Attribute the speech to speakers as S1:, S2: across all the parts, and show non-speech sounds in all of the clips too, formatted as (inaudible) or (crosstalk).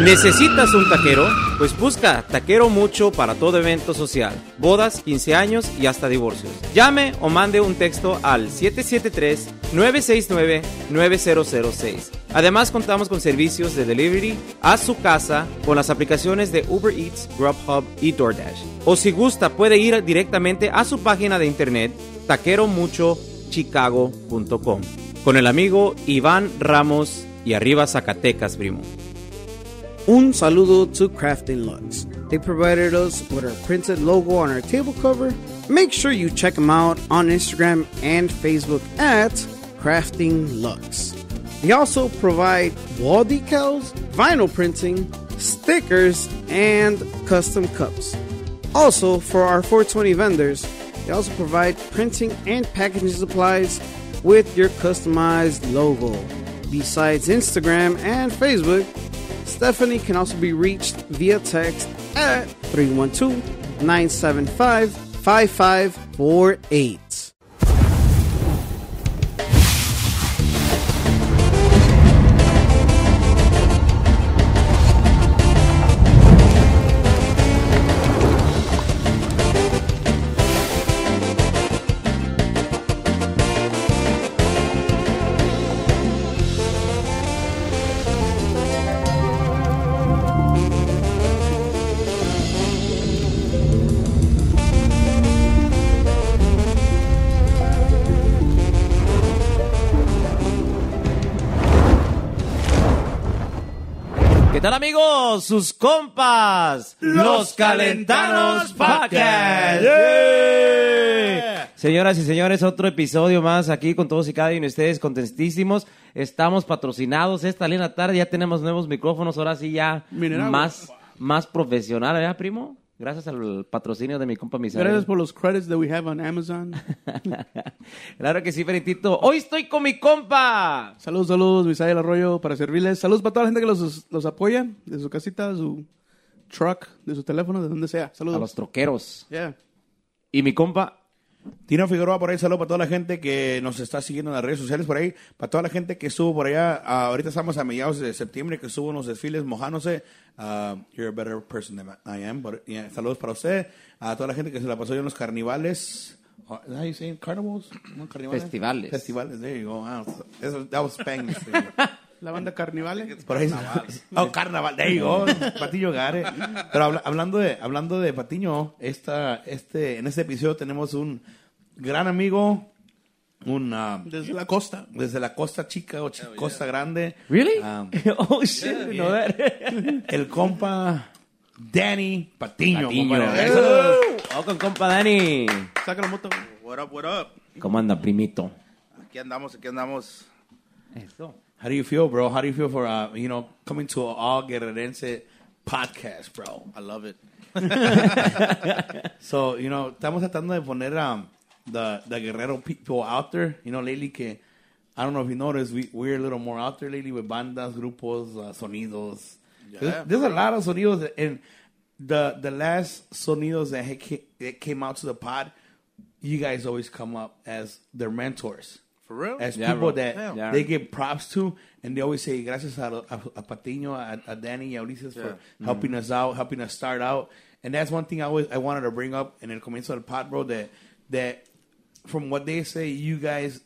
S1: ¿Necesitas un taquero? Pues busca Taquero Mucho para todo evento social, bodas, 15 años y hasta divorcios. Llame o mande un texto al 773-969-9006. Además contamos con servicios de delivery a su casa con las aplicaciones de Uber Eats, Grubhub y DoorDash. O si gusta puede ir directamente a su página de internet taqueromuchochicago.com con el amigo Iván Ramos y arriba Zacatecas, primo.
S2: Un saludo to Crafting Lux. They provided us with our printed logo on our table cover. Make sure you check them out on Instagram and Facebook at Crafting Lux. They also provide wall decals, vinyl printing, stickers, and custom cups. Also, for our 420 vendors, they also provide printing and packaging supplies with your customized logo. Besides Instagram and Facebook, Stephanie can also be reached via text at 312 975 5548.
S1: ¿Qué tal amigos? Sus compas, los Calentanos Podcast. Señoras y señores, otro episodio más aquí con todos y cada uno de ustedes contentísimos. Estamos patrocinados esta linda tarde, ya tenemos nuevos micrófonos, ahora sí ya
S3: Mineral.
S1: más más profesional, ¿verdad, primo? Gracias al patrocinio de mi compa Misael.
S3: Gracias por los credits that we have on Amazon.
S1: Claro que sí, Feritito. Hoy estoy con mi compa.
S3: Saludos, saludos, Misael Arroyo, para servirles. Saludos para toda la gente que los, los apoya, de su casita, de su truck, de su teléfono, de donde sea.
S1: A
S3: Saludos.
S1: los troqueros.
S3: Yeah.
S1: Y mi compa (laughs)
S4: Tino Figueroa por ahí, saludo para toda la gente que nos está siguiendo en las redes sociales por ahí, para toda la gente que estuvo por allá, ah, ahorita estamos a mediados de septiembre, que estuvo en los desfiles mojándose, Ah, you're a better person than I am, but, yeah, saludos para usted, a toda la gente que se la pasó ya en los carnivales, Ah, how you say it? carnivals? No, carnivales.
S1: Festivales.
S4: Festivales, there you go, Ah, eso- that was Spanish.
S1: (laughs)
S3: La banda Carnivales.
S4: Por ahí. Oh, carnaval, there you go. Patiño Gare. Pero habla- hablando de hablando de Patiño, esta este en este episodio tenemos un gran amigo, un ah,
S3: Desde la costa.
S4: desde la costa chica o chi- costa grande.
S1: Oh, Really?
S4: Ah,
S1: oh shit, no that.
S4: el compa Danny Patiño.
S1: Patiño.
S4: compadre.
S1: Eh.
S4: Saludos.
S1: Oh, con compa Dani.
S3: Saca la moto.
S5: What up, what up?
S1: ¿Cómo anda, primito?
S5: Aquí andamos, aquí andamos.
S1: Eso.
S4: How do you feel, bro? How do you feel for uh, you know coming to an all guerrerense podcast, bro?
S5: I love it.
S4: (laughs) So, you know, estamos tratando de poner um, the, the Guerrero people out there. You know, lately que, I don't know if you noticed, we, we're a little more out there lately with bandas, grupos, uh, sonidos. There's, there's a lot of sonidos. that- And the, the last sonidos that, had ca- that came out to the pod, you guys always come up as their mentors.
S5: For real?
S4: As
S1: Yeah, bro.
S4: people that
S1: Yeah.
S4: they give props to, and they always say, gracias a, a, a Patiño, a, a Danny, a Ulises for helping us out, helping us start out. And that's one thing I always I wanted to bring up in el comienzo del pod, bro, that, that from what they say, you guys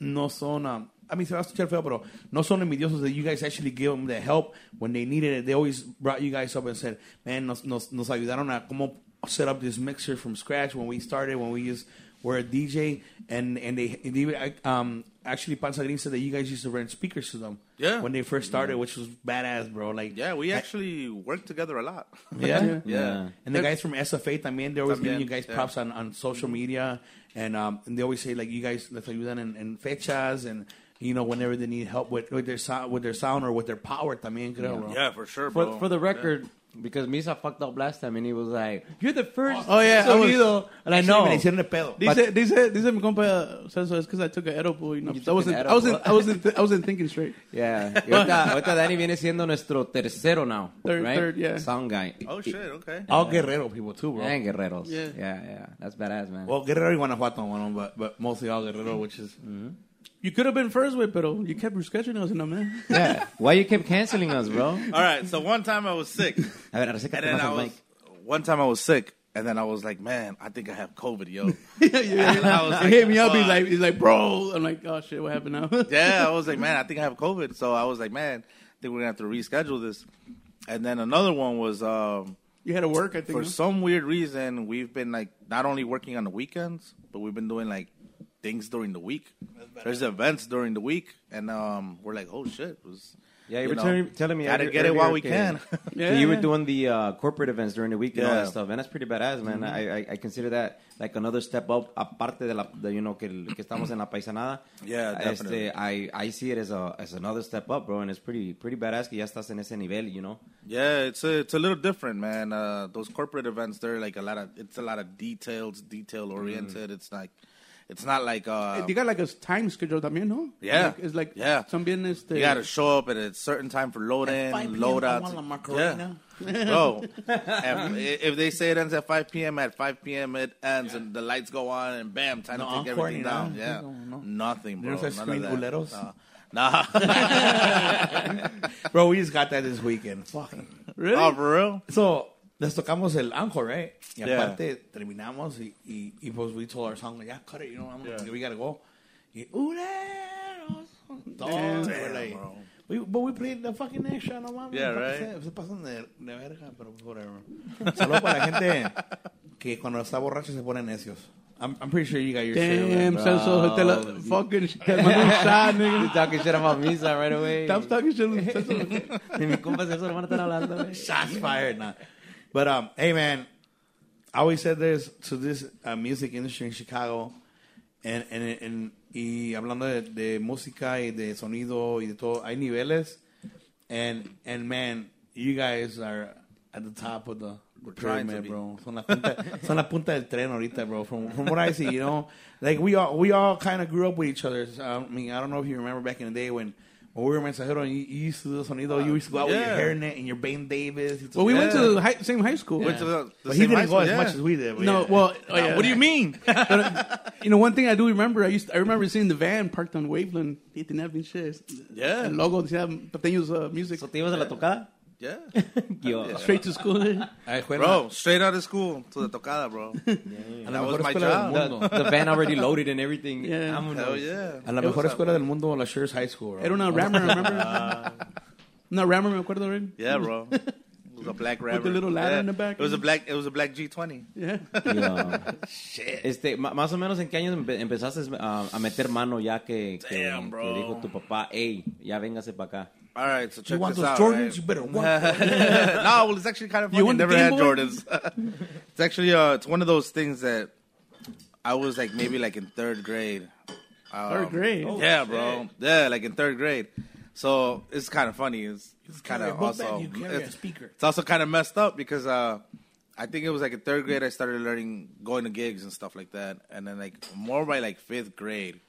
S4: no son, um, I mean, se va a escuchar feo, pero no son envidiosos that you guys actually give them the help when they needed it. They always brought you guys up and said, man, nos, nos, nos ayudaron a cómo set up this mixer from scratch when we started, when we just were a DJ. And, and they, and they um, actually, Panza Green said that you guys used to rent speakers to them.
S5: Yeah. Mm-hmm.
S4: When they first started, which was badass, bro. Like,
S5: Yeah, we
S4: I-
S5: actually work together a lot.
S4: yeah.
S5: Yeah.
S4: And the guys from SFA también, they're always giving
S5: También,
S4: you guys
S5: yeah. Mm-hmm.
S4: props on, on social media. And, um, and they always say, like, you guys, les ayudan en, en fechas and, you know, whenever they need help with, with, their, sound, with their sound or with their power también, creo, bro.
S5: Yeah, for sure,
S1: For,
S5: bro.
S1: for the record, because Misa fucked up last time and he was
S3: (laughs)
S1: like, You're the first
S3: Oh, yeah, I was-
S1: sonido. and I
S4: No.
S1: know.
S4: Me hicieron de pedo.
S3: Dice, dice, dice mi compa Celso, es because I took an edible, you know.
S1: You
S3: I
S1: took
S3: wasn't,
S1: an
S3: I wasn't,
S1: edible.
S3: I wasn't, I wasn't thinking straight.
S1: Yeah. Y
S3: (laughs)
S1: ahorita, ahorita Dani viene siendo nuestro tercero now.
S3: Third-
S1: right?
S3: third, yeah.
S1: Sound guy.
S5: oh, shit, okay.
S4: All Guerrero people, too, bro.
S1: And guerreros. Yeah.
S3: Yeah.
S1: yeah, That's badass, man.
S4: Well, Guerrero y Guanajuato, one of them, but, but mostly all Guerrero, which is
S3: (laughs) You could have been first, way, pero you kept rescheduling us, no man.
S1: Yeah. Why you kept canceling us, bro?
S5: All right, so one time I was sick, and
S1: (laughs) A ver, acércate
S5: then
S1: más
S5: I
S1: al
S5: was
S1: mic.
S5: one time I was sick, and then I was like, man, I think I have COVID, yo.
S3: yeah, yeah,
S5: And I was
S3: He hit me up. He's
S5: fuck.
S3: like, he's like, bro. I'm like, oh shit, what happened (laughs) now?
S5: yeah, I was like, man, I think I have COVID. So I was like, man, I think we're gonna have to reschedule this. And then another one was um,
S3: you had to work, I think.
S5: for
S3: no?
S5: some weird reason we've been like not only working on the weekends, but we've been doing like things during the week. There's events during the week, and um, we're like, oh shit, it was,
S1: Yeah, you were telling- telling me
S5: gotta
S1: earlier-
S5: get it while
S1: earlier
S5: we
S1: que-
S5: can. (laughs)
S3: Yeah,
S1: you were
S3: yeah.
S1: doing the uh, corporate events during the week and all
S5: Yeah. Mm-hmm.
S1: that stuff, and that's pretty badass, man. I, I I consider that like another step up, aparte de la, de, you know, que, el- que estamos en la paisanada.
S5: (clears throat) Yeah, definitely.
S1: Este, I I see it as a as another step up, bro, and it's pretty pretty badass. Que ya estás en ese nivel, you know.
S5: Yeah, it's a, it's a little different, man. Uh, those corporate events, they're like a lot of it's a lot of details, detail
S1: Mm.
S5: oriented. It's like it's not like uh,
S3: They got like a time schedule también, no?
S5: Yeah.
S3: Like, it's like
S5: Yeah.
S3: some business.
S5: you got to show up at a certain time for load in, load out. Yeah, (laughs) bro. if, if they say it ends at five p.m., at five p.m. it ends and the lights go on and bam, time
S4: No
S5: to take
S4: encore
S5: everything
S4: ni
S5: down.
S4: nada.
S5: Yeah,
S4: No, no.
S5: nothing, bro.
S4: There's a
S5: None
S4: screen
S5: of that.
S4: culeros.
S5: No. Nah.
S4: Bro, we just got that this weekend. Fucking.
S3: Really?
S5: oh, (laughs) for real?
S4: So, les tocamos el anjo, right? Y
S5: Yeah.
S4: aparte, terminamos y, y, y pues we told our song, yeah, cut it, you know, I'm, we gotta go. Y uleros. Damn,
S5: Damn,
S4: like,
S5: bro.
S4: We, but we played the fucking extra, no mames.
S5: Yeah,
S4: pa-
S5: right.
S4: Se, se pasan de, de verga, pero pues, whatever. Saludos para la gente que cuando está borracho se ponen necios. I'm, I'm pretty sure you got your shit.
S3: Damn,
S4: right,
S3: Celso, te la fucking shit. mandó un shot,
S1: You
S3: nigga.
S1: talking shit about Misa right away.
S3: Stop talking shit,
S5: (laughs)
S3: Celso.
S1: Ni mi compa Celso lo van a estar hablando, güey.
S4: (laughs) Shots fired, nah. But um, hey man, I always said this to this uh, music industry in Chicago, and and and y hablando de, de música y de sonido y de todo, hay niveles, and and man, you guys are at the top of the. the
S5: trying to
S4: pyramid,
S5: be.
S4: bro. Son la, punta, son la punta del tren ahorita, bro. From from what I see, you know, like we all we all kind of grew up with each other. So, I mean, I don't know if you remember back in the day when when we were mensajero and you, you used to do sonido, you used to go out
S5: yeah.
S4: with your hairnet and your Bane Davis.
S3: Well, we went to
S5: Yeah.
S3: the high, same high school.
S5: Went to the, the
S4: But
S5: same
S4: he
S5: high
S4: didn't go
S5: school,
S4: as
S5: yeah.
S4: much as we did. but
S3: No,
S4: yeah.
S3: well, oh,
S5: Nah,
S3: yeah.
S5: What do you mean?
S3: But, you know, one thing I do remember, I used I remember seeing the van parked on Waveland. They didn't have any shit.
S5: Yeah.
S3: El logo decía Pateño's uh, music.
S1: So te ibas a la tocada?
S5: (laughs) yeah,
S1: Yo.
S3: Straight to school.
S5: (laughs)
S4: Ay, juega.
S5: bro. Straight out of school to the
S4: (laughs)
S5: tocada, bro.
S4: a la
S5: that
S4: mejor
S5: was my
S4: escuela del
S5: job.
S4: mundo.
S1: The, the van already loaded and everything.
S3: Yeah.
S1: Vámonos.
S5: Hell yeah.
S4: A la mejor escuela del mundo, la Shears High School, bro.
S3: Era una rammer, remember? Una rammer, me acuerdo, right?
S5: Ah. Yeah, bro.
S4: (laughs)
S5: It was a black rabbit.
S3: little ladder
S5: yeah.
S3: in the back.
S5: It was a black. It was a black G twenty.
S3: Yeah.
S1: Yo. Este, ma- más o menos en qué años empe- empezaste a, a meter mano ya que, que-
S5: Damn, bro.
S1: que dijo tu papá, hey, ya véngase para acá.
S5: All right, so check
S4: You want
S5: this
S4: those
S5: out.
S4: Jordans?
S5: right?
S4: You better want (laughs)
S5: (laughs) no, well, it's actually kind of funny.
S3: want the
S5: never had
S3: Game Boy?
S5: Jordans. (laughs) it's actually uh, it's one of those things that I was like maybe like in third grade. Um,
S3: Third grade? Oh,
S5: yeah, bro. Yeah, like in third grade. So it's kind of funny. It's, it's kind
S4: carry a
S5: of
S4: book bag,
S5: also
S4: you carry a
S5: it's-
S4: speaker.
S5: It's also kind of messed up because uh, I think it was like in third grade I started learning going to gigs and stuff like that, and then like more by like fifth grade,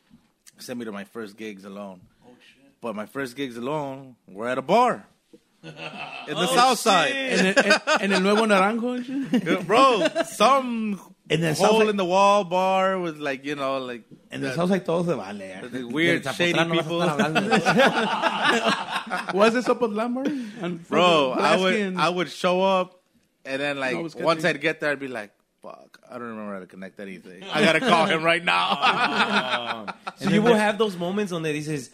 S5: sent me to my first gigs alone. Oh shit! But my first gigs alone were at
S4: (laughs)
S5: a bar in
S4: Oh,
S5: the south side,
S3: And, el- and, and el nuevo naranjo and shit.
S5: bro.
S4: (laughs)
S5: Some
S4: In the
S5: hole
S4: south
S5: in the wall bar with like you know like
S4: En el Southside todo se vale. eh.
S5: the weird
S1: Del
S5: shady
S1: Zapotlán no vas a
S5: people.
S1: estar hablando. (laughs)
S3: Was this up at Lambert? And
S5: Bro, I
S3: Pulaski
S5: would
S3: and-
S5: I would show up, and then like
S3: No, it's good
S5: once
S3: thing.
S5: I'd get there, I'd be like, "Fuck, I don't remember how to connect anything. I gotta call him right now."
S1: So you will have those moments donde dices,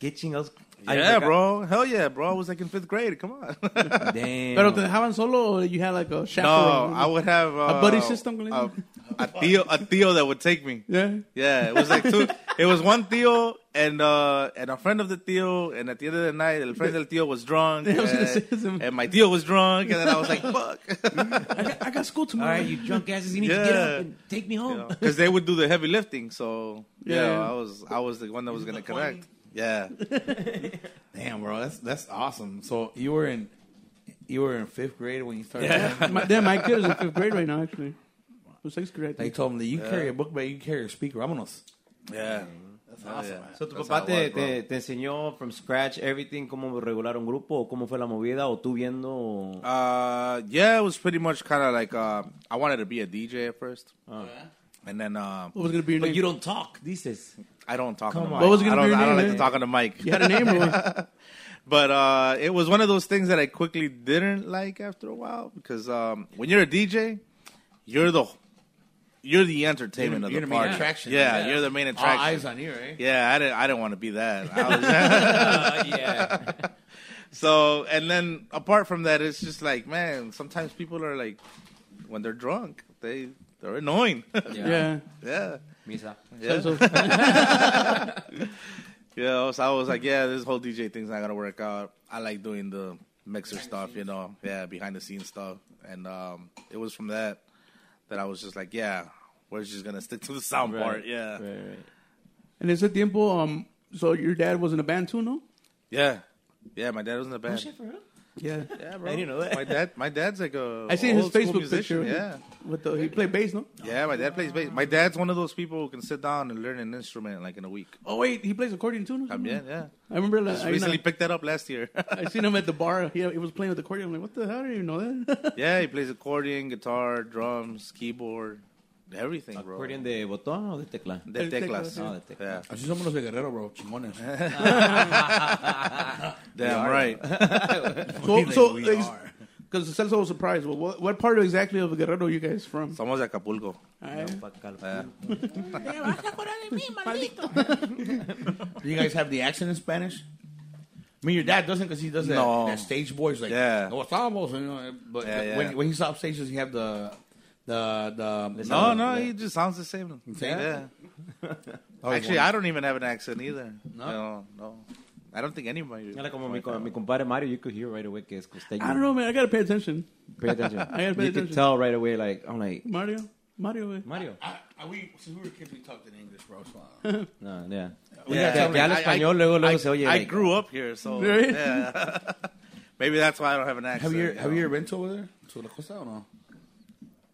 S1: qué chingados.
S4: Oh,
S5: (laughs)
S1: Ay,
S5: yeah,
S1: acá.
S5: bro, hell yeah, bro. I was like in fifth grade. Come on.
S1: Damn.
S3: Pero te dejaban solo or you had like a chaperone?
S5: (laughs) no, I would have uh,
S3: buddy system, Glenn?
S5: A, a tío, a tío that would take me.
S3: Yeah.
S5: Yeah, it was like two. it was one tío and uh, and a friend of the tío, and at the end of the night, the
S3: (laughs)
S5: friend of the tío was drunk,
S3: I was gonna say
S5: and,
S3: some-
S5: and my tío was drunk, and then I was like, "Fuck."
S3: I got, I got school
S1: All
S3: tomorrow.
S1: right, you drunk asses, you need to
S5: Yeah.
S1: get up and take me home.
S5: (laughs) because they would do the heavy lifting. So yeah,
S3: Yeah.
S5: I was I was the one that was gonna correct. Yeah,
S4: Damn, bro, that's that's awesome. So you were in you were in fifth grade when you started. playing?
S3: My, damn, my kid is in fifth grade right now, actually. Or sixth grade. I
S4: They
S3: think.
S4: told him that you carry a book bag, you carry a speaker. Vámonos.
S5: yeah,
S4: That's awesome. man.
S1: So, tu
S5: That's
S1: papá
S5: how it
S1: te,
S5: was, bro.
S1: te, te enseñó from scratch everything, cómo regular un grupo, o cómo fue la movida, o tú viendo. o-
S5: Uh, yeah, it was pretty much kind of like uh, I wanted to be a DJ at first, and then um,
S3: What was going to be your
S1: But
S3: name?
S1: you don't talk, dices.
S5: I don't talk on the mic.
S3: What was
S5: I
S3: gonna be
S5: don't,
S3: your
S5: I don't
S3: name,
S5: like
S3: eh?
S5: to talk on the mic.
S3: You had a name, bro.
S5: (laughs) But uh, it was one of those things that I quickly didn't like after a while because um, when you're a DJ, you're the you're the entertainment
S4: You're the
S5: of the
S4: main
S5: party.
S4: attraction.
S5: Yeah,
S4: Yeah.
S5: you're the main
S4: All Ah, eyes
S5: attraction.
S4: on you, right?
S5: yeah, I didn't I didn't want to be that. I was- (laughs)
S6: yeah.
S5: so and then apart from that, it's just like man, sometimes people are like when they're drunk, they they're annoying. (laughs)
S3: Yeah.
S5: yeah.
S6: Misa.
S5: Yeah.
S3: So-
S5: Yeah, so I was like, yeah, this whole DJ thing's not gonna work out. I like doing the mixer stuff, you know, yeah, behind the scenes stuff, and um, it was from that that I was just like, yeah, we're just gonna stick to the sound part, yeah,
S3: En ese tiempo, um, so your dad was in a band too, ¿no?
S5: yeah, yeah. My dad was in the band.
S3: Yeah.
S5: yeah, bro. My dad, my dad's like a
S3: I seen his
S5: old school
S3: Facebook
S5: musician,
S3: picture.
S5: Yeah,
S3: With the, he played bass, ¿no?
S5: yeah. My dad plays bass. My dad's one of those people who can sit down and learn an instrument like in a week.
S3: Oh, wait, he plays accordion too, ¿no?
S5: También, yeah.
S3: I remember la,
S5: Just
S3: I,
S5: recently
S3: recently...
S5: picked that up last year. (laughs)
S3: I seen him at the bar. He, he was playing with the accordion. I'm like, what the hell? I didn't even know that.
S5: (laughs) yeah, he plays accordion, guitar, drums, keyboard, everything, bro.
S1: ¿Accordion de botón o de tecla?
S5: De
S3: El teclas,
S5: teclas.
S3: sí.
S1: No, de tecla.
S5: Yeah.
S4: Así somos los de Guerrero, bro. Chingones.
S5: Damn right. (laughs)
S3: so, so,
S4: We
S3: ex-
S4: are.
S3: Because Celso was surprised. Well, what, what part of exactly of Guerrero are you guys from?
S5: Somos de Acapulco.
S3: All right.
S5: Yeah.
S4: Do you guys have the accent in Spanish? I mean, your dad doesn't because he does that,
S5: No.
S4: that stage voice, like
S5: Yeah.
S4: "No estamos," you know. But
S5: Yeah, yeah.
S4: when when he's off stage, does he have the the the?
S5: No, no, he just sounds the same.
S4: Same?
S5: Yeah.
S4: Oh,
S5: Actually,
S4: one-
S5: I don't even have an accent either. No, no. I don't think anybody.
S1: Era como mi, co- mi compadre Mario, you could hear right away que es costeño.
S3: I don't know, man. I got to pay attention.
S1: Pay attention.
S5: (laughs)
S3: gotta pay
S1: you
S3: attention.
S1: could tell right away, like, I'm like,
S3: Mario? Mario, eh. güey.
S1: Mario.
S4: I, I, we since we were kids, we talked in English, bro. So. uh,
S1: No, yeah.
S5: Yeah,
S1: Que- que habla
S5: I- I-
S1: español, luego, luego
S5: I,
S1: se oye.
S5: I
S1: like,
S5: grew up
S4: (laughs)
S5: here, so
S3: Really?
S5: yeah. Maybe that's why I don't have an accent.
S4: Have you have
S5: know.
S4: you ever been to over there to La Costa or no?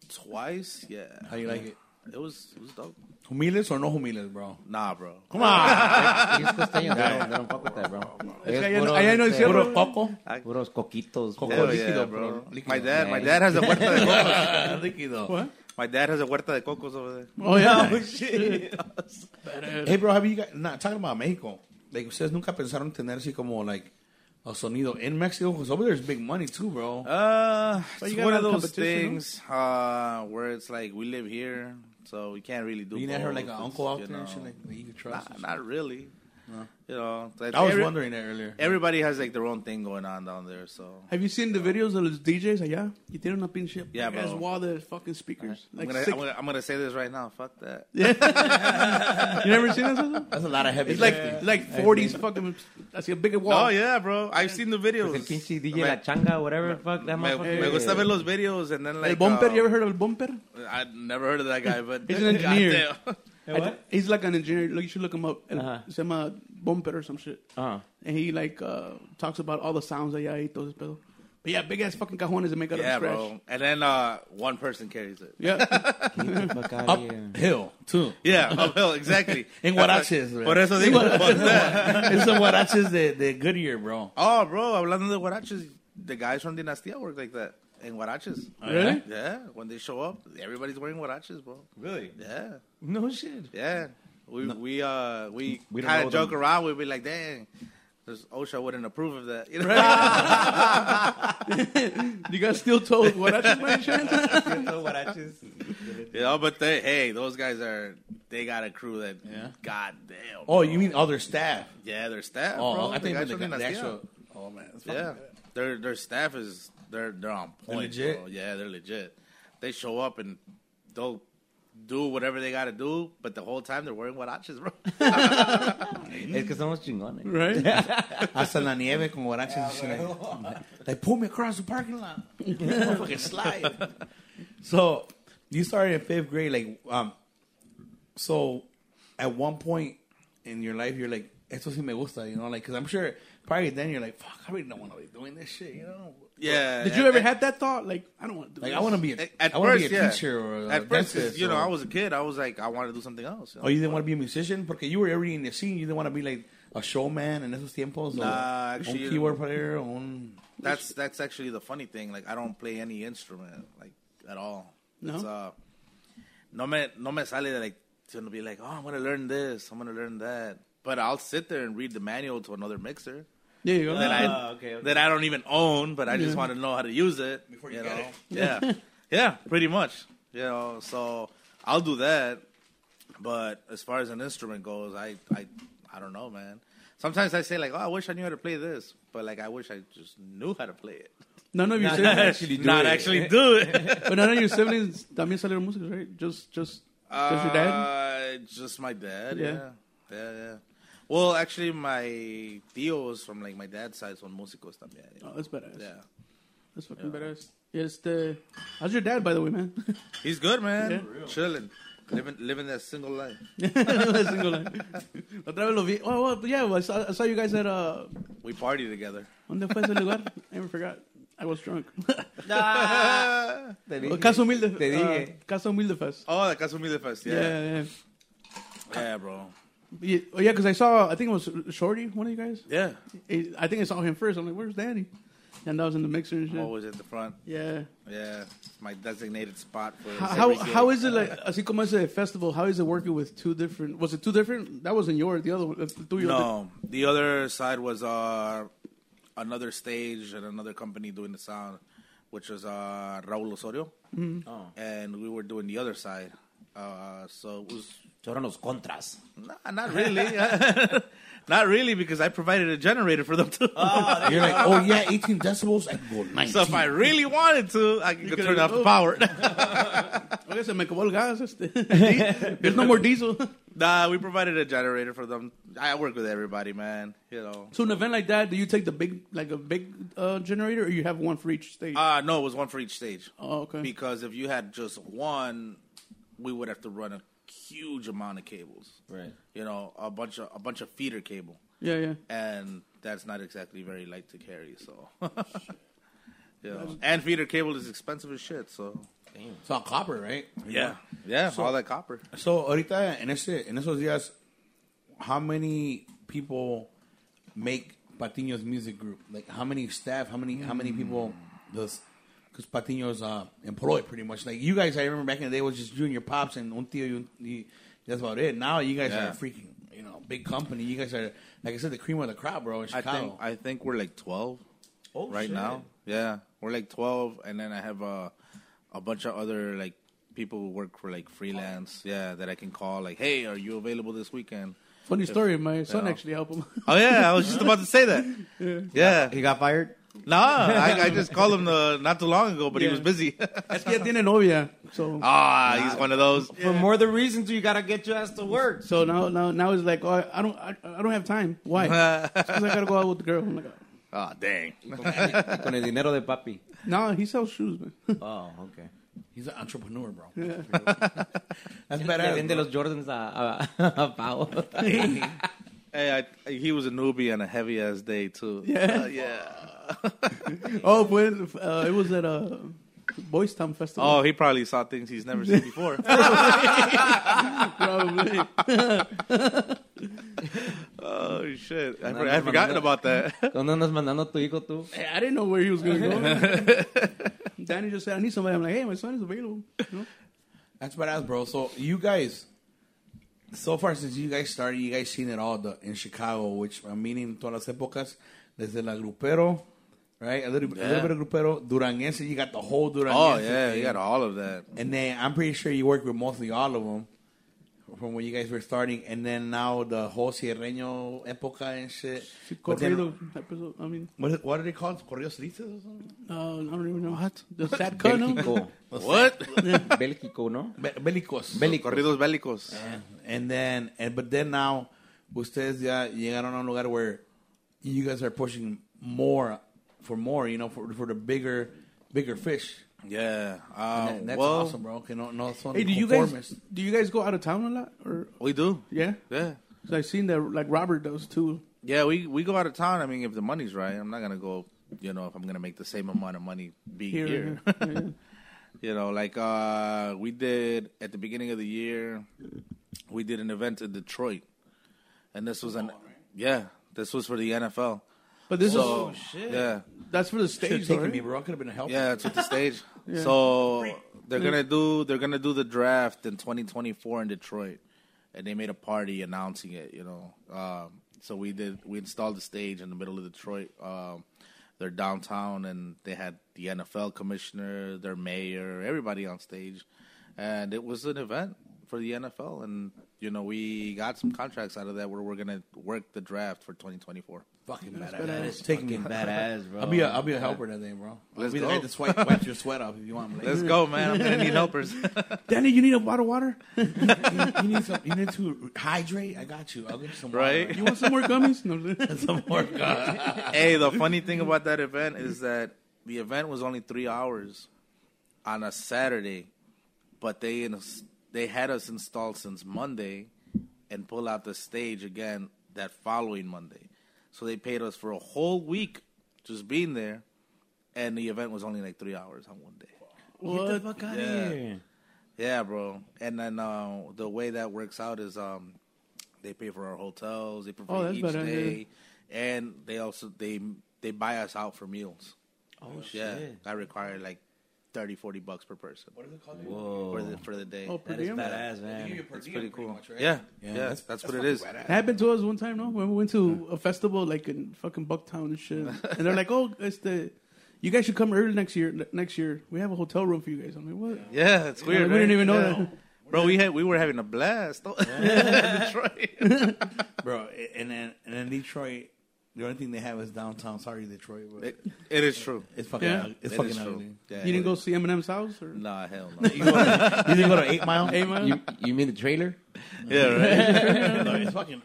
S5: twice? Yeah.
S4: How you like it?
S5: It was it was dope.
S4: Humiles or no humiles, bro?
S5: Nah, bro.
S4: Come on,
S1: "Sí, es este
S5: (laughs)
S1: costeño, they don't- they don't fuck with that, bro. Es
S3: allá no-
S1: puro,
S3: allá no es
S1: este,
S3: cierto.
S4: puro coco.
S1: Puros coquitos.
S5: Hell
S1: puros-
S5: yeah,
S4: líquido,
S5: bro.
S4: bro.
S5: My dad, my
S1: Nice.
S5: dad has a
S4: (laughs)
S5: huerta de cocos.
S4: Líquido.
S3: What?
S5: My dad has a huerta de cocos over there.
S3: Oh,
S4: (laughs)
S3: yeah.
S4: Hey, bro, have you guys, not talking about Mexico, like, ustedes nunca pensaron tener así como, like, a sonido in Mexico? Because over there's big money, too, bro.
S5: Uh, it's
S3: you got
S5: one
S3: a
S5: of
S3: lot of
S5: those
S3: competition,
S5: things uh, where it's like we live here, so we can't really do.
S4: you never heard, like, an
S5: both,
S4: uncle out
S5: you
S4: there and
S5: know.
S4: shit, like, that you could trust?
S5: Not, not really. You know, like,
S4: I was
S5: every-
S4: wondering that earlier.
S5: Everybody has like their own thing going on down there, so
S3: Have you seen the videos of los DJs allá? Que tienen una pinche
S5: Yeah,
S3: big-ass
S5: bro.
S3: wall de fucking speakers. Like
S5: I'm, gonna,
S3: six- (laughs)
S5: I'm, gonna, I'm gonna say this right now. Fuck that.
S3: You never seen that? Celso?
S4: That's a lot of heavy
S3: It's like
S4: lifting.
S3: like 40s fucking. Así a big wall.
S5: Oh yeah, bro. I've seen the videos.
S1: El pinche DJ
S5: me,
S1: La Changa, whatever, fuck, that
S5: me,
S1: motherfucker.
S5: me gusta ver los videos, and then like
S3: El bumper,
S5: uh,
S3: you ever heard of el bumper?
S5: I never heard of that guy, but
S3: He's an engineer.
S5: (laughs) Goddamn.
S3: He's like an engineer. Look, you should look him up. El,
S1: Ajá.
S3: Se llama Bumper or some shit.
S1: Ajá.
S3: And he like uh, talks about all the sounds allá y todo ese pedo. But yeah, big ass fucking cajones that make out
S5: yeah,
S3: of trash.
S5: bro. And then uh, one person carries it.
S3: Yeah. (laughs)
S1: Get the fuck outta here.
S4: Hill, too.
S5: Yeah, (laughs) uphill, exactly.
S4: En Huaraches, bro.
S5: (laughs) Por eso digo, fuck
S4: (laughs)
S5: that.
S4: It's some huaraches de, de Goodyear, bro.
S5: Oh, bro, hablando de huaraches, the guys from Dinastía work like that in huaraches.
S3: Really?
S5: Yeah, when they show up, everybody's wearing huaraches, bro.
S1: Really?
S5: Yeah,
S1: No shit.
S5: yeah. We we uh we,
S1: We don't
S5: kind
S1: know
S5: of joke
S1: them.
S5: around. We'd be like, dang, this OSHA wouldn't approve of that. (laughs) You know?
S3: you got steel toes. What I just by chance?
S5: You know, but they, hey, those guys are they got a crew that,
S4: Yeah.
S5: goddamn.
S4: Oh,
S5: bro.
S4: you mean other staff?
S5: yeah, their staff.
S4: Oh,
S5: bro.
S4: I
S5: The
S4: think
S5: guys
S4: the,
S5: from
S4: the
S5: Dinastía.
S4: actual. Oh, man. that's fucking
S5: Yeah, their their staff is they're they're on point.
S4: legit?
S5: bro. Yeah, they're legit. They show up and they'll do whatever they got to do, but the whole time they're wearing huaraches, bro. (laughs)
S1: Es que somos chingones.
S3: right?
S4: Hasta la nieve con guaraches. and shit like, they pulled me across the parking lot. Fucking slide. So you started in fifth grade. Like, um, so at one point in your life, you're like, "Esto sí me gusta," you know, like, because I'm sure probably then you're like, "Fuck, I really don't want to be doing this shit," you know.
S5: yeah.
S3: Did you ever
S5: at,
S3: have that thought? Like, I don't want to do
S4: Like,
S3: this.
S4: I want to be a,
S5: at, at
S4: I wanna
S5: first,
S4: be a
S5: yeah.
S4: teacher or a
S5: at first, 'cause,
S4: dentist
S5: you know,
S4: or-
S5: I was a kid. I was like, I want to do something else. you know?
S4: Oh, you didn't want to be a musician because you were already in the scene. You didn't want to be like a showman in esos tiempos. or
S5: Nah, actually,
S4: un keyboard player, or un
S5: that's that's actually the funny thing. Like, I don't play any instrument like at all.
S3: No?
S5: It's, uh, no me no me sale de like It's gonna be like, oh, I'm gonna learn this, I'm gonna learn that. But I'll sit there and read the manual to another mixer
S3: Yeah, you go.
S5: that I
S1: Ah, okay, okay.
S5: that I don't even own, but I just want to know how to use it. Before you, know? yeah, yeah, pretty much. You know, so I'll do that. But as far as an instrument goes, I, I, I don't know, man. Sometimes I say like, oh, I wish I knew how to play this, but like I wish I just knew how to play it.
S3: None of your
S5: (laughs) Not
S3: siblings,
S5: actually do it.
S3: but none of your siblings también salieron músicos, right? Just, just, just your dad.
S5: Uh, just my dad.
S3: Yeah.
S5: Yeah. yeah, yeah, Well, actually, my tío was from like my dad's side, son músicos también.
S3: Oh, that's badass.
S5: Yeah,
S3: That's fucking badass. Yes, the. How's your dad, by the way, man? (laughs)
S5: he's good, man.
S3: Yeah. For
S5: Chilling, living living that single life.
S3: Single line. (laughs) Otra vez lo vi. Oh, well, yeah, I saw, I saw you guys at uh,
S5: We party together.
S3: ¿Dónde fue ese lugar? I never forgot. I was drunk.
S1: Te
S3: Oh,
S1: dije.
S3: Casa Humilde.
S1: Te dije.
S3: uh, Casa Humilde Fest.
S5: (laughs) Oh, the Casa Humilde Fest.
S3: Yeah,
S5: Yeah.
S3: yeah.
S5: yeah, bro.
S3: Yeah, oh, yeah, because I saw, I think it was Shorty, one of you guys.
S5: Yeah,
S3: He- I think I saw him first. I'm like, where's Danny? And I was in the mixer and shit.
S5: I'm always at the front.
S3: yeah.
S5: Yeah, it's my designated spot for.
S3: How,
S5: every gig.
S3: how is it like, así como ese festival, how is it working with two different, was it two different? That wasn't yours, the other one, the two yours.
S5: No, the other side was uh, another stage and another company doing the sound, which was uh, Raul Osorio,
S3: Mm-hmm.
S5: and we were doing the other side. Uh, so it was
S1: Fueron los contras.
S5: nah, not really,
S3: (laughs)
S5: (laughs) not really, because I provided a generator for them too.
S4: You're like, oh yeah, 18 decibels. I can go 19.
S5: so if I really wanted to, I could, turn off the power.
S3: Okay, se me acabó el gas.
S5: (laughs)
S3: Este. (laughs) There's no more diesel. (laughs)
S5: nah, we provided a generator for them. I work with everybody, man. You know.
S3: so an event like that, do you take the big, like a big uh, generator or you have one for each stage?
S5: Uh no, it was one for each stage.
S3: Oh, okay.
S5: Because if you had just one, we would have to run a huge amount of cables.
S1: Right.
S5: You know, a bunch of a bunch of feeder cable,
S3: yeah, yeah.
S5: and that's not exactly very light to carry. So, (laughs) you know, and feeder cable is expensive as shit. So,
S4: It's all copper, right?
S5: yeah, yeah, all that copper.
S4: So ahorita en ese en esos días, how many people make Patiño's music group? Like how many staff? How many how many
S5: Mm.
S4: people does? Because Patiño's uh, employed pretty much. Like you guys, I remember back in the day was just you and your pops and un tío. y un- y- that's about it. Now you guys
S5: Yeah.
S4: are freaking you know big company. You guys are like I said the cream of the crop, bro. In
S5: I
S4: Chicago.
S5: think I think we're like twelve
S1: Oh,
S5: right
S1: shit.
S5: now. Yeah, we're like twelve, and then I have a a bunch of other like people who work for like freelance. Yeah, that I can call like, hey, are you available this weekend?
S3: Funny story, my son
S5: Yeah.
S3: actually
S4: (laughs)
S3: helped him.
S5: Oh yeah, I was just about to say (laughs) that. Yeah,
S1: He got fired.
S5: no, I, I just called him uh, not too long ago, but
S3: Yeah.
S5: he was busy. (laughs)
S3: es que ya tiene novia. So,
S5: ah, he's one of those.
S1: For more the reasons you gotta get your ass to work.
S5: (laughs)
S3: so now, now, now it's like, oh, I, I don't, I, I don't have time. Why? Because I gotta go out with the girl. I'm like,
S5: Ah, dang.
S1: Con el dinero de papi.
S3: no, he sells shoes, man.
S1: Oh, okay.
S4: He's an entrepreneur, bro.
S3: Yeah.
S4: That's
S1: Le
S4: badass.
S1: vende
S4: bro.
S5: (laughs)
S1: los Jordans a, (laughs) a, a Pau.
S5: Hey, I, he was a newbie on a heavy ass day too.
S3: Yeah.
S5: Uh, yeah.
S3: (laughs) oh, pues, uh, it was at a Boys Town Festival.
S5: Oh, he probably saw things he's never seen
S3: (laughs)
S5: before.
S3: probably.
S5: oh shit, I,
S1: No,
S5: for-
S1: no,
S5: I
S1: no,
S5: would forgotten
S1: no.
S5: about that.
S1: ¿Cuándo andas mandando a tu hijo tú?
S3: I didn't know where he was gonna go. Danny just said, I need somebody. I'm like, hey, my son is available. You know?
S4: That's badass, bro. So you guys, so far since you guys started, you guys seen it all the, in Chicago, which I'm meaning todas las épocas, desde la grupero, right? A little, bit- a
S5: Yeah.
S4: little bit of grupero, Duranguense. You got the whole Duranguense.
S5: (laughs) oh yeah,
S4: thing.
S5: you got all of that.
S4: And then I'm pretty sure you worked with mostly all of them from when you guys were starting, and then now the whole Sierreño época and shit. But then-
S3: Corrido episode. I mean,
S4: what, is- what are they called? Corridos tristes or something?
S3: uh, I don't even know.
S5: What?
S3: The sad cut, no?
S1: Bélgico.
S5: What?
S1: Bélgico, ¿no?
S4: Be- Bélicos.
S5: Corridos bélicos.
S4: And then, and but then now, ustedes ya llegaron a un lugar where you guys are pushing more for more, you know, for for the bigger, bigger fish.
S5: Yeah.
S4: And
S5: Um,
S4: that- that's
S5: well,
S4: awesome, bro. Okay, no, no, son
S3: Oh, Hey, do you guys
S4: conformist.
S3: do you guys go out of town a lot? Or
S5: We do.
S3: yeah,
S5: Yeah.
S3: 'Cause I've seen that like Robert does too.
S5: Yeah, we, we go out of town. I mean, if the money's right, I'm not gonna go. You know, if I'm gonna make the same amount of money, be
S3: Here,
S5: here.
S3: yeah, yeah.
S5: (laughs) you know, like uh, we did at the beginning of the year, we did an event in Detroit, and this was an yeah, this was for the NFL.
S4: Oh,
S3: But this
S5: So
S3: is
S5: yeah,
S3: that's for the
S4: Should've
S3: stage, though,
S4: taken
S3: right?
S4: me, bro. I could have been a helper.
S5: yeah, it's with the stage. So they're gonna do they're gonna do the draft in 2024 in Detroit. and they made a party announcing it. You know, um, so we did we installed the stage in the middle of Detroit. Um, their downtown, and they had the NFL commissioner, their mayor, everybody on stage, and it was an event for the NFL. And you know, we got some contracts out of that where we're gonna work the draft for 2024.
S4: Fucking
S3: That
S4: badass.
S3: is
S4: Take me
S1: badass, bro.
S4: I'll be a, I'll be a helper that day, bro.
S5: Let's
S4: I'll be the
S5: go.
S4: guy to swipe, wipe your sweat off if you want.
S5: Let's go, man! I'm gonna need helpers.
S4: Danny, you need a bottle
S3: (laughs)
S4: of water? you, you need some, you need to hydrate? I got you. I'll get you some water.
S5: Right?
S3: You want some more gummies? No,
S4: some more (laughs) God.
S5: (laughs) hey, the funny thing about that event is that the event was only three hours on a Saturday, but they ins- they had us installed since Monday and pull out the stage again that following Monday. So they paid us for a whole week just being there, and the event was only like three hours on one day.
S4: What? the fuck out
S5: Yeah. Yeah, bro. And then uh, the way that works out is um, they pay for our hotels, they
S3: Oh,
S5: provide
S3: that's
S5: each
S3: better,
S5: day, and they also they they buy us out for meals. Oh yeah,
S1: shit.
S5: I require like 30, 40 bucks per person
S1: Whoa.
S5: for the for the day.
S3: Oh, per
S1: That is
S3: diem?
S1: badass, man.
S5: It's pretty cool. Yeah, yeah, that's, what it is.
S3: Happened to us one time, no? When we went to a festival like in fucking Bucktown and shit, and they're like, "Oh, it's the, you guys should come early next year. ne- Next year, we have a hotel room for you guys." I'm like, "What?"
S5: Yeah, it's weird.
S3: we didn't
S5: right?
S3: even know
S5: Yeah.
S3: that.
S5: Bro, we had we were having a blast (laughs) in Detroit.
S4: bro. And then and then Detroit, the only thing they have is downtown. Sorry, Detroit, but
S5: It- it is true.
S4: it's fucking
S3: Yeah.
S4: ugly. it's
S5: It is
S4: fucking
S5: true.
S4: ugly.
S5: Yeah,
S3: You didn't
S5: it
S3: go
S5: is.
S3: see Eminem's house
S5: (laughs)
S3: or
S5: Nah, hell no.
S4: You didn't go to
S3: (laughs)
S4: Eight Mile.
S3: Hey, man.
S6: You, you mean the trailer?
S5: yeah, (laughs) right.
S4: No, it's fucking.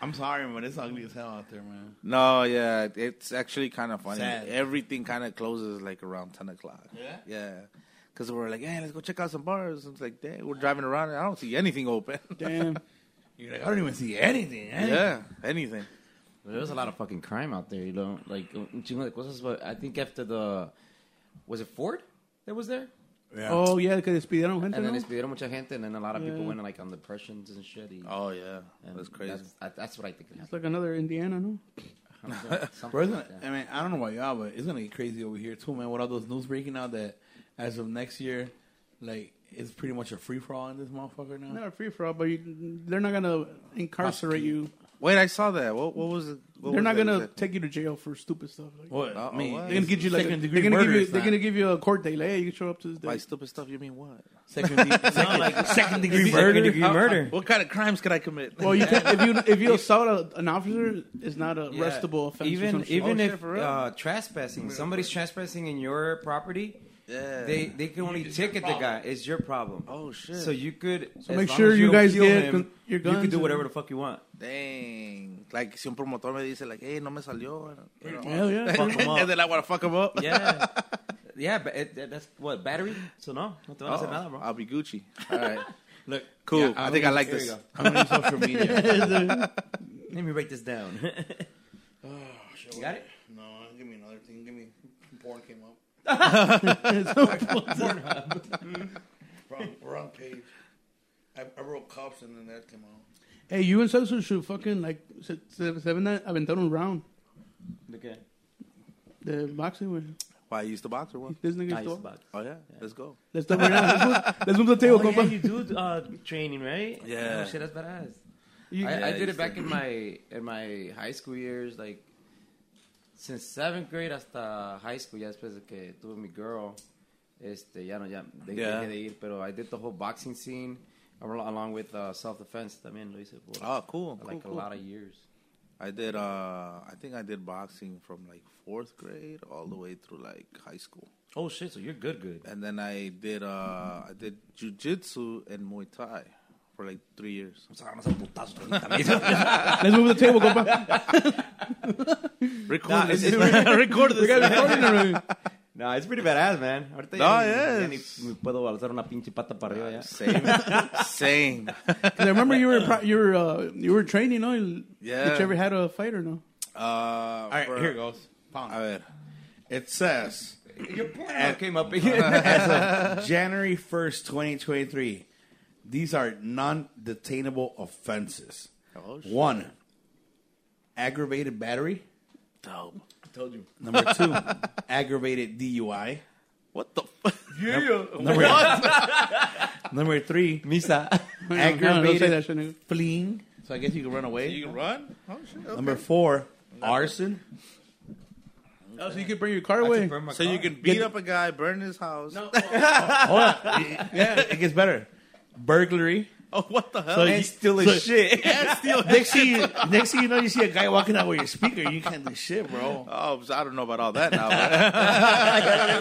S4: I'm sorry, but it's ugly as hell out there, man.
S5: No, yeah, it's actually kind of funny.
S4: Sad.
S5: Everything kind of closes like around ten o'clock.
S4: Yeah?
S5: yeah, because we're like, hey, let's go check out some bars. It's like, damn, we're driving around and I don't see anything open.
S3: Damn.
S4: You're like, I don't even see anything. eh?
S5: yeah, anything.
S1: There was a lot of fucking crime out there, you know, like un chingo de cosas. But I think after the, was it Ford that was there?
S4: Yeah.
S3: Oh yeah, que despidieron gente.
S1: And then
S3: ¿no?
S1: despidieron mucha gente, and then a lot of people
S3: Yeah.
S1: went like on depressions and shit. y-
S5: Oh yeah,
S1: and
S5: that's crazy.
S1: That's, I- that's what I think. it
S3: It's like another Indiana, no?
S1: happened. Something
S4: Bro, it's
S1: like
S4: gonna, I mean, I don't know about y'all, but it's gonna get crazy over here too, man. With all those news breaking out that as of next year, like it's pretty much a free for all in this motherfucker now.
S3: Not a free for all, but you, they're not gonna incarcerate you.
S5: Wait, I saw that. What, what was it? What
S3: They're
S5: was
S3: not
S5: that
S3: gonna
S5: exact-
S3: take you to jail for stupid stuff. Like,
S4: What?
S5: Uh,
S4: I mean,
S5: what?
S4: it's
S3: They're gonna give you like
S4: second
S3: they're
S4: degree
S3: gonna give
S4: murder,
S3: you
S4: it's
S3: they're
S4: not
S3: gonna give you a court date. Like, hey, you can show up to this
S5: By
S3: day.
S5: stupid stuff, you mean what?
S4: second, (laughs) de- second, second degree
S6: Third
S4: murder.
S6: degree murder.
S5: What kind of crimes could I commit?
S3: Well, you can, if you if you assault a, an officer, it's not a
S1: Yeah.
S3: arrestable offense. or some
S1: Even
S3: shit.
S1: even
S5: Oh, shit,
S1: if
S5: for real?
S1: uh, trespassing, somebody's trespassing in your property.
S5: Yeah.
S1: They they can only ticket the guy. It's your problem.
S5: Oh, shit.
S1: So you could. So
S3: make sure you guys get con- your
S1: You
S3: guns
S1: could do
S3: and-
S1: whatever the fuck you want.
S5: (laughs) Dang. Like, si un promotor me dice, like, hey, no me salió. you (laughs) know.
S3: hell yeah.
S1: Fuck 'em up.
S5: and then I want to fuck him up.
S1: (laughs) Yeah, yeah, but it, that- that's what battery. So no, no te van a hacer nada,
S5: Oh,
S1: bro.
S5: I'll be Gucci. All right.
S1: Look,
S5: Cool.
S1: yeah,
S5: I
S1: I'm
S5: think I
S1: gonna-
S5: like
S1: here we
S5: this.
S1: go.
S4: I'm gonna use (laughs) social media.
S1: Let me write this down. (laughs)
S4: You
S1: got it?
S4: No, give me another thing. Give me porn came up. (laughs) Hmm? wrong, wrong page. I, I wrote cops and then that came out.
S3: hey, you and Celso should fucking like se, se, se van a aventar un round
S1: okay.
S3: de boxing with
S5: Why, you used to box or what?
S3: this nigga.
S1: Nice
S3: Nice
S1: box.
S5: Oh, yeah. Let's go.
S3: let's do it right now. Let's move, let's move the table,
S1: Oh, yeah,
S3: compa.
S1: you do uh, training, right?
S5: Yeah.
S1: Oh, shit, that's badass.
S3: You-
S1: I, I
S5: Yeah,
S1: did
S5: you
S1: it back in my in my high school years, like since seventh grade hasta high school. Ya después de que tuve mi girl, este, ya no, ya de-
S5: Yeah.
S1: dejé de ir. Pero I did the whole boxing scene al- along with uh, self defense también lo hice por
S5: Oh, cool.
S1: like a lot of years.
S5: I did, uh, I think I did boxing from like fourth grade all the way through like high school.
S1: Oh shit! So you're good, good.
S5: And then I did, uh, I did jujitsu and Muay Thai for like three years.
S3: Let's move the table, compa.
S5: Record
S1: Nah,
S5: this.
S1: it's- it's-
S5: Record this.
S1: No, it's pretty badass, man. Ahorita
S5: No,
S1: ya, ya ni
S5: yes.
S1: me puedo alzar una pinche pata para arriba ya.
S5: Same. Same.
S3: 'Cause I remember you were pro- you were uh, you were training, no? You-
S5: Yeah.
S3: Did you ever had a fight or no?
S5: Uh, All
S4: All right, here it goes.
S5: A ver.
S4: It says
S1: Your porno came
S4: (laughs)
S1: up again.
S4: January 1st, 2023. These are non detainable offenses.
S5: Oh, shit.
S4: One, aggravated battery.
S5: Dope.
S4: Number two, aggravated DUI.
S5: What the fuck?
S4: Number, number three,
S1: Misa.
S3: No, no,
S4: (laughs) aggravated
S3: don't say that shit, nigga.
S4: fleeing. So I guess you can run away.
S5: You can run? Oh, shit. okay.
S4: Number four, arson.
S3: Oh, so you could bring your car away.
S5: So you can beat up a guy, burn his house.
S4: Hold on.
S5: (laughs)
S4: Yeah, it gets better. Burglary.
S5: Oh, what the hell?
S4: So
S1: And
S4: you-
S1: still
S4: so-
S1: as
S5: (laughs)
S1: shit.
S4: (laughs) next thing, you, next thing you know, you see a guy walking out with your speaker. You can't do shit, bro.
S5: oh, so I don't know about all that now. but-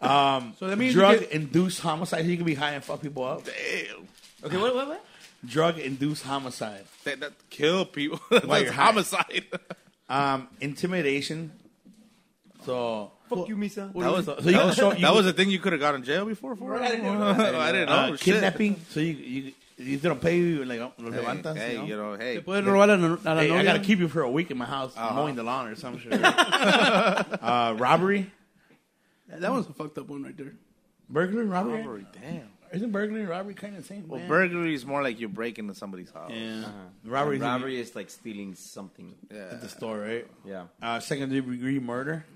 S3: So that means you
S4: Drug
S3: could-
S4: induced homicide. You can be high and fuck people up.
S5: Damn.
S1: Okay, what, what, what?
S4: Drug induced homicide.
S5: That, that kill people. (laughs)
S4: While
S5: That's
S4: you're high.
S5: homicide.
S4: Um, intimidation. So
S1: Fuck you, Misa.
S5: That was,
S4: you
S5: that,
S4: can
S5: was,
S4: show- you
S5: that
S4: can-
S5: was a thing you could have got in jail before for? (laughs) I didn't know. I didn't know. Oh,
S4: uh,
S5: shit.
S4: kidnapping. So you you you don't pay you like oh, lo
S5: Hey,
S4: levantas.
S5: hey,
S4: you know?
S5: you know, hey.
S3: Te pueden robar a la, a la
S4: Hey, I
S3: novia.
S4: gotta keep you for a week in my house
S5: Uh-huh.
S4: mowing the lawn or some
S5: (laughs)
S4: shit. uh, robbery,
S3: That was a fucked up one right there.
S4: burglary, robbery.
S5: Robbery, damn.
S4: Isn't burglary and robbery kind of the same?
S5: Well,
S4: man?
S5: burglary is more like you break into somebody's house.
S4: yeah.
S1: Robbery,
S4: robbery is
S1: robbery is like stealing something.
S5: Yeah. Oh,
S4: at the store, right?
S1: Yeah.
S4: Uh, second degree murder,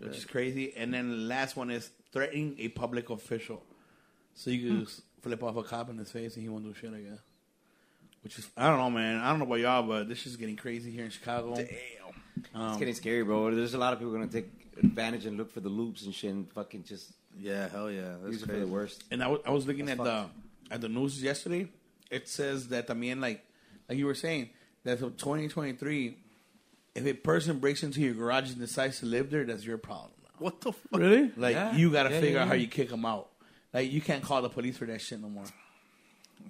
S4: which is crazy. And then the last one is threatening a public official. So you
S5: Hmm.
S4: can just flip off a cop in his face and he won't do shit, I guess. Which is, I don't know, man. I don't know about y'all, but this is getting crazy here in Chicago.
S1: It's getting scary, bro. There's a lot of people going to take advantage and look for the loops and shit and fucking just
S5: Yeah, hell yeah. That's
S1: use it for the
S5: crazy.
S1: worst.
S4: And I wa- I was looking
S1: That's
S4: at the at the news yesterday. It says that I mean, like like you were saying, that for 2023, if a person breaks into your garage and decides to live there, that's your problem.
S5: What the fuck?
S3: Really?
S4: Like
S1: Yeah.
S4: you got to
S1: Yeah,
S4: figure
S1: yeah,
S4: out how
S1: yeah.
S4: you kick them out. Like you can't call the police for that shit no more.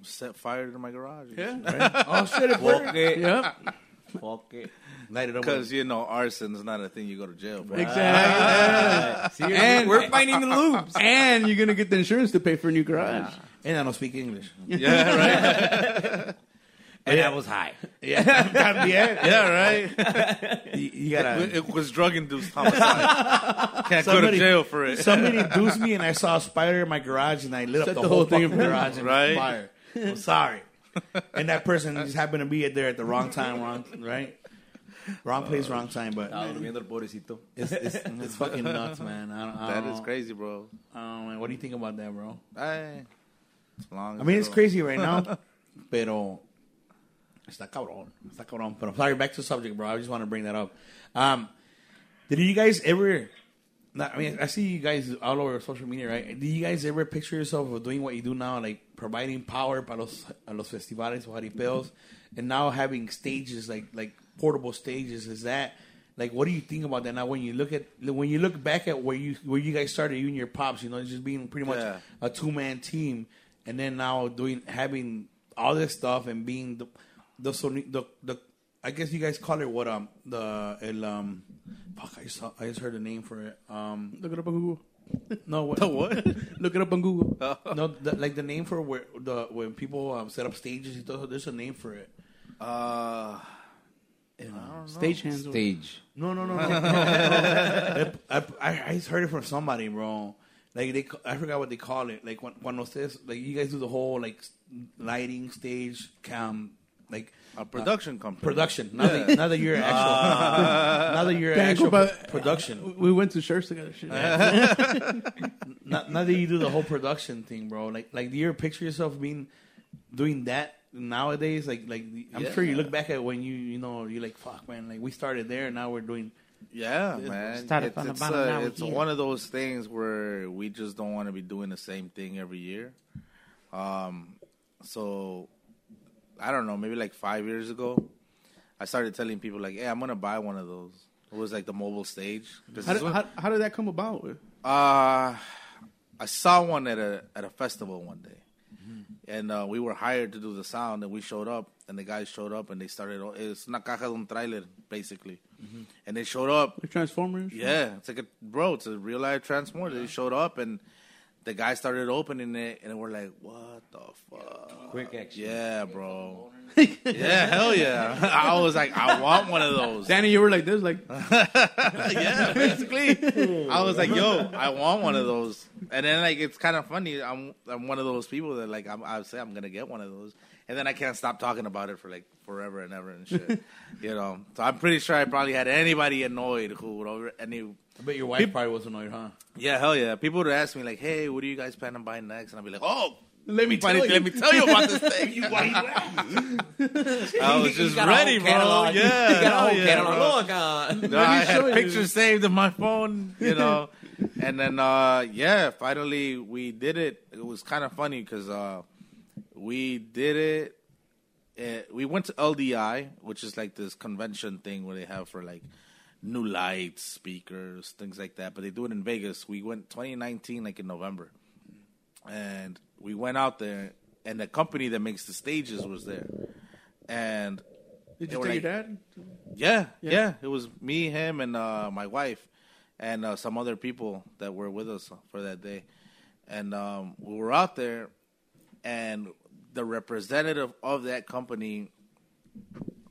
S5: Set fire to my garage.
S3: Yeah.
S4: oh shit! It
S1: Fuck it.
S3: Yeah.
S1: Fuck it.
S4: Light it up.
S5: Because, you know, arson's not a thing you go to jail for.
S3: Exactly.
S1: See, and we're finding the loops.
S3: and you're gonna get the insurance to pay for a new garage.
S4: and I don't speak English.
S5: (laughs)
S1: Mm.
S5: Yeah, right.
S1: And I was high.
S4: Yeah, yeah.
S5: Yeah, right.
S4: You, you gotta.
S5: It was drug induced homicide. Can't go to
S4: Somebody-
S5: jail
S1: (laughs)
S5: for it.
S4: Somebody induced me, and I saw a spider in my garage, and I lit up
S3: Set
S4: the,
S3: the
S4: whole
S3: whole thing
S4: fucking
S3: in front
S4: garage and
S5: Right.
S4: fire. I'm sorry. And that person just happened to be there at the wrong time, wrong right, wrong place, wrong time.
S1: (laughs)
S4: But
S1: Estaba durmiendo el pobrecito.
S4: it's, it's, it's fucking nuts, man. I don't, I
S5: That
S4: don't
S5: is
S4: know.
S5: crazy, bro.
S4: I don't know, man. What do you think about that, bro?
S5: I, it's long.
S4: I mean, it's crazy right now, (laughs) pero está cabrón, está cabrón. But I'm sorry, back to the subject, bro. I just want to bring that up. Um, did you guys ever? Not, I mean, I see you guys all over social media, right? Did you guys ever picture yourself of doing what you do now, like providing power para los a los festivales o jaripeos, and now having stages like like portable stages? Is that like what do you think about that now? When you look at when you look back at where you where you guys started, you and your pops, you know, just being pretty much
S5: Yeah.
S4: a two man team, and then now doing having all this stuff and being the the soni- the the I guess you guys call it what um the el um fuck I saw I just heard the name for it um
S3: Look it up on Google.
S4: no what,
S3: Look it up on Google.
S4: (laughs) no the, like the name for where the when people um, set up stages y todo, there's a name for it
S5: Uh,
S3: Stagehands.
S1: Stage.
S4: no no no no, no, I, I I just heard it from somebody bro like they ca- I forgot what they call it like when when ustedes like you guys do the whole like s- lighting stage cam like
S5: a production company.
S4: production. Now, that, now that you're an actual, now that you're an
S3: Dang,
S4: actual
S3: but-
S4: pro- production.
S3: We went to shirts together. Shit.
S4: Now, now that you do the whole production thing, bro. Like, like, do you ever picture yourself being doing that nowadays? Like, like I'm sure you look back at when you, you know, you're like, fuck, man. Like we started there, and now we're doing.
S5: Yeah, man.
S6: started
S5: it's
S6: from the
S5: it's,
S6: bottom,
S5: uh,
S6: now we're
S5: it's
S6: here.
S5: one of those things where we just don't want to be doing the same thing every year. Um, so I don't know. Maybe like five years ago, I started telling people like, "Hey, I'm gonna buy one of those." It was like the mobile stage. This
S3: How,
S5: is
S3: did,
S5: what-
S3: how, how did that come about?
S5: Uh, I saw one at a at a festival one day,
S6: Mm-hmm.
S5: and uh, we were hired to do the sound, and we showed up, and the guys showed up, and they started. "Oh, It's una caja de un trailer, basically,
S6: Mm-hmm.
S5: and they showed up,
S3: The Transformers.
S5: yeah, it's like a bro, it's a real life transformer. They showed up and the guy started opening it, and we're like, "What the fuck?"
S1: Quick action.
S5: Yeah, bro. (laughs) Yeah, hell yeah. I was like, I want one of those.
S3: Danny, you were like this, like
S5: yeah, (laughs) basically. I was like, yo, I want one of those. And then like it's kind of funny. I'm I'm one of those people that like I'm, I say I'm gonna get one of those, and then I can't stop talking about it for like forever and ever and shit. (laughs) you know. So I'm pretty sure I probably had anybody annoyed who would over any.
S4: I bet your wife probably was annoyed, huh?
S5: Yeah, hell yeah. People would ask me like, hey, what do you guys plan on buying next? And I'd be like, oh.
S4: Let me
S5: Funny, let me tell you about this (laughs) thing. (laughs) I was just ready, bro. Yeah, hell yeah, bro. No, I had pictures saved in my phone, you know. and then, uh, yeah, finally we did it. It was kind of funny because uh, we did it. eh, we went to LDI, which is like this convention thing where they have for like new lights, speakers, things like that. But they do it in Vegas. We went 2019, like in November and we went out there, and the company that makes the stages was there, and
S3: did
S5: they
S3: you
S5: were
S3: tell your
S5: like-
S3: dad?
S5: Yeah, yeah, It was me, him, and uh, my wife, and uh, some other people that were with us for that day, and um, we were out there, and the representative of that company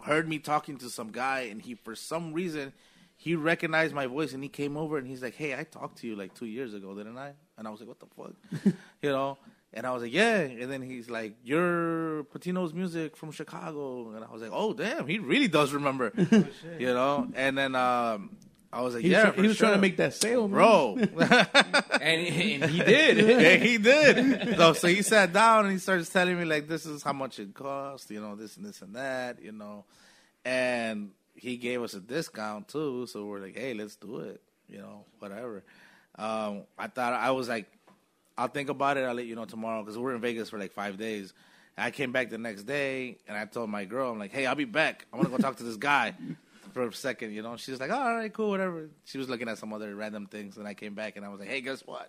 S5: heard me talking to some guy, and he for some reason. He recognized my voice and he came over and he's like, "Hey, I talked to you like two years ago, didn't I?" And I was like, "What the
S3: (laughs)
S5: fuck?" you know. And I was like, yeah. And then he's like, you're Patino's music from Chicago. And I was like, oh, damn, he really
S3: (laughs)
S5: does remember. you know? And then um, I was
S3: Oh,
S5: like,
S3: He was,
S5: yeah.
S3: try-
S5: for
S3: he was trying
S5: sure.
S3: to make that sale, man.
S5: Bro.
S3: (laughs)
S5: (laughs)
S1: And, and he did.
S5: yeah, he did. So, so he sat down and he starts telling me, like, this is how much it costs, you know, this and this and that, you know. And he gave us a discount, too. So we're like, hey, let's do it, you know, whatever. Um, I thought, I was like, I'll think about it. I'll let you know tomorrow because we're in Vegas for like five days. And I came back the next day and I told my girl, I'm like, hey, I'll be back. I want to go talk to this guy (laughs) for a second, you know. She's like, all right, cool, whatever. She was looking at some other random things and I came back and I was like, hey, guess what?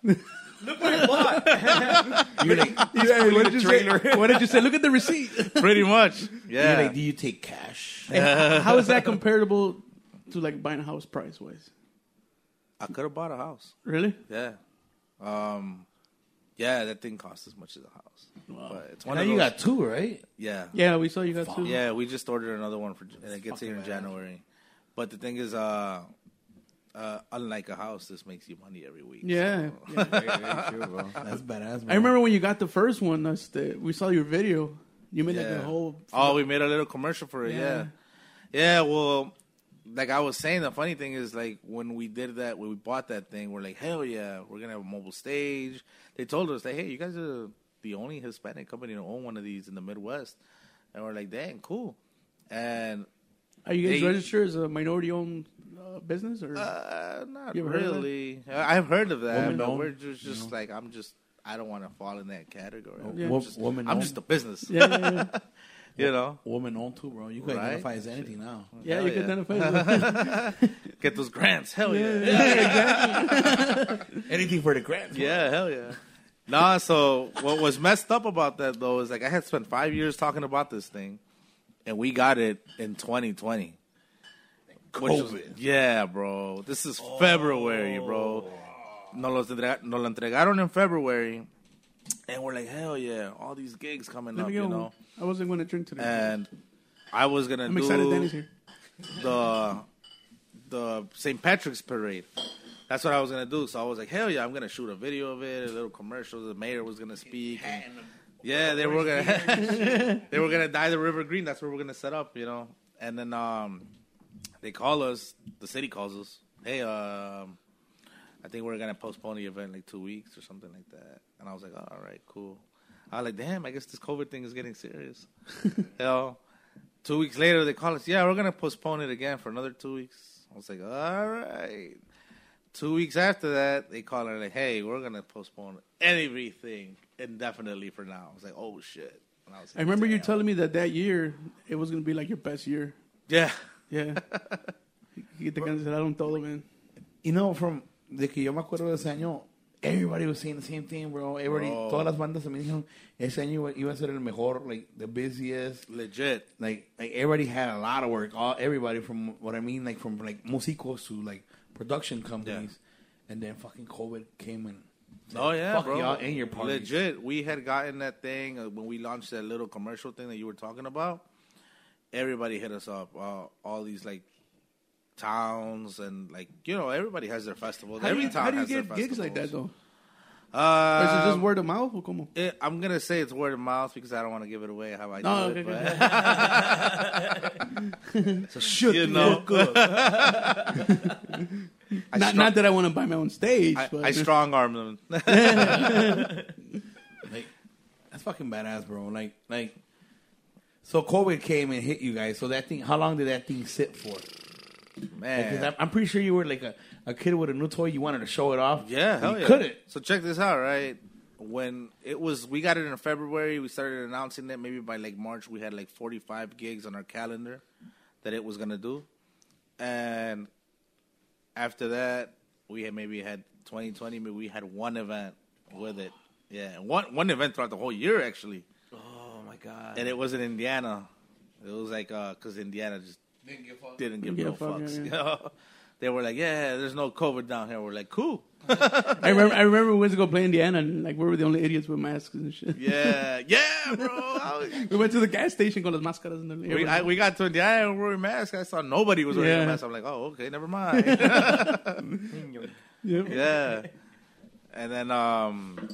S3: (laughs)
S4: (laughs)
S3: Yeah, what, did you say? what did you say? Look at the receipt.
S5: Pretty much.
S4: You're
S5: (laughs) Yeah.
S4: like, do you take cash?
S5: (laughs)
S3: How is that comparable to like buying a house price wise?
S5: I could have bought a house.
S3: Really?
S5: Yeah. Um, yeah, that thing costs as much as a house. But it's one
S4: now
S5: of
S4: you
S5: those.
S4: got two, right?
S5: yeah. yeah.
S3: Yeah, we saw you got two.
S5: we just ordered another one for, and it gets here in January. But the thing is, uh, uh, unlike a house, this makes you money every week. (laughs)
S3: Yeah. yeah.
S4: That's badass.
S3: I remember when you got the first one. That's the we saw your video. You made like
S5: Yeah.
S3: a whole.
S5: Oh, we made a little commercial for it. Yeah.
S3: Yeah.
S5: yeah. Well, like I was saying, the funny thing is, like when we did that, when we bought that thing, we're like, hell yeah, we're gonna have a mobile stage. They told us, like, hey, you guys are the only Hispanic company to own one of these in the Midwest, and we're like, dang, cool. And
S3: Are you guys
S5: they-
S3: registered as a minority-owned uh, business or?
S5: uh, not
S3: You ever heard of that?
S5: really. I- I've heard of that,
S4: Woman
S5: but
S4: owned,
S5: we're just, just like, I'm just, I don't want to fall in that category. I'm,
S3: Yeah.
S4: Wo-
S5: just,
S4: woman,
S5: I'm
S4: owned,
S5: just a business,
S3: yeah, yeah, yeah.
S5: (laughs) you know.
S4: woman owned too, bro. You can
S5: Right?
S4: identify as anything now.
S3: Yeah,
S5: Hell
S3: you can identify.
S5: (laughs)
S3: as a-
S5: Get those grants, hell yeah.
S4: Anything for the grants. bro.
S5: Yeah, hell yeah. Nah, so what was messed up about that though is like I had spent five years talking about this thing, and we got it in 2020. Which was-
S4: COVID.
S5: yeah, bro. This is
S3: Oh.
S5: February, bro. Nos, los entrega- nos lo entregaron in February, and we're like, hell yeah, all these gigs coming
S3: Let
S5: up,
S3: me
S5: you Uh,
S3: go.
S5: know.
S3: I wasn't going to drink today.
S5: And I was gonna
S3: I'm
S5: do
S3: excited. Danny's here.
S5: the the St. Patrick's parade. That's what I was gonna do. So I was like, hell yeah, I'm gonna shoot a video of it, a little commercial. The mayor was gonna speak. and- yeah, they were gonna (laughs) they were gonna dye the river green. That's where we're gonna set up, you know. And then um, they call us. The city calls us. Hey, um, I think we're gonna postpone the event like two weeks or something like that. And I was like, "Oh, all right, cool. I was like, damn, I guess this COVID thing is
S3: (laughs)
S5: getting serious. you know, two weeks later they call us. Yeah, we're gonna postpone it again for another two weeks. I was like, all right. Two weeks after that, they call her like, "Hey, we're gonna postpone everything indefinitely for now." I was like, "Oh shit!" And was
S3: I remember you
S5: "Damn."
S3: telling me that that year it was going to be like your best year.
S5: Yeah, (laughs)
S3: Yeah. Y te cancelaron todo, man.
S4: You know, from de que yo me acuerdo de ese año, everybody was saying the same thing, bro. Everybody,
S5: Bro.
S4: todas las bandas me dijeron ese año iba, iba a ser el mejor, like the busiest,
S5: legit.
S4: like like everybody had a lot of work. All everybody from what I mean, like from like musicos to like production companies, and then fucking COVID came and
S5: Oh yeah,
S4: fuck
S5: bro.
S4: y'all and your parties.
S5: Legit, we had gotten that thing uh, when we launched that little commercial thing that you were talking about. everybody hit us up. Uh, all these like towns and like you know everybody has their festivals.
S3: How do
S5: Every
S3: you,
S5: town
S3: how do you
S5: has
S3: get
S5: their
S3: gigs like that
S5: festivals.
S3: though? Or is it
S5: Uh,
S3: just word of mouth? Or como?
S5: it- I'm gonna say it's word of mouth because I don't want to give it away how I do
S3: No,
S5: it.
S3: okay,
S5: but-
S3: okay.
S5: (laughs) you know, I
S3: (laughs) not,
S5: strong-
S3: not that I want to buy my own stage.
S5: (laughs) I,
S3: but
S5: I strong arm them.
S4: Like, that's fucking badass, bro. Like, like, so COVID came and hit you guys. So that thing, how long did that thing sit for? Because
S5: Man.
S4: I'm, I'm pretty sure you were like a, a kid with a new toy. You wanted to show it off.
S5: Yeah, hell
S4: you
S5: yeah.
S4: couldn't.
S5: So check this out, right? When it was, we got it in February. We started announcing it. Maybe by like March, we had like forty-five gigs on our calendar that it was gonna do, and after that, we had maybe had twenty twenty. Maybe we had one event with it. Yeah, one one event throughout the whole year actually,
S1: Oh my god.
S5: and it was in Indiana. It was like because Indiana just
S1: Didn't give up.
S5: didn't give
S3: Yeah,
S5: no
S3: fuck, yeah,
S5: fucks.
S3: yeah.
S5: you know? (laughs) They were like, "Yeah, there's no COVID down here." We're like, "Cool."
S3: (laughs) I remember, I remember we went to go play Indiana, and like we were the only idiots with masks and shit.
S5: Yeah, yeah, bro. I,
S3: (laughs) We went to the gas station con las máscaras. And the,
S5: (laughs) we, I, we got to Indiana and wearing masks. I saw nobody was wearing
S3: Yeah.
S5: a mask. I'm like, oh, okay, never mind. (laughs)
S3: yeah.
S5: yeah. And then um,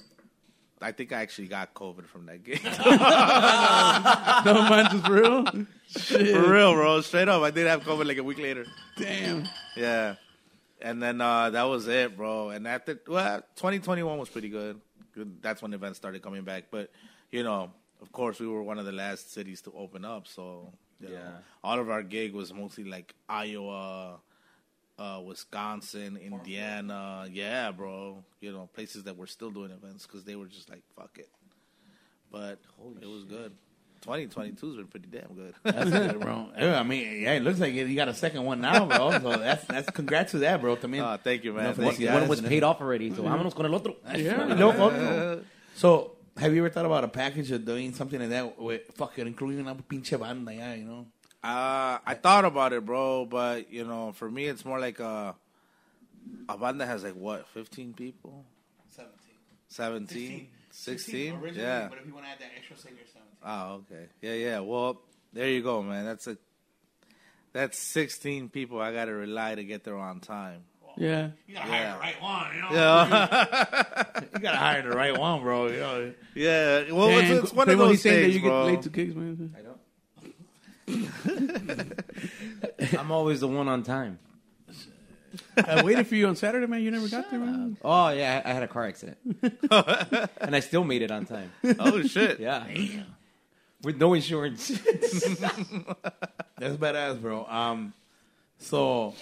S5: I think I actually got COVID from that game.
S3: (laughs)
S5: (laughs)
S3: No manches, for real. Shit.
S5: For real, bro. Straight up, I did have COVID like a week later.
S3: Damn.
S5: Yeah. And then uh, that was it, bro. And after well, 2021 was pretty good. good. That's when events started coming back. But you know, of course, we were one of the last cities to open up, so you know,
S1: Yeah.
S5: all of our gig was mostly like Iowa, uh, Wisconsin, Indiana. Yeah, bro. You know, places that were still doing events because they were just like, fuck it. But it was good. 2022's been pretty
S4: (laughs)
S5: damn good. (laughs)
S4: That's good, bro. Yeah, I mean, yeah, it looks like it. you got a second one now, bro. So that's that's congrats to that, bro. También.
S5: Aw, Ah, thank you, man.
S4: No, for
S5: Thank
S4: those
S5: you,
S4: guys.
S1: One was paid off already, so vámonos con el otro.
S3: Yeah.
S4: No, no. So, have you ever thought about a package of doing something like that with fucking including una pinche banda, yeah, you know?
S5: Uh, I thought about it, bro, but you know, for me, it's more like a a band that has like what, fifteen people, 17, 16? yeah.
S4: if you want to add that extra singer, 17.
S5: Oh, okay. Yeah, yeah. Well, there you go, man. That's a that's sixteen people I gotta rely to get there on
S3: (laughs)
S5: time.
S3: Yeah.
S4: You gotta
S5: hire the
S4: right one, you know?
S5: Yeah,
S4: You gotta hire the right one, bro. You know?
S5: (laughs) yeah. Well,
S3: Damn,
S5: it's, it's one of
S3: Quavo,
S5: those
S3: he's saying
S5: things,
S3: that you
S5: bro.
S3: get late to gigs, man.
S1: I don't. I'm always the one on time.
S3: I waited for you on Saturday, man. You never got there, man.
S1: Oh yeah, I I had a car accident, (laughs) and I still made it on time.
S5: oh
S3: (laughs)
S5: shit.
S1: Yeah, with no insurance.
S4: That's badass, bro. Um, so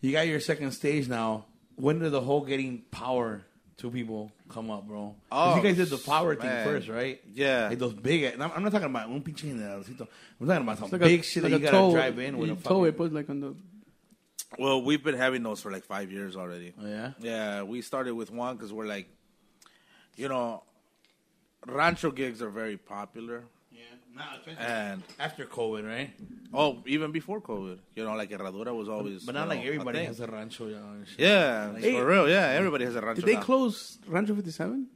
S4: you got your second stage now. When did the whole getting power to people come up, bro? 'Cause
S5: Oh,
S4: you guys did the power
S5: man.
S4: thing first, right?
S5: Yeah.
S4: like those big. and I'm, I'm not talking about un pinche generalcito. I'm talking about some
S3: It's like a-
S4: big shit
S3: like
S4: that
S3: a
S4: you gotta
S3: tow-
S4: drive in with
S3: you
S4: a
S3: tow it,
S4: fucking.
S3: but like on the
S5: Well, we've been having those for like five years already.
S4: Oh, yeah,
S5: Yeah, we started with one because we're like, you know, rancho gigs are very popular,
S4: yeah. Nah,
S5: and
S4: after COVID, right?
S5: oh, even before COVID, you know, like Herradura was always,
S4: But not
S5: you know,
S4: like
S5: a
S4: everybody
S5: thing.
S4: has a rancho. you know, and shit.
S5: Yeah,
S3: Hey,
S5: for real. Yeah, everybody has a rancho.
S3: Did they
S5: now.
S3: close Rancho 57?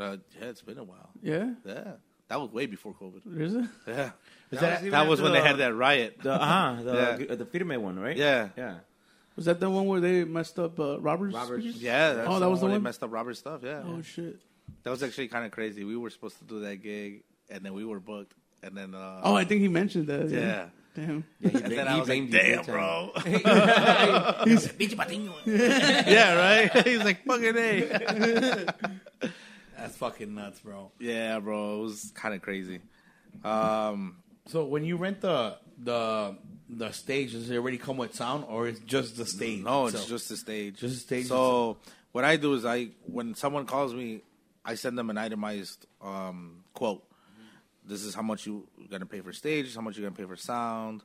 S5: Uh, yeah, it's been a while.
S3: Yeah.
S5: Yeah, that was way before COVID.
S3: There's a
S5: Yeah,
S4: Is
S5: that,
S4: that-
S5: that was when
S1: the-
S5: they had that riot.
S1: the, uh-huh, the,
S5: (laughs) Yeah.
S1: uh, the firme one, right?
S5: Yeah.
S1: yeah.
S3: Was that the one where they messed up uh, Robert's?
S1: Robert's.
S3: speeches?
S5: Yeah, that's
S3: Oh, that was the
S5: where
S3: one?
S5: they messed up Robert's stuff. Yeah,
S3: Oh shit.
S5: that was actually kind of crazy. We were supposed to do that gig, and then we were booked, and then uh,
S3: Oh, I think he mentioned that.
S5: yeah.
S3: Damn.
S5: And
S1: He
S5: then I was
S1: blamed
S5: like,
S1: you
S5: damn,
S1: big
S5: bro.
S4: Pinche patiño.
S5: yeah, right? He's like, fucking A.
S4: That's fucking nuts, bro.
S5: Yeah, bro. It was kind of crazy. Um,
S4: So when you rent the the the stage, does it already come with sound, or it's just the stage?
S5: no, it's
S4: itself?
S5: just the stage.
S4: Just the stage
S5: So what I do is I, when someone calls me, I send them an itemized um, quote. This is how much you gonna pay for stage. this is How much you gonna pay for sound,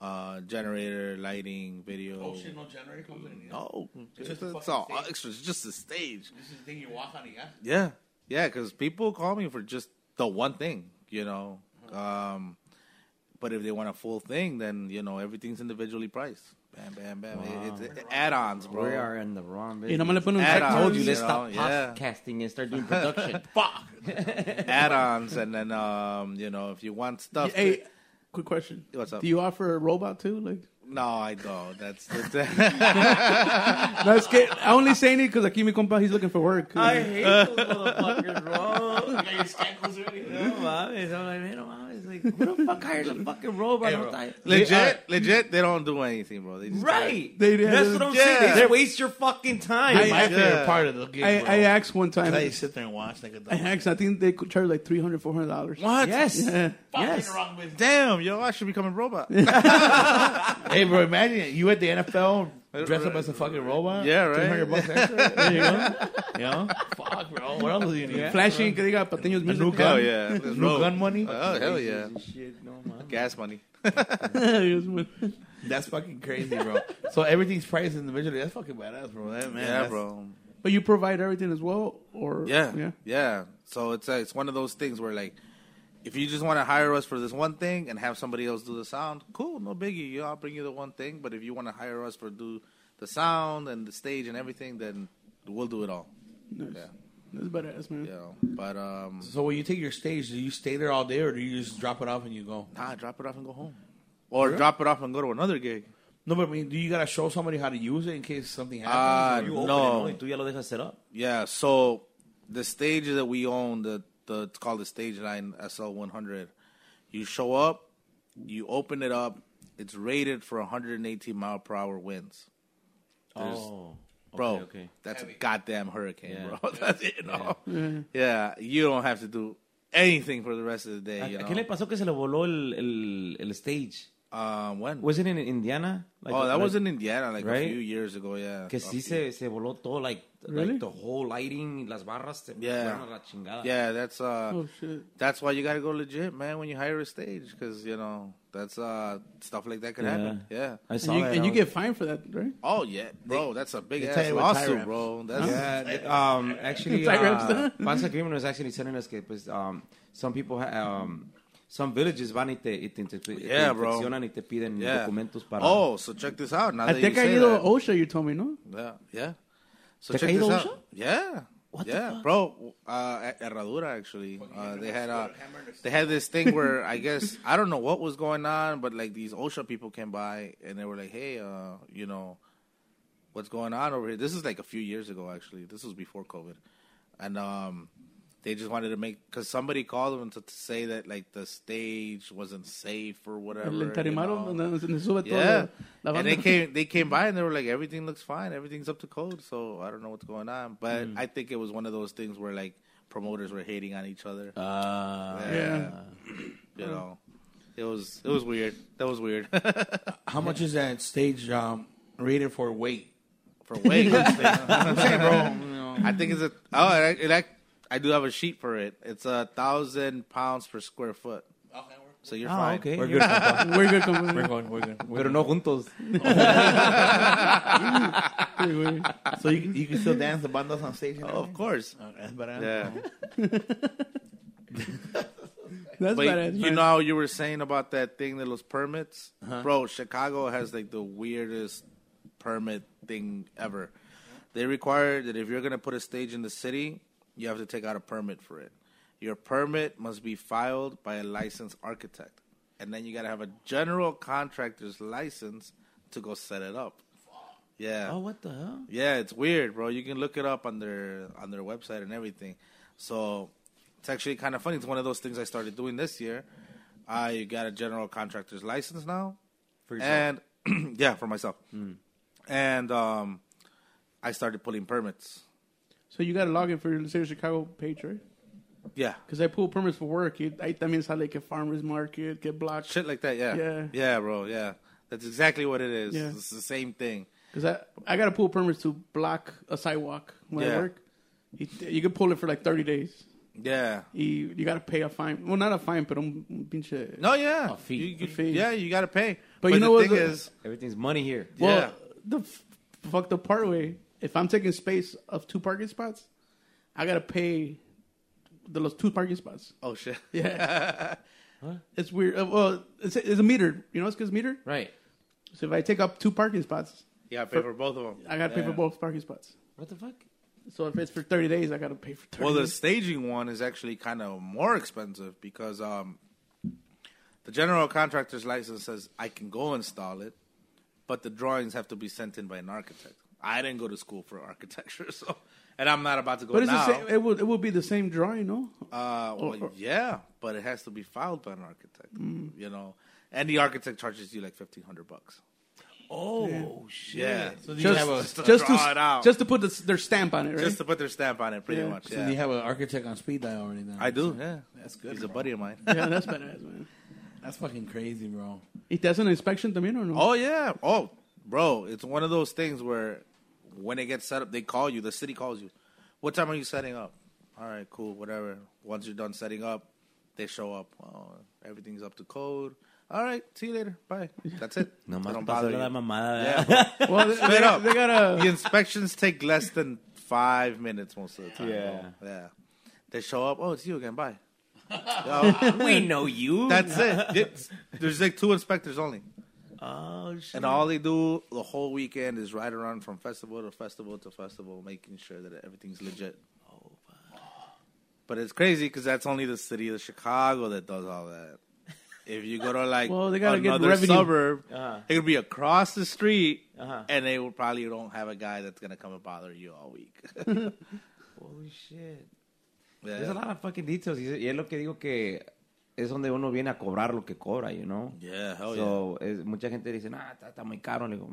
S5: uh, generator, lighting, video.
S3: Oh,
S4: Oh, no generator comes in.
S5: no,
S1: Mm,
S5: it's,
S4: just a
S5: it's
S4: fucking
S5: all
S4: stage.
S5: extra. It's just the stage.
S4: This is the thing you walk on, yeah.
S5: Yeah, yeah, because people call me for just the one thing, you know. Um, but if they want a full thing, then you know everything's individually priced. Bam, bam, bam. It, it's add-ons, bro.
S1: We are in the wrong
S3: Hey,
S1: business.
S3: nomás le ponen un
S5: Add
S3: tractor.
S5: on.
S1: I told you, let's
S5: You
S1: stop
S5: know, yeah.
S1: podcasting and start doing
S5: (laughs)
S1: production. (laughs)
S4: Fuck.
S5: add-ons, and then um, you know if you want stuff,
S3: Hey,
S5: that-
S3: quick question.
S5: What's up?
S3: Do you offer a robot too? Like,
S5: No, I don't. That's, that's
S1: (laughs)
S5: (laughs)
S3: that's good. I only saying it because aquí mi compa he's looking for work.
S1: I hate those motherfuckers, bro. Like your scankles already. No mames. I'm like, man, no mames. Like, who the fuck hired a fucking robot?
S5: Hey, bro.
S1: Hey, uh,
S5: legit. legit, they don't do anything, bro. They just
S1: Right.
S3: They-
S1: That's what I'm
S5: yeah.
S1: saying. They
S5: They're-
S1: just waste your fucking time.
S4: my
S5: yeah.
S4: favorite part of the game.
S3: I,
S4: bro.
S3: I asked one
S4: Is
S3: time.
S4: how you sit there and watch like a dog.
S3: I asked. I think they could charge like 300 dollars.
S5: What?
S1: yes.
S3: Yeah.
S1: Yes.
S5: Damn, yo, I should become a robot.
S4: (laughs) Hey, bro, imagine it. you at the NFL dressed up as a fucking robot.
S5: Yeah, right.
S4: 300 bucks
S5: (laughs)
S4: extra. There you
S3: (laughs)
S4: go. You know? Fuck, bro. What else do you need?
S3: Flashing que diga Patiño's music.
S4: new gun.
S5: Hell yeah. (laughs) Let's
S4: New
S5: roll.
S4: gun money.
S5: Oh, hell yeah.
S1: Shit, no mames.
S5: Gas money.
S3: (laughs)
S4: That's fucking crazy, bro. so everything's priced individually. That's fucking badass, bro. That, man,
S5: yeah,
S4: that's-
S5: bro.
S3: But you provide everything as well, or
S5: Yeah,
S3: yeah.
S5: yeah, So it's uh, it's one of those things where like, if you just want to hire us for this one thing and have somebody else do the sound, cool, no biggie. You know, I'll bring you the one thing. But if you want to hire us for do the sound and the stage and everything, then we'll do it all.
S3: Nice.
S5: Yeah,
S3: That's badass, man.
S5: yeah. But um,
S4: So when you take your stage, do you stay there all day or do you just drop it off and you go?
S5: nah, drop it off and go home, or drop it off and go to another gig.
S4: No, but I mean, do you gotta show somebody how to use it in case something
S5: Ah,
S4: happens? or you open
S5: no.
S1: Oh,
S4: it?
S1: y tú ya lo dejas set up.
S5: Yeah. So the stage that we own, the the it's called the Stage Nine SL one hundred. You show up, you open it up. It's rated for 118 mile per hour winds. There's-
S1: Oh.
S5: bro.
S1: Okay, okay.
S5: That's a goddamn hurricane,
S1: Yeah.
S5: bro. (laughs) That's it, you know? yeah. you don't have to do anything for the rest of the day.
S1: ¿A,
S5: You
S1: a
S5: know?
S1: qué le pasó que se le voló el, el, el stage?
S5: Um, when?
S1: Was it in Indiana? Like,
S5: oh, that
S1: like,
S5: was in Indiana, like
S1: Right?
S5: a few years ago. Yeah,
S1: Que sí se, se voló todo, like,
S3: Really?
S1: like the whole lighting, las barras se
S5: Yeah.
S1: fueron a la chingada.
S5: Yeah, that's uh,
S3: Oh shit.
S5: that's why you gotta go legit, man, when you hire a stage, because you know that's uh, stuff like that could happen. Yeah.
S1: I
S3: And
S1: saw
S3: you,
S1: that.
S3: and
S1: I
S3: you
S1: was-
S3: get fined for that, right?
S5: Oh yeah, bro, that's a big
S4: tell
S5: ass
S4: you what,
S5: lawsuit,
S4: Tyraps.
S5: bro. That's
S1: Yeah, they- (laughs) um, actually,
S3: Sorry, I'm
S1: uh,
S3: sorry.
S1: (laughs) Panza Criminal is actually sending us que, pues, um, some people, ha- um, some villages van y te, y te, te,
S5: Yeah,
S1: te
S5: bro.
S1: inspeccionan y te piden
S5: yeah.
S1: documentos para...
S5: Oh, so check this out. Now
S3: I
S5: that
S3: think
S5: you
S3: I
S5: say
S3: did
S5: that.
S3: OSHA. You told me, no?
S5: Yeah, yeah. So
S1: ¿Te ha
S5: check
S1: caído
S5: this
S1: un shot?
S5: out. Yeah.
S1: What the
S5: yeah,
S1: fuck?
S5: bro. Uh, at Herradura actually, uh, they had uh, they had this thing where I guess I don't know what was going on, but like these OSHA people came by and they were like, "Hey, uh, you know, what's going on over here?" This is like a few years ago, actually. This was before COVID, and um, they just wanted to make because somebody called them to, to say that like the stage wasn't safe or whatever.
S3: El
S5: you know?
S3: entarimado donde se le sube todo.
S5: Yeah,
S3: La banda.
S5: and they came they came by and they were like, everything looks fine, everything's up to code. So I don't know what's going on, but
S3: Mm.
S5: I think it was one of those things where like promoters were hating on each other.
S1: Uh,
S3: (laughs) Yeah.
S5: you know, it was it was weird. That was weird (laughs)
S4: How much is that stage um, rated for weight?
S3: (laughs)
S5: for weight.
S4: I'm saying, bro. You know,
S5: I think it's a oh, and I, and I I do have a sheet for it. It's a thousand pounds per square foot. So you're
S3: Oh,
S1: Ah,
S5: fine.
S1: okay.
S4: we're
S1: You're-
S4: good. compa.
S3: We're good company.
S4: We're good. We're good. We're
S1: Pero no juntos.
S3: We're good.
S4: good. So you, you can still dance the bandas on stage.
S5: Oh, of course.
S4: yeah.
S5: (laughs) Yeah.
S3: That's
S5: But
S3: badass.
S5: you
S3: man.
S5: know how you were saying about that thing that was permits, bro. Chicago has like the weirdest permit thing ever. They require that if you're gonna put a stage in the city, you have to take out a permit for it. Your permit must be filed by a licensed architect, and then you gotta have a general contractor's license to go set it up. Yeah.
S1: Oh, what the hell?
S5: Yeah, it's weird, bro. You can look it up on their on their website and everything. So it's actually kind of funny. It's one of those things I started doing this year. I got a general contractor's license now,
S1: For
S5: and (clears throat) yeah, for myself.
S3: Hmm.
S5: And um, I started pulling permits.
S3: So you got to log in for your City of Chicago page, right?
S5: Yeah,
S3: Because I pull permits for work. It, I, that means how like a farmer's market, get blocked.
S5: shit like that. Yeah,
S3: Yeah.
S5: bro. Yeah, that's exactly what it is.
S3: Yeah.
S5: It's the same thing.
S3: Because I, I got to pull permits to block a sidewalk when I
S5: Yeah.
S3: work. You, you can pull it for like 30 days.
S5: Yeah.
S3: You, you got to pay a fine. Well, not a fine, but un, un pinche.
S5: No, yeah.
S1: A fee.
S5: You- you-
S3: A fee.
S5: Yeah, you gotta pay.
S3: But you know what
S5: the thing
S3: the-
S5: is,
S1: Everything's money here.
S3: Well,
S5: yeah.
S3: the f- fuck the partway. If I'm taking space of two parking spots, I got to pay the those two parking spots.
S5: Oh shit.
S3: (laughs) Yeah. It's weird. Uh, well, it's, it's a meter. You know, it's because meter.
S1: Right.
S3: So if I take up two parking spots,
S5: You gotta pay for both of them.
S3: I got to pay for both parking spots.
S1: What the fuck?
S3: So if it's for 30 days, I got to pay for 30
S5: Well, the
S3: days.
S5: staging one is actually kind of more expensive because um, The general contractor's license says I can go install it, but the drawings have to be sent in by an architect. I didn't go to school for architecture, (laughs) so and I'm not about to go
S3: But it's
S5: now.
S3: the same, Oh. it will it will be the same drawing, no?
S5: Uh, well,
S3: or-
S5: yeah, but it has to be filed by an architect,
S3: Hmm.
S5: you know, and the architect charges you like fifteen hundred bucks.
S4: Oh shit!
S5: Yeah.
S4: So do you
S3: Just,
S4: have a
S5: to
S3: just to
S5: draw it out.
S3: just to put the, their stamp on it, right?
S5: Just to put their stamp on it, pretty
S3: Yeah.
S5: much.
S4: so do you
S5: Yeah,
S4: have an architect on speed dial already? Then
S5: I do. Yeah,
S4: That's good,
S5: He's a
S4: bro.
S5: buddy of mine.
S3: yeah, that's badass, man.
S4: That's fucking crazy, bro.
S3: It does an inspection también or no?
S5: Oh yeah. Oh, bro, it's one of those things where when it gets set up, they call you. The city calls you. What time are you setting up? All right, cool, whatever. Once you're done setting up, they show up. Oh, everything's up to code. All right, see you later. Bye. That's it.
S1: No
S5: They
S1: más
S5: don't
S1: pasó
S5: bother
S1: la
S5: you.
S1: mamada.
S5: Yeah,
S1: ¿verdad?
S5: bro.
S1: (laughs)
S3: Well, they,
S5: Straight up.
S3: they got
S5: (laughs)
S3: a
S5: the inspections take less than five minutes most of the time.
S1: Yeah.
S5: bro. yeah. They show up. Oh, it's you
S1: (laughs)
S5: again. Bye. Oh. Yo,
S1: We know you. (laughs)
S5: that's it. It's- there's like two inspectors only,
S1: oh shit.
S5: and all they do the whole weekend is ride around from festival to festival to festival, making sure that everything's legit.
S1: Oh,
S5: But it's crazy because that's only the city of Chicago that does all that. If you go to like
S3: Well, they gotta get
S5: another
S3: revenue.
S5: suburb,
S1: Uh-huh.
S5: it could be across the street,
S1: Uh-huh.
S5: and they will probably don't have a guy that's gonna come and bother you all week. (laughs)
S1: Holy shit.
S5: Yeah.
S1: There's a lot of fucking details. Y y es lo que digo que es donde uno viene a cobrar lo que cobra, you know?
S5: Yeah, hell
S1: so, es- mucha gente dice, ah, está, está muy caro. Le digo,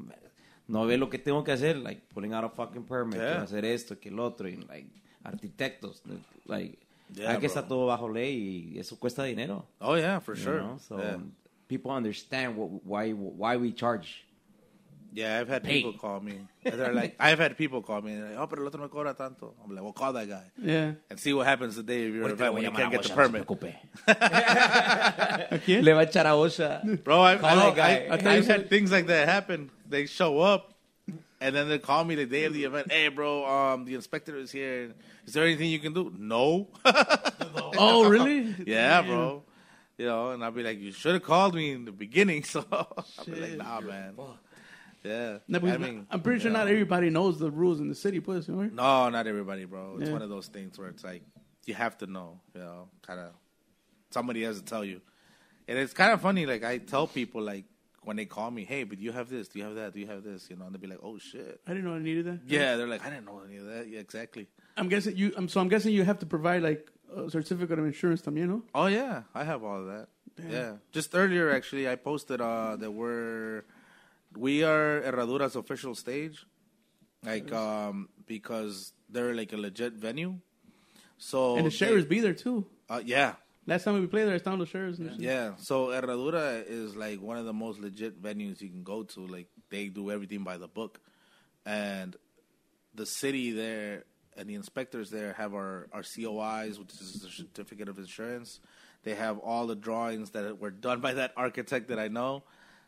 S1: no ve lo que tengo que hacer, like pulling out a fucking permit,
S5: Yeah.
S1: quiero hacer esto, que el otro, y like arquitectos, like,
S5: Yeah,
S1: hay que
S5: bro.
S1: está todo bajo ley y eso cuesta dinero.
S5: Oh yeah, for
S1: you
S5: sure.
S1: know? So,
S5: yeah.
S1: people understand what, why, why we charge.
S5: Yeah, I've had
S1: Hey.
S5: people call me. And They're like, I've had people call me. and they're Like, oh, pero el otro no cobra tanto. I'm like, well, call that guy (laughs)
S3: yeah.
S5: and see what happens the day of your
S1: Ahorita le voy
S5: event when
S1: a
S5: you
S1: llamar
S5: can't
S1: a
S5: get the
S1: Osha, no se
S5: permit.
S1: preocupe.
S3: (laughs) ¿A quién?
S1: Le va a echar a Osha.
S5: Bro, I,
S1: Call that
S5: I,
S1: guy.
S5: I, I, have had things like that happen. They show up and then they call me the day of the event. Hey, bro, um, the inspector is here. Is there anything you can do? No. (laughs)
S3: Oh, really?
S5: yeah, bro. You know, and I'll be like, you should have called me in the beginning. (laughs) So I'll be like,
S3: Shit.
S5: nah, man. Yeah.
S3: No, because I'm pretty sure
S5: yeah.
S3: not everybody knows the rules in the city, pues. you know?
S5: No, not everybody, bro. It's
S3: Yeah.
S5: one of those things where it's like you have to know, you know, kind of somebody has to tell you. And it's kind of funny. Like I tell people, like when they call me, hey, but do you have this? Do you have that? Do you have this? You know, and they'll be like, oh shit.
S3: I didn't know I needed that.
S5: Yeah, they're like, I didn't know any of that. Yeah, exactly.
S3: I'm guessing you. I'm so I'm guessing you have to provide like a certificate of insurance, también, no?
S5: Oh yeah, I have all of that. Yeah. Just earlier, actually, I posted uh, that we're we are Herradura's official stage, like um, because they're like a legit venue. So
S3: and the
S5: they-
S3: sheriffs be there too.
S5: uh, yeah,
S3: Last time we played there, I found the sheriffs. And shit.
S5: Yeah, so Herradura is like one of the most legit venues you can go to. Like they do everything by the book, and the city there and the inspectors there have our our COIs, which is the certificate of insurance. They have all the drawings that were done by that architect that I know,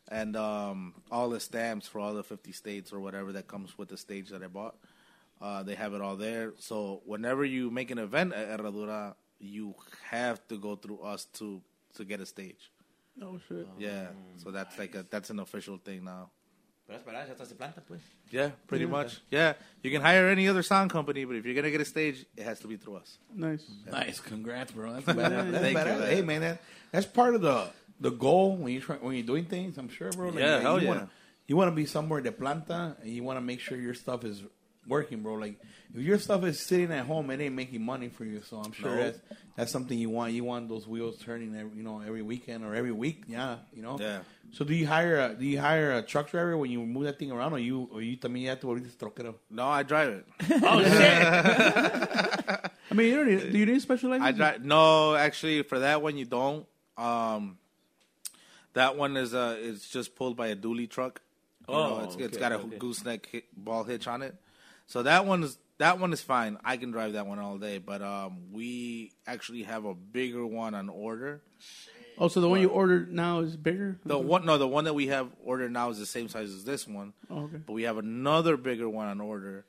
S5: and um, all the stamps for all the fifty states or whatever that comes with the stage that I bought. Uh, they have it all there. So whenever you make an event at Herradura, you have to go through us to to get a stage.
S3: Oh shit.
S5: Yeah. So that's like a that's an official thing now.
S1: Pero es verdad, ya está se planta, pues.
S5: Yeah, pretty much. Yeah, you can hire any other sound company, but if you're gonna get a stage, it has to be through us.
S3: Nice.
S4: Nice, congrats, bro. (laughs) That's badass. That's
S5: Thank you,
S4: badass.
S5: man.
S4: Hey, man, that, that's part of the the goal when you try, when you're doing things. I'm sure, bro. Like,
S5: Yeah,
S4: like,
S5: hell
S4: you
S5: yeah.
S4: Wanna, you want to be somewhere de planta, and you want to make sure your stuff is working, bro. Like if your stuff is sitting at home, it ain't making money for you. So I'm sure
S5: No.
S4: that's that's something you want. You want those wheels turning, every, you know, every weekend or every week. Yeah, you know.
S5: Yeah.
S4: So do you hire a, do you hire a truck driver when you move that thing around, or you or you también ya te volviste troquero?
S5: No, I drive (laughs) it.
S3: I mean, you don't need, do you need special license?
S5: I drive. No, actually, for that one you don't. Um, that one is uh, it's just pulled by a dually truck. You know,
S1: Oh,
S5: it's, it's
S1: okay,
S5: got a
S1: okay.
S5: gooseneck hit, ball hitch on it. So that one is that one is fine. I can drive that one all day. But um, we actually have a bigger one on order.
S3: Oh, so the one you ordered now is bigger.
S5: The one, no, the one that we have ordered now is the same size as this one.
S3: Oh, okay.
S5: But we have another bigger one on order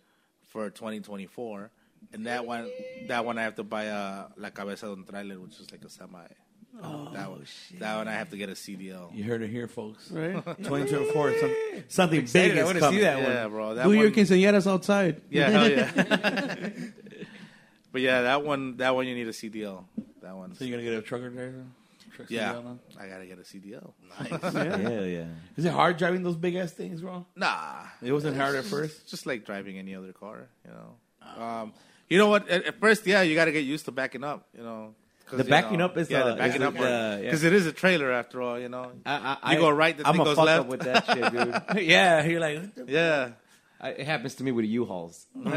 S5: for 2024, and that one, that one I have to buy a la cabeza de un trailer, which is like a semi. Oh, that one, that one I have to get a CDL.
S4: You heard it here, folks.
S3: (laughs)
S5: (laughs)
S3: Right.
S4: Twenty twenty four. Something, something
S5: Excited,
S4: big is
S5: wanna
S4: coming.
S5: yeah, bro. That
S3: do
S5: one,
S3: your quinceañeras outside.
S5: yeah, hell yeah. (laughs) but yeah, that one, that one you need a CDL. That one.
S4: So you're gonna get a trucker driver? truck?
S5: Yeah,
S4: CDL now?
S5: I gotta get a CDL. (laughs) Nice.
S6: Yeah, yeah.
S4: Is it hard driving those big ass things, bro?
S5: nah,
S4: It wasn't hard at first.
S5: it's just like driving any other car. You know.
S4: Ah.
S5: Um, you know what? At, at first, yeah, you gotta get used to backing up. You know. 'Cause,
S6: The
S5: you
S6: backing
S5: know,
S6: up is
S5: yeah,
S6: the-
S5: the backing
S6: is
S5: up
S6: the-
S5: because
S6: yeah, Ah.
S5: it is a trailer after all. You know.
S1: I,
S5: You go right, the
S6: I'm
S5: thing
S6: a
S5: goes
S6: fuck
S5: left.
S6: up with that shit, dude.
S4: (laughs) yeah, you're like, what the
S5: Yeah.
S1: I, (laughs) it happens to me with U-Hauls.
S3: Just,
S5: (laughs)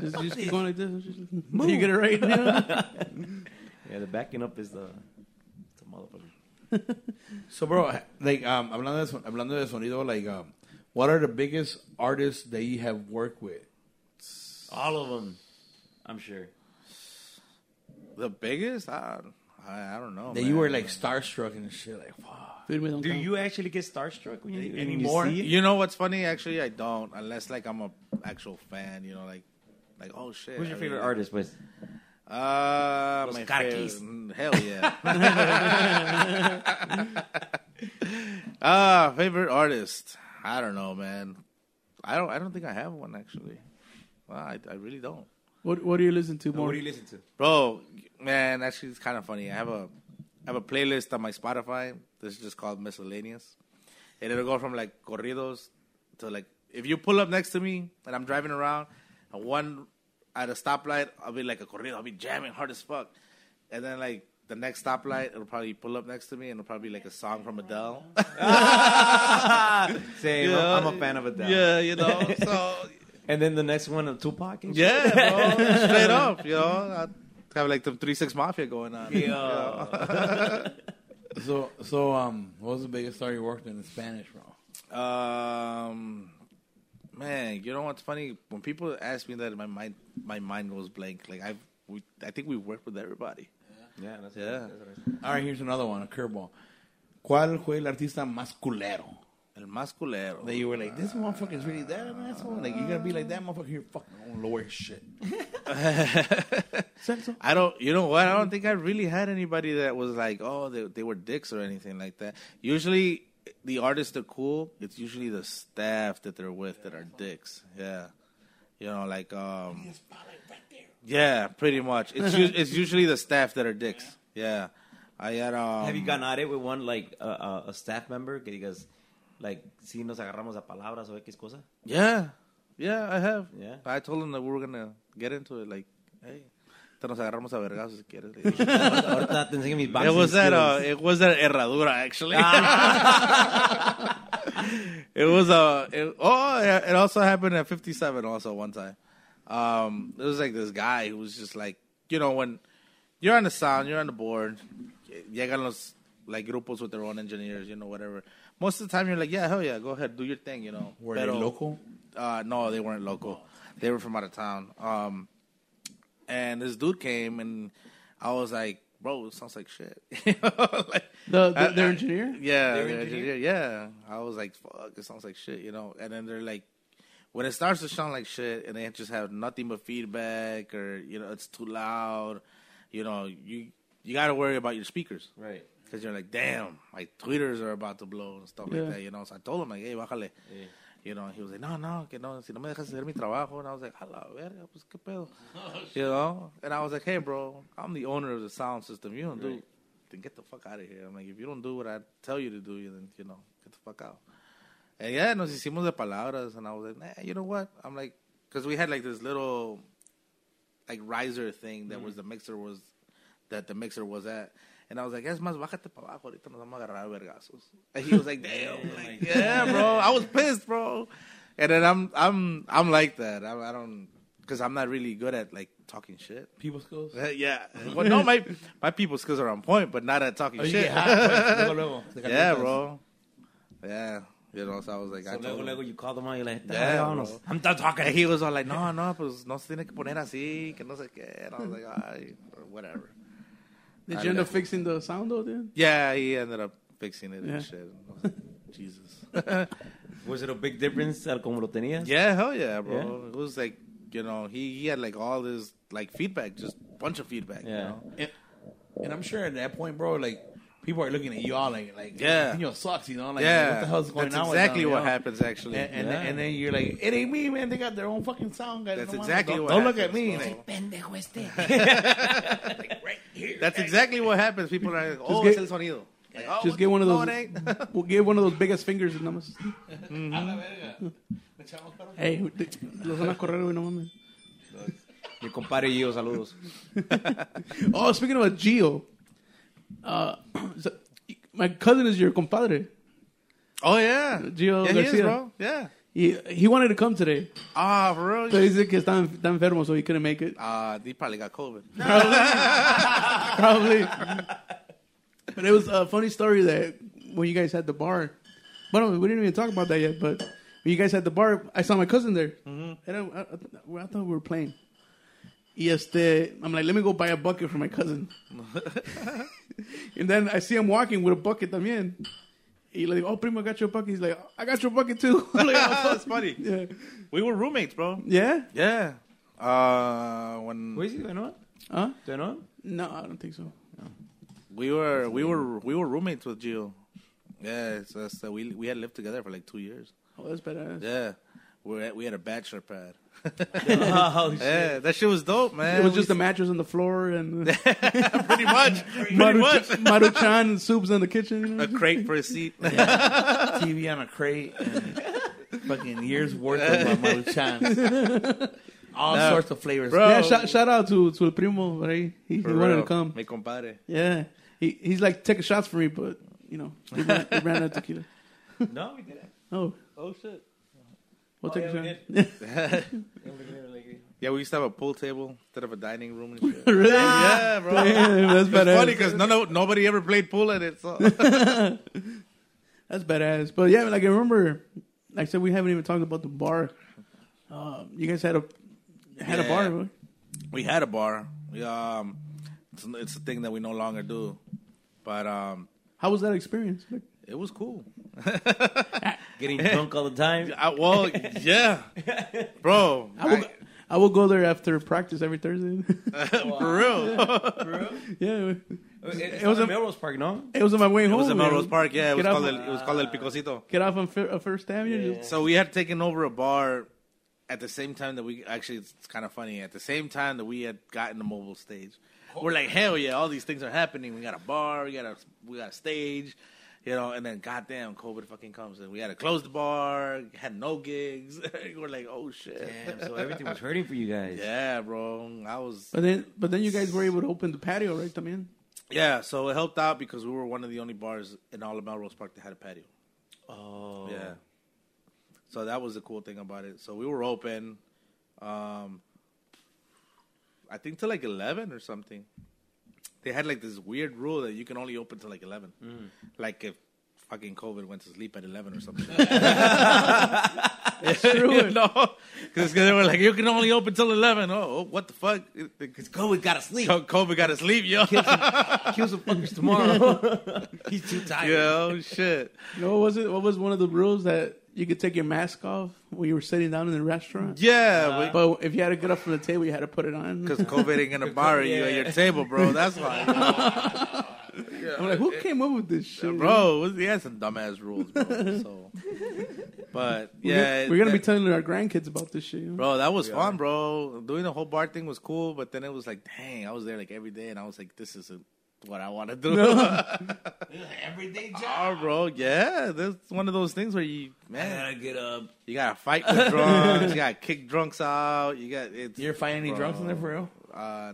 S3: just keep going like this. Just, you get it right. Yeah.
S1: Yeah, the backing up is the, the motherfucker.
S4: So, bro, like, um, hablando de, son- hablando de sonido, like, um, what are the biggest artists that you have worked with?
S1: All of them, I'm sure.
S5: The biggest? I, I, I don't know.
S4: That you
S5: man.
S4: were like starstruck and shit, like, fuck.
S3: Dude, me don't
S1: Do
S3: count.
S1: you actually get starstruck when you, when you
S4: Anymore?
S1: see it?
S5: You know what's funny? Actually, I don't. Unless like I'm a actual fan. You know, like, like oh shit.
S1: Who's your
S5: I
S1: favorite
S5: really-
S1: artist? Pues?
S5: Uh,
S1: Los
S5: my
S1: Carquis.
S5: favorite. Hell
S1: (laughs)
S5: yeah. (laughs) Ah, favorite artist. I don't know, man. I don't. I don't think I have one actually. Wow, I, I really don't,
S3: What, what do you listen to more?
S1: listen to?
S5: bro. Man, actually, it's kind of funny. I have a I have a playlist on my Spotify. This is just called miscellaneous, and it'll go from like corridos to like if you pull up next to me and I'm driving around, and one at a stoplight, I'll be like a corrido. I'll be jamming hard as fuck, and then like. The next stoplight, it'll probably pull up next to me, and it'll probably be like a song from Adele.
S6: (laughs) Same.
S5: Yeah.
S6: I'm, I'm a fan
S5: (laughs)
S6: of Adele.
S5: Yeah, you know. So
S6: And then the next one, of Tupac. And shit.
S5: Yeah, bro. straight up, you know. I have like the three six mafia going on.
S4: So, so, um, what was the biggest star you worked with in Spanish, bro?
S5: Um, man, you know what's funny? When people ask me that, my mind my mind goes blank. Like I've, we, I think we work with everybody.
S1: Yeah, that's
S5: Yeah.
S1: That's what I
S4: All right, here's another one, a curveball. ¿Cuál fue el artista más culero?
S5: El más culero.
S4: That you were like, this motherfucker is really that an asshole? Like, you're gonna be like that motherfucker, you're fucking on lower shit.
S5: I don't. You know what? I don't think I really had anybody that was like, oh, they they were dicks or anything like that. Usually, the artists are cool. It's usually the staff that they're with that are dicks. Yeah, you know, like um. Yeah, pretty much. It's us- it's usually the staff that are dicks. Yeah, I had um.
S1: Have you gotten at it with one like uh, uh, a staff member que digas like si nos agarramos a palabras o x cosa?
S5: Yeah, yeah, I have.
S1: Yeah.
S5: I told them that we were gonna get into it. Like, hey, te nos agarramos a vergazos si quieres.
S1: Ahorita te enseño mis
S5: It
S1: boxing
S5: was that. Uh,
S1: skills.
S5: it was that herradura actually.
S4: Ah.
S5: (laughs) it was Uh, it, oh, it it also happened at 57. Also one time, um, it was like this guy who was just like, you know, when you're on the sound, you're on the board. Llegan los like grupos with their own engineers, you know, whatever. Most of the time, you're like, yeah, hell yeah, go ahead, do your thing, you know.
S4: Were they
S5: Pero-
S4: local?
S5: uh, no, they weren't local. They were from out of town. Um, and this dude came, and I was like, "Bro, it sounds like shit." (laughs) like,
S3: The, the,
S5: I-
S3: their
S5: I-
S3: engineer?
S5: yeah, their engineer. Yeah, I was like, "Fuck, it sounds like shit," you know. And then they're like, when it starts to sound like shit, and they just have nothing but feedback, or you know, it's too loud. You know, you you got to worry about your speakers.
S1: right.
S5: Because you're like, damn, my tweeters are about to blow and stuff
S3: Yeah.
S5: like that, you know. So I told him, like, hey, bájale. You know, he was like, no, no, que no, si no me dejas hacer mi trabajo. And I was like, a la verga, pues qué pedo. you know? And I was like, hey, bro, I'm the owner of the sound system. You don't do, then get the fuck out of here. I'm like, if you don't do what I tell you to do, then, you know, get the fuck out. And yeah, nos hicimos de palabras. And I was like, nah, you know what? I'm like, because we had like this little like riser thing that was the mixer was that the mixer was at. And I was like, es más, bájate para abajo, ahorita nos vamos a agarrar a vergazos. And he was like, damn, like, yeah, bro, I was pissed, bro. And then I'm, I'm, I'm like that. I, I don't, because I'm not really good at like talking shit.
S4: People skills?
S5: yeah, well, no, my my people skills are on point, but not at talking
S4: Oh, you
S5: shit.
S4: get hot, (laughs) luego, luego.
S5: yeah, bro. Yeah, you know, so I was like,
S1: So
S5: I told
S1: luego,
S5: him.
S1: luego you call them out, you're like,
S5: Yeah,
S1: "Dale,
S5: bro.
S1: vámonos."
S5: I'm done talking. He was all like, no, no, pues no se tiene que poner así, que no sé qué. And I was like, ay, or whatever.
S3: Did you end up fixing the sound though, dude?
S5: Yeah, he ended up fixing it
S3: Yeah.
S5: and shit. I was like, Jesus.
S1: Was it a big difference al como lo tenías?
S5: yeah, hell yeah, bro.
S1: Yeah.
S5: It was like, you know, he, he had like all this like feedback, just bunch of feedback. You
S1: Yeah.
S5: know?
S4: And, and I'm sure at that point, bro, like people are looking at you all like, like,
S5: Yeah.
S4: you know, sucks, you know, like,
S5: yeah.
S4: what the hell's going
S5: That's
S4: on? with
S5: exactly
S4: them,
S5: what
S4: you know?
S5: happens, actually.
S4: And, and, then,
S1: Yeah.
S4: and then you're like, it ain't me, man. They got their own
S5: (laughs)
S4: fucking sound guy.
S5: That's
S4: Don't-
S5: exactly
S4: don't,
S5: what
S4: Don't look at
S5: happens,
S4: me.
S5: bro.
S4: Like, pendejo este. like, right
S5: That's exactly what happens. People are like, oh,
S3: get-
S5: es el sonido. Like, oh,
S3: Just
S5: what
S3: get
S5: the-
S3: one of
S5: no,
S3: those.
S5: (laughs) it ain't.
S3: we'll give one of those biggest fingers and nomás.
S6: Mm-hmm.
S3: Hey, los van a correr, güey, no mames.
S6: Mi compadre Gio, saludos.
S3: (laughs) Oh, speaking about Gio, uh, (clears throat) so- my cousin is your compadre.
S5: oh, yeah.
S3: Gio
S5: yeah, he is,
S3: Garcia.
S5: bro. Yeah.
S3: He, he wanted to come today,
S5: Ah, for real?
S3: but he said que está, está enfermo, so he couldn't make it.
S5: Ah, he probably got COVID.
S3: Probably. (laughs) but it was a funny story that when you guys had the bar, but we didn't even talk about that yet. But when you guys had the bar, I saw my cousin there,
S5: Mm-hmm.
S3: and I, I, I thought- I thought we were playing. Y este, I'm like, let me go buy a bucket for my
S5: (laughs)
S3: cousin. and then I see him walking with a bucket también. He like, oh, primo, I got your bucket. He's like, I got your bucket
S5: (laughs)
S3: too. I'm like, "Oh,
S5: That's
S3: fuck."
S5: funny.
S3: yeah.
S5: We were roommates, bro.
S3: Yeah?
S5: (laughs) Yeah. Uh, when
S6: Wait, do you know?
S3: Huh?
S6: Do you know?
S3: No, I don't think so.
S5: we were we were we were roommates with Gio. Yeah, so that's that we we had lived together for like two years.
S3: Oh, that's badass.
S5: Yeah. We're at, we had a
S3: (laughs)
S5: bachelor pad. Yeah, that shit was dope, man.
S3: Oh, It was just a mattress on the floor
S5: (laughs)
S3: and (laughs)
S5: pretty much, pretty much
S3: Maruchan, Maruchan and soups in the kitchen. You know?
S5: a crate for
S3: (laughs)
S5: a seat.
S4: TV on a crate. And fucking years worth of my maruchan. All sorts of flavors.
S5: Bro.
S3: Yeah, shout, shout out to to El Primo, right? He, he wanted to come.
S5: Me compadre.
S3: Yeah, he he's like taking shots for me, but you know, we ran, we ran out of tequila.
S6: (laughs) No, we didn't.
S3: Oh,
S6: Oh shit. Oh,
S3: we'll take
S6: yeah, we
S3: a shot.
S5: Yeah, we used to have a pool table instead of a dining room
S3: (laughs)
S5: and shit.
S3: really?
S6: (laughs)
S5: yeah,
S3: (laughs)
S5: bro.
S3: Damn, that's
S5: It's
S3: badass.
S5: funny because no, no, nobody ever played pool at it. So.
S3: That's badass. But yeah, like I remember, like I said, we haven't even talked about the bar. Um, you guys had a had a bar.
S5: Yeah.
S3: right?
S5: we had a bar. We, um, it's, it's a thing that we no longer do, but um,
S3: How was that experience? Like,
S5: it was cool.
S6: Getting drunk all the
S5: (laughs)
S6: time.
S5: I,
S3: (laughs)
S5: well, yeah, bro.
S3: I will, go, I will go there after practice every Thursday. (laughs)
S5: (laughs) for real.
S3: yeah,
S6: It,
S3: was
S6: was
S3: a-
S6: a Melrose Park, no?
S3: it was on my way
S5: It
S3: home.
S5: was in
S3: man.
S5: Melrose Park. Yeah, it was
S3: Get off-
S5: called el, it was called El Picocito.
S3: Get off on fir- uh, First Avenue. just-
S5: So we had taken over a bar at the same time that we actually it's, kind of funny. At the same time that we had gotten the mobile stage, we're like, hell yeah, all these things are happening. We got a bar, we got a we got a stage, you know. And then goddamn, COVID fucking comes, and we had to close the bar. Had no gigs. (laughs) we're like, oh shit,
S6: Damn, so everything was hurting for you guys.
S5: (laughs) yeah, bro. I was
S3: But then, but then you guys were able to open the patio, right, Damien?
S5: yeah. So it helped out because we were one of the only bars in all of Melrose Park that had a patio.
S6: Oh.
S5: Yeah. So that was the cool thing about it. So we were open, um, I think till like eleven or something. They had like this weird rule that you can only open till like eleven, like if fucking COVID went to sleep at eleven or something. (laughs) That's true. no, because they were like, you can only open till eleven. Oh, oh, what the fuck? Because COVID got to sleep. COVID got to sleep, (laughs) yo.
S6: Kill some fuckers tomorrow. He's too tired. (laughs)
S5: yo, shit.
S3: You know, what was it? What was one of the rules that you could take your mask off when you were sitting down in the restaurant?
S5: Yeah,
S6: Uh,
S5: we-
S3: But if you had to get up from the table, you had to put it on.
S5: Because COVID
S6: (laughs)
S5: ain't gonna borrow you at your table, bro. That's why,
S3: (laughs) I'm like, who came up with this shit?
S5: uh, bro. was- He had some dumbass rules, bro. So, but
S3: (laughs) We're
S5: yeah,
S3: gonna- we're gonna be
S5: that-
S3: telling our grandkids about this shit. You know?
S5: bro. That was fun, bro. Doing the whole bar thing was cool, but then it was like, dang, I was there like every day, and I was like, this isn't what I want to do. (laughs)
S6: Everyday
S5: oh, bro, yeah, that's one of those things where you, man,
S6: gotta get up.
S5: you gotta fight with drunks, you gotta kick drunks out, you got it's
S4: You're finding any drunks in there for real?
S5: uh,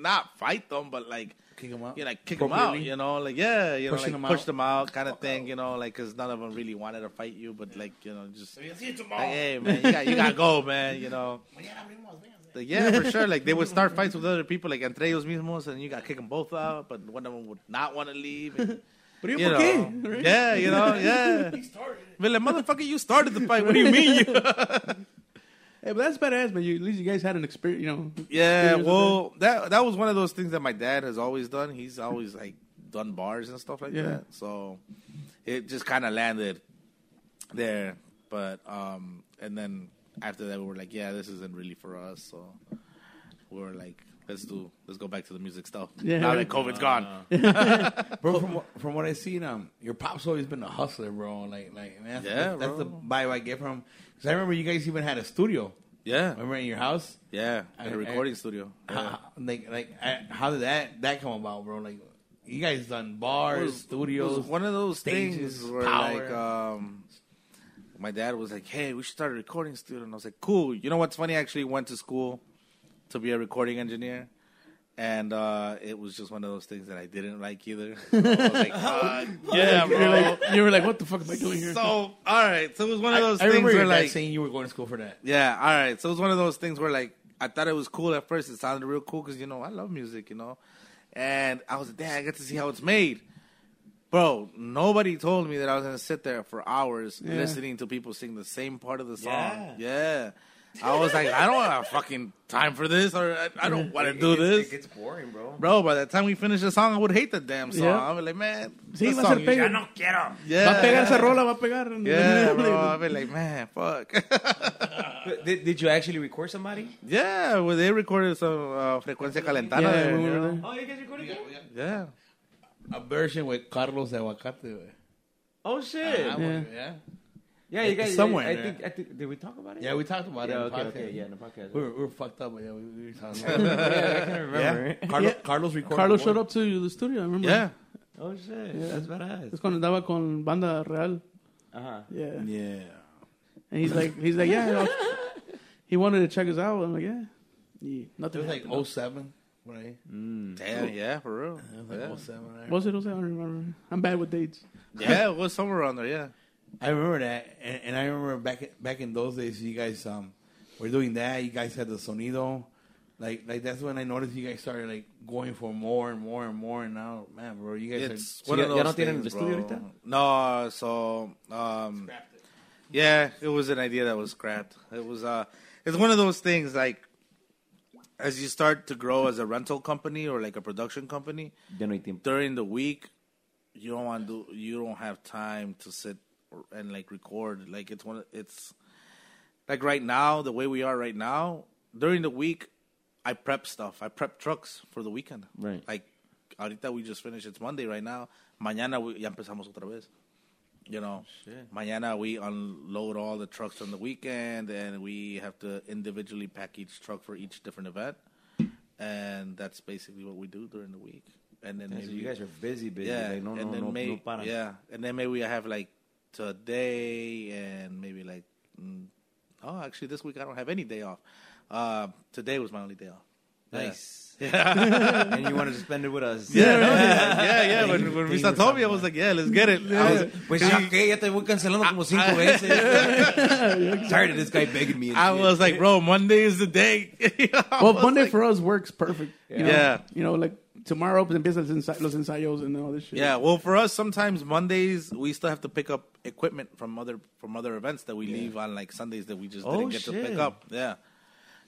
S5: not fight them, but like.
S4: Kick them out.
S5: you know, like kick them out,
S4: Appropriately.
S5: you know, like yeah, you know,
S4: Pushing
S5: like
S4: them
S5: push
S4: out.
S5: them out, kind of thing, you know, like because none of them really wanted to fight you, but like you know, just like, hey man, you got you got to go, man, you (laughs) know. Like, yeah, for sure. Like they would start fights with other people, like entre ellos mismos, and you got to kick them both out, but one of them would not want to leave.
S4: (laughs)
S5: And,
S3: But
S5: you know, yeah, you know, yeah. Be like, motherfucker, you started the fight. What do you mean? You
S3: Hey, but that's badass, man. You, at least you guys had an experience. You know,
S5: Yeah,
S3: Here's the
S5: well, that that was one of those things that my dad has always done. He's always like done bars and stuff like
S3: Yeah.
S5: that. So it just kind of landed there. But um, and then after that, we were like, yeah, this isn't really for us. So we were like, let's do, let's go back to the music stuff.
S3: Yeah.
S5: now that COVID's gone.
S4: Uh, Bro, from what- from what I've seen, um, your pop's always been a hustler, bro. Like, like man, that's,
S5: Yeah,
S4: that's
S5: bro.
S4: the vibe I get from. Because I remember you guys even had a studio.
S5: Yeah,
S4: Remember in your house?
S5: yeah.
S4: I-
S5: in a
S4: I-
S5: recording studio. Yeah.
S4: How, like, like, I, how did that that come about, bro? Like, you guys done bars,
S5: was-
S4: studios.
S5: was one of those
S4: stages,
S5: things where
S4: power.
S5: like um my dad was like, "Hey, we should start a recording studio." And I was like, "Cool." You know what's funny? I actually went to school to be a recording engineer. And uh, it was just one of those things that I didn't like either. (laughs) So I was
S4: (laughs)
S5: like, "Fuck, yeah,
S3: you, were
S5: bro.
S3: like, you were like, what the fuck am I doing here?
S5: So, all right. So it was one of those
S4: I
S5: things
S4: remember
S5: where,
S4: your dad
S5: like,
S4: saying you were going to school for that.
S5: yeah, all right. So it was one of those things where like I thought it was cool at first. It sounded real cool because you know I love music, you know, and I was like, "Dang, I get to see how it's made." Bro, nobody told me that I was gonna sit there for hours listening to people sing the same part of the song. Yeah, I was like, I don't have fucking time for this, or I, I don't want to do this,
S1: It gets boring, bro.
S5: bro. By the time we finish the song, I would hate the damn song.
S3: Yeah.
S5: i will be like, man,
S3: Sí,
S5: this
S3: va a ser
S5: song-
S4: "Ah,
S3: pega.
S5: yeah,
S3: Va a pegar esa rola, va a
S4: (laughs)
S3: pegar. (laughs)
S5: Yeah, bro. i will be like, man, fuck. (laughs)
S1: But Uh, Did, did you actually record somebody?
S5: Yeah, well, they recorded some uh, Frecuencia Calentana.
S3: Yeah,
S5: there,
S3: we
S5: you
S3: were
S5: know?
S3: there.
S1: Oh, you guys recorded it?
S5: yeah.
S4: A version with Carlos Aguacate. güey.
S1: Oh shit!
S5: Uh,
S3: Yeah.
S4: Ah, güey, yeah.
S1: yeah, you guys.
S4: somewhere,
S1: I
S4: yeah.
S1: think. I think. Did we talk about it?
S4: Yeah, we talked about
S1: Yeah,
S4: it. in the
S1: okay,
S4: podcast.
S1: okay, yeah, in the podcast.
S4: We were, we were fucked up, but yeah, we, we were talking
S5: (laughs)
S4: about it.
S1: yeah, I can remember.
S4: Yeah. Carlos, Carlos recorded.
S3: Carlos
S4: one.
S3: showed up to the studio, I remember.
S5: Yeah.
S1: Oh shit, that's badass.
S3: That's cuando andaba con Banda Real.
S1: Uh huh.
S3: Yeah.
S4: Yeah.
S3: And he's like, he's like, yeah. (laughs) I'll- he wanted to check us out. I'm like, yeah. yeah
S4: It
S3: nothing.
S4: was
S3: Was,
S4: like 07, right?
S5: Damn, yeah, for real.
S4: It was like
S5: Yeah.
S4: 07, right?
S3: was it? Was it? I don't remember. I'm bad with dates.
S5: yeah, it was somewhere around there, yeah.
S4: I remember that, and, and I remember back back in those days, you guys um were doing that. You guys had the sonido, like like that's when I noticed you guys started like going for more and more and more. And now, man, bro, you guys
S5: It's
S4: are
S5: one
S1: ya-
S5: of
S1: ya
S5: those
S1: no tienen el
S5: things,
S1: estudio
S5: bro.
S1: ahorita?
S5: No, so, um, yeah, it was an idea that was scrapped. It was, uh, it's one of those things, like, as you start to grow as a rental company or like a production company,
S1: Ya no hay tiempo.
S5: during the week, you don't want to. You don't have time to sit or- and like record. Like it's one. of- It's like right now, the way we are right now. During the week, I prep stuff. I prep trucks for the weekend.
S1: Right.
S5: Like, ahorita we just finished. It's Monday right now. Mañana we, ya empezamos otra vez. You know, mañana we unload all the trucks on the weekend, and we have to individually pack each truck for each different event. And that's basically what we do during the week. And then
S1: Yeah, so
S5: maybe
S1: you guys are busy, busy.
S5: yeah,
S1: like, no,
S5: and
S1: no,
S5: then
S1: no,
S5: maybe,
S1: no para.
S5: yeah, and then maybe I have like today and maybe like mm, oh, actually this week I don't have any day off. Uh, today was my only day off. Yeah.
S1: Nice. and you wanted to spend it with us.
S5: Yeah, yeah, yeah. yeah. When, (laughs) when Misa told me, I was like, yeah, let's get it. I was, (laughs)
S1: Pues ya que ya te voy cancelando como cinco veces. Tired of this guy begging me. and
S5: I
S1: shit.
S5: was like, bro, Monday is the day. (laughs) I
S3: Well,
S5: was
S3: Monday
S5: like-
S3: for us works perfect. You know,
S5: Yeah.
S3: You know, like tomorrow pues empiezan los ensa- los ensayos and all this shit.
S5: Yeah, well, for us, sometimes Mondays we still have to pick up equipment from other from other events that we leave on like Sundays that we just
S3: Oh,
S5: didn't get to pick
S1: shit.
S5: up. Yeah,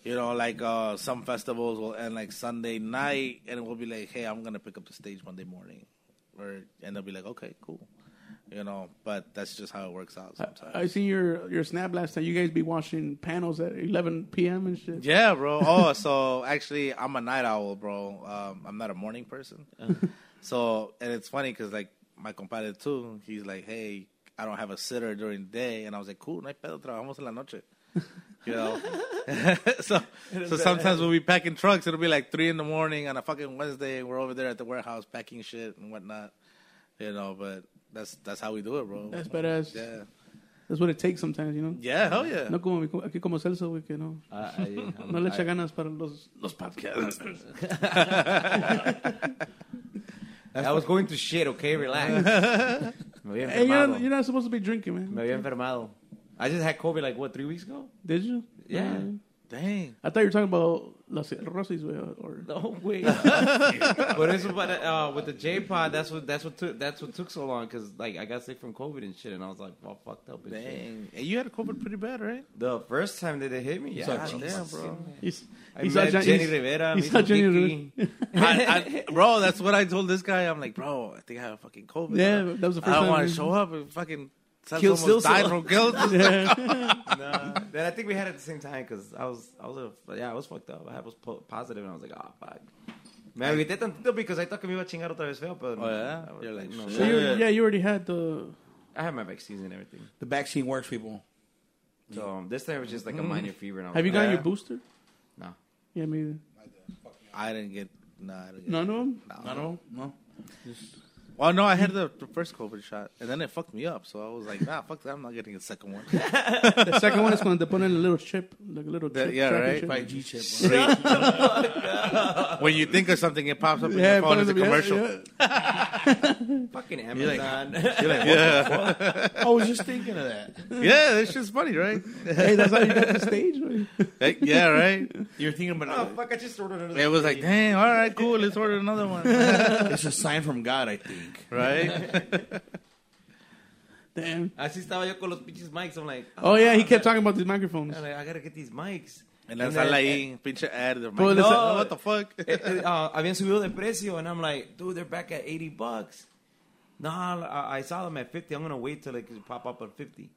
S5: you know, like uh, some festivals will end like Sunday night, and we'll be like, "Hey, I'm gonna pick up the stage Monday morning," or and they'll be like, "Okay, cool," you know. But that's just how it works out sometimes.
S3: I seen your your snap last time. You guys be watching panels at 11 p.m. and shit.
S5: Yeah, bro. Oh, so actually, I'm a night owl, bro. Um, I'm not a morning person.
S3: Uh-huh.
S5: so, and it's funny because like my compadre too, he's like, "Hey, I don't have a sitter during the day," and I was like, "Cool, no hay pedo, trabajamos en la noche." You know, (laughs) so so sometimes we'll be packing trucks. It'll be like three in the morning on a fucking Wednesday, and we're over there at the warehouse packing shit and whatnot. You know, but that's that's how we do it, bro.
S3: That's badass.
S5: Yeah,
S3: That's what it takes sometimes, you know.
S5: yeah, hell yeah.
S3: No como mi co- aquí como Celso, güey, que no.
S1: I, I, I'm-
S3: No le echa
S1: Ah, I-
S3: ganas para los, los podcasts.
S1: (laughs) I was going to shit, okay? (laughs) Relax. Me había
S3: Hey, you're,
S1: enfermado.
S3: not, you're not supposed to be drinking, man.
S1: Me había enfermado. I just had COVID like, what, three weeks ago?
S3: Did you?
S1: Yeah.
S5: Dang.
S3: I thought you were talking about Los Rosis, güey. Or,
S1: (laughs) No (laughs) way. but it's about uh, with the J Pod. That's what that's what took that's what took so long because like I got sick from COVID and shit, and I was like all fucked up and shit.
S5: Dang. And you had COVID pretty bad, right?
S1: The first time that they hit me, yeah,
S5: God damn, bro. (laughs)
S3: he's,
S1: I
S3: he's
S1: met
S3: Jan-
S1: Jenny
S3: he's-
S1: Rivera.
S3: he
S1: me
S3: saw
S1: hizo
S3: Jenny
S1: Kiki. (laughs)
S5: I, I, (laughs) bro, that's what I told this guy. I'm like, bro, I think I have fucking COVID.
S3: Yeah, that was the first
S5: I don't
S3: time
S5: want
S3: we-
S5: to show up and fucking. Celso
S1: Kill Celso.
S5: almost died from (laughs) guilt.
S1: Nah, then I think we had it at the same time because I was I was a, yeah I was fucked up. I was po- positive and I was like, ah, fuck. Me agüité tantito because I thought que me iba a chingar otra vez feo, pero
S5: Oh, yeah?
S1: I was
S5: You're like,
S1: no,
S5: shit.
S3: So you,
S5: Yeah.
S3: yeah, you already had the.
S1: I had my vaccines and everything.
S4: the vaccine works, people.
S1: So um, this time it was just like a minor fever. And I was
S3: Mm-hmm. Have you
S1: like,
S3: gotten
S5: Yeah.
S3: your booster?
S1: No.
S3: Yeah, maybe.
S5: I didn't get. No, I didn't get
S3: None of them?
S5: No, no.
S4: No.
S5: Well, no, I had the, the first COVID shot, and then it fucked me up. So I was like, nah, fuck that. I'm not getting a second (laughs) one.
S3: The second one is when they put in a little chip. Like a little
S5: That-
S3: chip.
S5: yeah,
S3: tracking
S5: right?
S3: chip.
S5: Five G chip. when you think of something, it pops up in
S3: Yeah,
S5: your phone
S3: put
S5: as a
S3: it- yeah,
S5: commercial.
S3: yeah.
S1: fucking
S5: You're like-
S1: Amazon.
S5: Yeah,
S4: I was just thinking of that.
S5: yeah, this shit's funny, right?
S3: Hey, that's how you
S1: (laughs)
S3: got the stage. right?
S5: Like, yeah, right.
S4: You're thinking
S1: oh
S4: about
S1: fuck! I just ordered another.
S5: It was like, dang, all right, cool. Let's order another one, (laughs)
S4: It's a sign from God, I think.
S5: right?
S3: Damn.
S1: (laughs) Así estaba yo con los pinches mics. I'm like,
S3: Oh yeah, he kept talking about these microphones.
S1: I'm like, I gotta get these mics.
S5: And then
S1: then-
S5: sale ahí, pinche ad. they're like,
S3: Well,
S5: no,
S3: listen-
S5: what the fuck?
S1: Eh, eh, uh, habían subido de precio, and I'm like, dude, they're back at 80 bucks. Nah, I, I saw them at 50. I'm gonna wait till it could pop up at 50.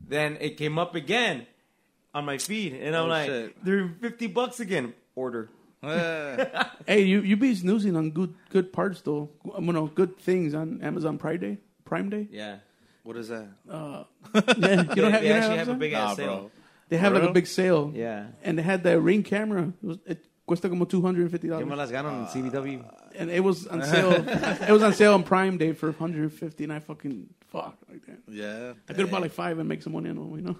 S1: Then it came up again on my feed, and I'm
S5: Oh,
S1: like,
S5: shit.
S1: they're 50 bucks again. Order.
S5: (laughs) Yeah.
S3: Hey, you you be snoozing on good good parts though. You know, good things on Amazon Prime Day. Prime Day.
S1: Yeah.
S5: what is that?
S3: Uh, yeah, you
S1: They,
S3: don't have,
S1: they
S3: you don't
S1: actually
S3: have
S1: have a
S3: Amazon?
S1: big ass
S5: Nah,
S1: sale.
S5: bro.
S3: They have like a
S5: Bro.
S3: big sale.
S1: Yeah.
S3: And they had that ring camera. It, was, it cuesta como two hundred and fifty
S1: Yo me
S3: dollars.
S1: las gano en CBW.
S3: And it was
S5: (laughs)
S3: on sale. it was on sale on Prime Day for one hundred and fifty. And I fucking fuck like that.
S5: Yeah.
S3: I could have bought like five and make some money on them. You know.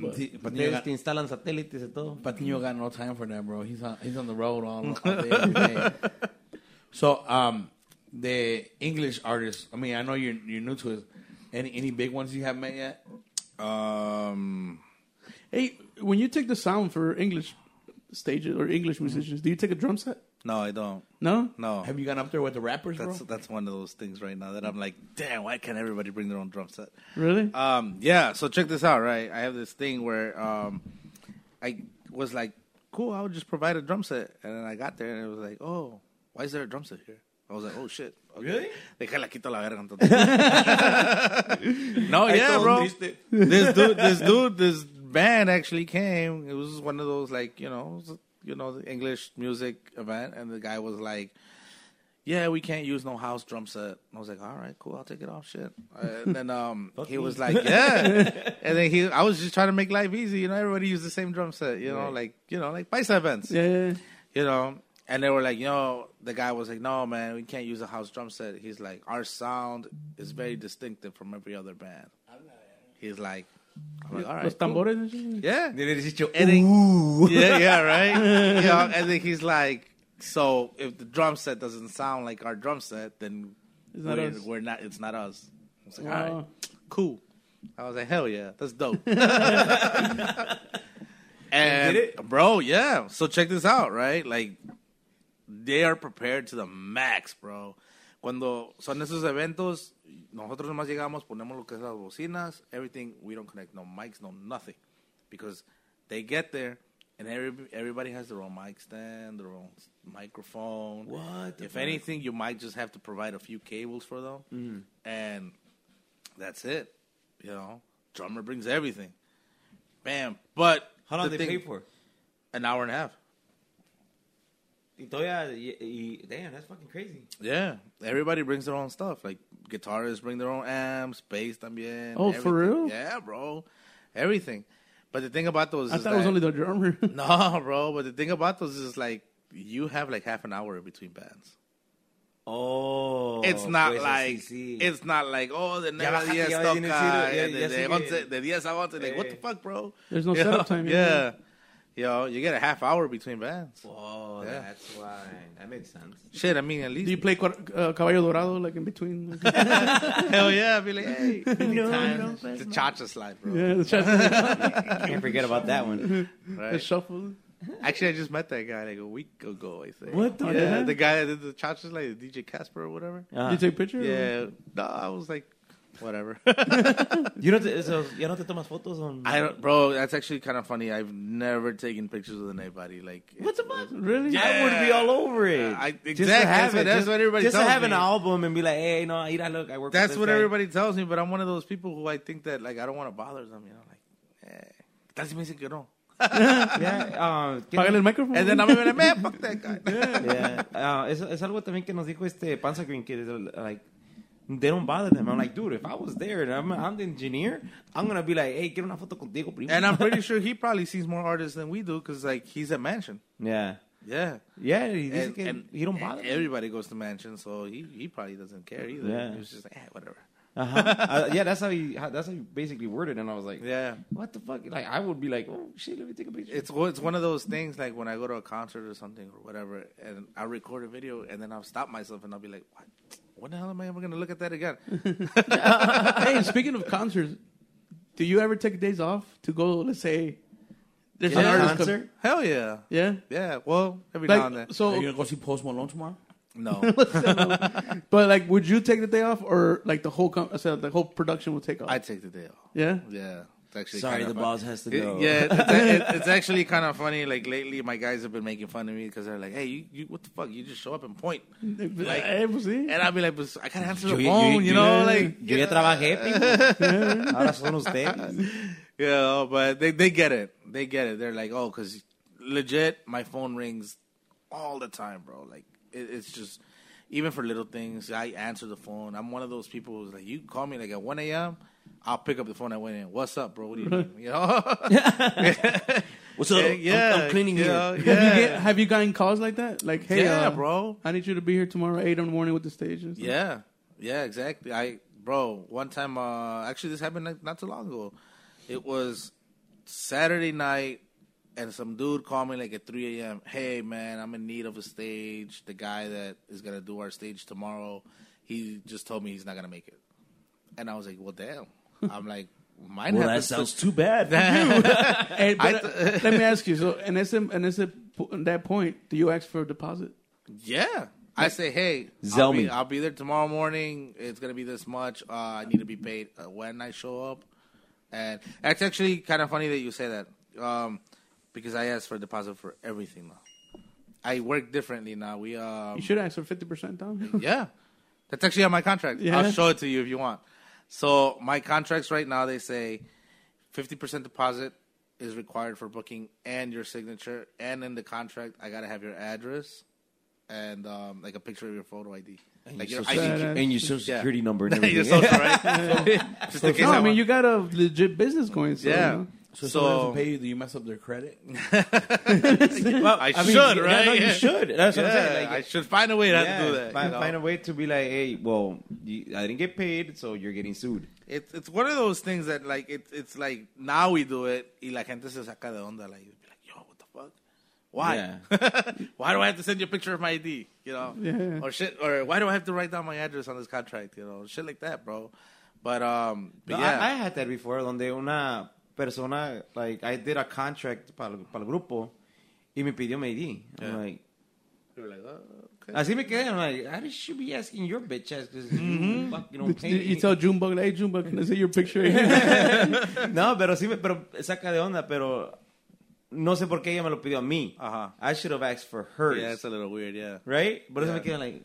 S4: Pati- Patiño
S1: Ustedes
S4: got,
S1: te instalan satélites y todo.
S4: Patiño got no time for that, bro. He's on, he's on the road all, all day, every day. So, um, the English artists, I mean, I know you're, you're new to it. Any, any big ones you have met yet?
S5: Um,
S3: Hey, when you take the sound for English stages or English
S5: Mm-hmm.
S3: musicians, do you take a drum set?
S5: no, I don't.
S3: No.
S5: No.
S4: Have you gone up there with the rappers,
S5: That's
S4: bro?
S5: that's one of those things right now that I'm like, damn, why can't everybody bring their own drum set?
S3: Really?
S5: Um, yeah. So check this out, right? I have this thing where um, I was like, cool, I'll just provide a drum set, and then I got there and it was like, oh, why is there a drum set here? I was like, oh shit. Okay. Really? Déjala quito la verga. entonces. (laughs) no, yeah, bro. This dude, this dude, this band actually came. It was one of those like you know, it was, you know, the English music event, and the guy was like yeah, we can't use no house drum set. And I was like, all right, cool, I'll take it off, shit. Uh, and then um, he was like, yeah. and then he, I was just trying to make life easy, you know. Everybody used the same drum set, you know, like you know, like paisa events,
S3: Yeah, yeah, yeah.
S5: you know. And they were like, you know, the guy was like, no, man, we can't use a house drum set. He's like, our sound is very distinctive from every other band. He's like, I'm like, all right,
S3: Los
S5: cool.
S3: tambores. and shit?
S5: Yeah. And then- (laughs) yeah, yeah, right? yeah, and then he's like, so if the drum set doesn't sound like our drum set, then
S3: It's not
S5: we're,
S3: us.
S5: we're not, it's not us. I was like, all right,
S3: Wow.
S5: cool. I was like, hell yeah, that's dope. and, bro, yeah. So check this out, right? Like, they are prepared to the max, bro. Cuando son esos eventos, nosotros nomás llegamos, ponemos lo que es las bocinas, everything. We don't connect no mics, no nothing, because they get there and every, everybody has their own mic stand, their own s- microphone. What? If anything, you might just have to provide a few cables for them, and that's it. You know, drummer brings everything. Bam. But
S1: How long
S5: the
S1: did they
S5: thing-
S1: pay for?
S5: An hour and a half.
S1: Y todavía, y, y, damn, that's fucking crazy.
S5: Yeah, everybody brings their own stuff. Like guitarists bring their own amps, bass también.
S3: Oh, for
S5: everything.
S3: real?
S5: Yeah, bro. Everything. But the thing about those,
S3: I
S5: is
S3: thought it was
S5: that- (laughs)
S3: only the drummer.
S5: no, bro. But the thing about those is like you have like half an hour in between bands.
S1: Oh.
S5: it's not
S1: pues,
S5: like
S1: así, sí.
S5: it's not like oh
S1: Ya
S5: the next
S1: bájate,
S5: diez
S1: ya
S5: toca
S1: viene el cielo, ya-
S5: and
S1: ya
S5: de- de
S1: sigue.
S5: once- de diez a once. Like what
S1: Eh.
S5: the fuck, bro?
S3: There's no
S5: (laughs) You
S3: setup
S5: know?
S3: time, yeah.
S5: Yeah, you know, you get a half hour between bands.
S1: Oh,
S5: Yeah.
S1: that's why. That makes sense.
S5: Shit, I mean at
S3: Do you
S5: least
S3: play cor- uh, Caballo Dorado like in
S5: (laughs)
S3: between? (laughs)
S5: hell yeah, I'd be like hey, anytime. the cha cha slide, bro.
S3: yeah, the, shuffle-
S1: Can't forget about that one.
S3: the
S5: Right.
S3: shuffle.
S5: Actually, I just met that guy like a week ago. I think.
S3: What the-
S5: yeah,
S3: Yeah?
S5: the guy that did the cha cha slide, DJ Casper or whatever.
S3: Did you take pictures?
S5: Yeah, no, I was like, (laughs) whatever.
S1: You no te, eso, ya no te tomas fotos on.
S5: I don't, bro. That's actually kind of funny. I've never taken pictures with anybody. Like,
S1: What's the fuck?
S3: Really?
S1: I would be all over it.
S5: Yeah, Uh, I-
S1: Just
S5: exactly.
S1: to have
S5: That's what-
S1: it.
S5: that's
S1: just,
S5: what everybody
S1: Just
S5: tells
S1: to have an
S5: me.
S1: album and be like, hey, no, mira, look, I work.
S5: that's
S1: with
S5: what
S1: this guy.
S5: everybody tells me. But I'm one of those people who I think that like I don't want to bother them. You know, like, eh, that's me dicen que no. (laughs)
S1: Yeah, uh,
S3: Págale el micrófono.
S5: And then I'm even like, man,
S1: (laughs)
S5: fuck that guy.
S1: Yeah. Uh, es, es algo también que nos dijo este Panza Green, que es, like, They don't bother them. I'm like, dude, if I was there and I'm, I'm the engineer, I'm gonna be like, hey, quiero una foto contigo, primo.
S5: And I'm pretty sure he probably sees more artists than we do because like he's at Mansion.
S1: yeah,
S5: Yeah.
S1: yeah. He, dice
S5: And,
S1: que
S5: and
S1: he don't bother. them.
S5: Everybody goes to Mansion, so he, he probably doesn't care either.
S1: Yeah.
S5: He was just like, eh, whatever.
S1: Uh-huh. Uh, yeah, that's how he. How, that's how he basically worded. it. And I was like,
S5: Yeah.
S1: what the fuck? Like, I would be like, oh shit, let me take a picture.
S5: It's one- it's one of those things like when I go to a concert or something or whatever, and I record a video, and then I'll stop myself and I'll be like, what? When the hell am I ever gonna look at
S3: (laughs)
S5: that again?
S3: hey, speaking of concerts, do you ever take days off to go? Let's say there's an
S5: Yeah.
S3: artist come-
S5: Concert? Hell yeah,
S3: Yeah.
S5: yeah. Well, every now and then.
S3: Like
S4: Are you
S3: so,
S4: gonna go see Post Malone tomorrow?
S5: No,
S3: (laughs) but like, would you take the day off, or like the whole com- so the whole production will take off?
S5: I take the day off.
S3: yeah,
S5: Yeah. It's actually
S1: Sorry, the
S5: kinda fun.
S1: boss has to
S5: It-
S1: go.
S5: yeah,
S1: (laughs)
S5: it's, it, it's actually kind of funny. Like lately, my guys have been making fun of me because they're like, "Hey, you, you, what the fuck? You just show up and point."
S3: Like, eh, pues, sí.
S5: And I'll be like, "Pues, "I gotta answer
S1: Yo
S5: the
S1: ya-
S5: phone,"
S1: yo- yo-
S5: you know? Like,
S1: Yo ya trabajé, primo. Ahora son ustedes.
S5: you know, but they they get it. They get it. They're like, "Oh, because legit, my phone rings all the time, bro. Like, it, it's just." Even for little things, I answer the phone. I'm one of those people who's like, you call me like at 1 a.m., I'll pick up the phone at 1 a.m. What's up, bro? What do you need? You know?
S1: (laughs)
S5: (laughs)
S1: What's up?
S5: yeah.
S1: I'm, I'm cleaning
S5: you
S1: here. (laughs)
S5: know?
S3: Have you,
S5: Yeah.
S3: get, have you gotten calls like that? Like, hey,
S5: yeah,
S3: uh,
S1: um,
S5: bro.
S3: I need you to be here tomorrow at eight in the morning with the stage. and stuff.
S5: Yeah, yeah, exactly. I, bro, one time, uh, actually, this happened not, not too long ago. It was Saturday night, and some dude called me like at 3 a.m. Hey, man, I'm in need of a stage. The guy that is gonna do our stage tomorrow, he just told me he's not gonna make it, and I was like, well, damn. I'm like, mine
S1: Well, that
S5: happens. to-
S1: sounds too bad.
S3: Hey, but, uh, let
S5: (laughs)
S3: me ask you. So, and it's and it's at that point, do you ask for a deposit?
S5: Yeah. I say, hey, I'll
S1: Zell
S5: be,
S1: me.
S5: I'll be there tomorrow morning. It's gonna be this much. Uh, I need to be paid uh, when I show up, and that's actually kind of funny that you say that, um, because I ask for a deposit for everything now. I work differently now. We um,
S3: You should ask for fifty percent
S5: (laughs)
S3: down.
S5: yeah, that's actually on my contract.
S3: Yeah.
S5: I'll show it to you if you want. So my contracts right now they say fifty percent deposit is required for booking and your signature, and in the contract I gotta have your address and um, like a picture of your photo ID, like your
S1: social
S5: ID.
S3: security-
S1: and your social
S5: Yeah.
S1: security number (laughs) and
S5: (laughs) your
S1: everything. (laughs)
S5: social, right? Just in case
S3: No, I mean
S5: want-
S3: you got a legit business going. So,
S5: yeah.
S3: you know.
S4: So,
S5: So-
S4: so doesn't pay you, do you mess up their credit?
S1: Well,
S5: I
S1: mean,
S5: should,
S1: yeah,
S5: right?
S1: no,
S5: Yeah.
S1: you should. That's what I'm
S5: Yeah,
S1: saying. Like,
S5: I should find a way to have
S1: yeah,
S5: to do that. you
S1: Find,
S5: know?
S1: find a way to be like, hey, well, you, I didn't get paid, so you're getting sued.
S5: It's it's one of those things that like it's it's like now we do it y la gente se saca de onda like, be like yo what the fuck why (laughs) why do I have to send you a picture of my ID you know
S3: Yeah.
S5: or shit or why do I have to write down my address on this contract you know shit like that bro but um but
S1: No,
S5: yeah
S1: I, I had that before, donde una persona, like, I did a contract para para el grupo y me pidió mi ID. I'm
S5: Yeah.
S1: like,
S5: You were like, "Oh, okay."
S1: así me quedé. I'm like, I should be asking your bitch ass because Mm-hmm. you fucking don't pay
S3: You,
S1: me.
S3: you tell Junebug, like, hey Junebug, can I see your picture?
S1: No, pero sí, me- pero saca de onda, pero no sé por qué ella me lo pidió a mí.
S5: Ajá.
S1: I should have asked for hers,
S5: yeah it's a little weird yeah
S1: right? Por eso
S5: Yeah.
S1: me quedé like,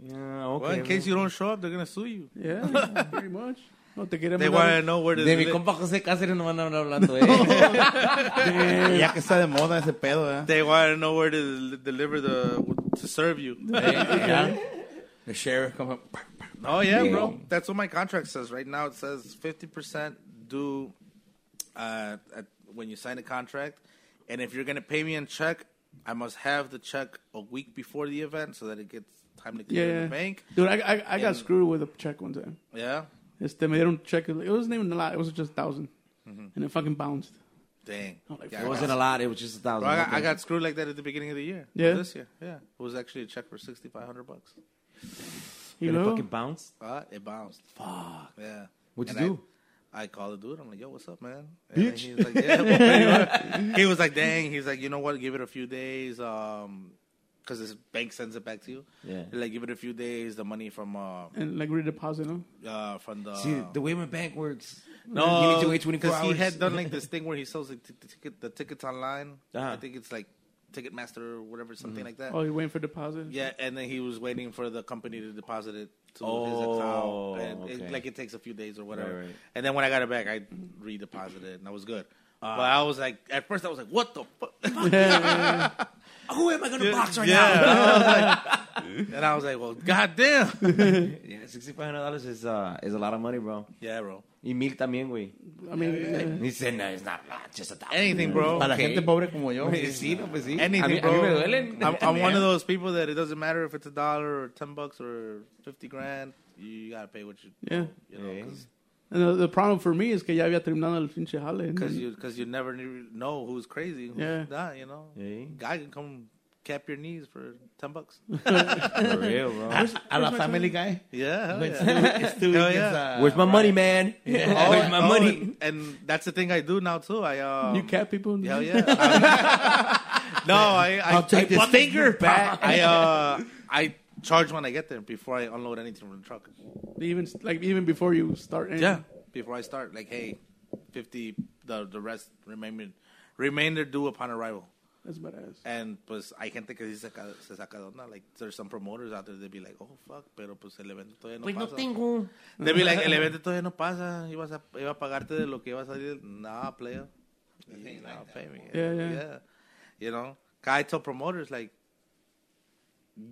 S1: yeah, okay.
S5: well in
S1: well.
S5: case you don't show up they're gonna sue you
S3: (laughs) yeah, pretty much. No, te queremos
S5: they want
S3: dar-
S5: to know where to
S6: De mi
S5: live.
S6: compa José Cáceres no van a hablar hablando,
S1: (laughs)
S6: eh.
S4: ya que está de moda ese pedo, ¿eh?
S5: they want to know where to li- deliver the to serve you
S4: The sheriff come up.
S5: Oh yeah, bro. That's what my contract says right now. It says fifty percent due uh, at, when you sign a contract, and if you're gonna pay me in check, I must have the check a week before the event so that it gets time to clear in
S3: Yeah,
S5: the bank.
S3: dude, I, I, I got screwed with a check one time.
S5: Yeah,
S3: Este, me dieron check. It wasn't even a lot. It was just 1000
S5: Mm-hmm.
S3: and it fucking bounced.
S5: dang.
S3: like,
S5: Yeah,
S1: Oh, it
S5: I
S1: wasn't a
S5: got-
S1: lot. It was just a thousand.
S5: bro, I, got,
S1: Okay.
S5: I got screwed like that at the beginning of the year.
S3: Yeah?
S5: this year. Yeah, it was actually a check for sixty five hundred bucks.
S1: And
S3: You
S1: it
S3: know?
S1: fucking bounced.
S5: Uh, it bounced. Fuck. Yeah.
S1: What'd you
S5: And
S1: do?
S5: I, I called the dude. I'm like, yo, what's up, man? And Bitch. He was like, yeah, well, pretty
S1: (laughs)
S5: much. he was like, dang. He's like, you know what? Give it a few days. Um, because this bank sends it back to you.
S1: Yeah.
S5: Like, give it a few days. The money from uh,
S3: and like redeposit, no?
S5: uh from the
S1: See, the way my bank works.
S5: no,
S1: you need to wait 24
S5: 'cause
S1: hours.
S5: He had done like this thing where he sells like, t- t- ticket, the tickets online.
S1: Uh-huh. Mm-hmm.
S5: I think it's like Ticketmaster or whatever, something like that.
S3: Oh, you're waiting for deposit?
S5: Yeah, and then he was waiting for the company to deposit it to
S1: Oh,
S5: his account, and it,
S1: okay.
S5: like it takes a few days or whatever.
S1: Right, right.
S5: And then when I got it back, I
S1: Uh,
S5: redeposited it, and I was good. but I was like, at first, I was like, "What the fuck?"
S1: Who am I gonna box right
S5: yeah.
S1: now?
S5: (laughs) and I was like, well, goddamn. (laughs)
S1: Yeah, sixty-five hundred dollars is uh is a lot of money, bro.
S5: yeah, bro.
S1: Y mil también, güey.
S3: I mean, yeah.
S1: He said, no, it's not a lot, just a thousand.
S5: Anything, bro.
S4: Para la gente pobre como yo.
S1: Sí, no, pues sí.
S5: Anything,
S1: a mí,
S5: bro.
S1: A mí me duelen.
S5: I'm, I'm one of those people that it doesn't matter if it's a dollar or ten bucks or fifty grand. You gotta pay what you.
S3: Yeah.
S5: You know,
S3: And the, the problem for me is que ya había terminado el pinche jale. and
S5: because
S3: then-
S5: you because you never knew- know who's crazy, who's
S3: Mm-hmm. Yeah.
S5: not. You know,
S1: Yeah.
S5: guy can come cap your knees for ten bucks.
S1: For real, bro.
S4: A la family guy.
S5: Yeah, hell
S4: It's
S5: yeah.
S4: Stewie- it's Stewie
S5: Hell
S4: gets,
S5: yeah.
S4: uh,
S1: Where's my money, man?
S5: Oh,
S1: Where's my
S5: oh,
S1: money?
S5: and, and that's the thing I do now too. I um,
S3: you cat people.
S5: Hell yeah. (laughs) no, I I,
S4: I'll take
S5: I
S4: this
S5: fucking-
S4: finger back.
S5: I uh I charge when I get there before I unload anything from the truck.
S3: Even like even before you start. anything.
S5: Before I start, like, hey, fifty the the rest remainder remainder due upon arrival.
S3: That's badass.
S5: And pues hay gente que sí se saca, se saca de onda. Like there's some promoters out there they'd be like, oh fuck, pero pues el evento todavía no pasa. They'd be like, el evento todavía no pasa. Ibas a, iba a pagarte de lo que iba a salir. Nah, player. Nah, pay me.
S3: Yeah, yeah.
S5: You know, I tell promoters like,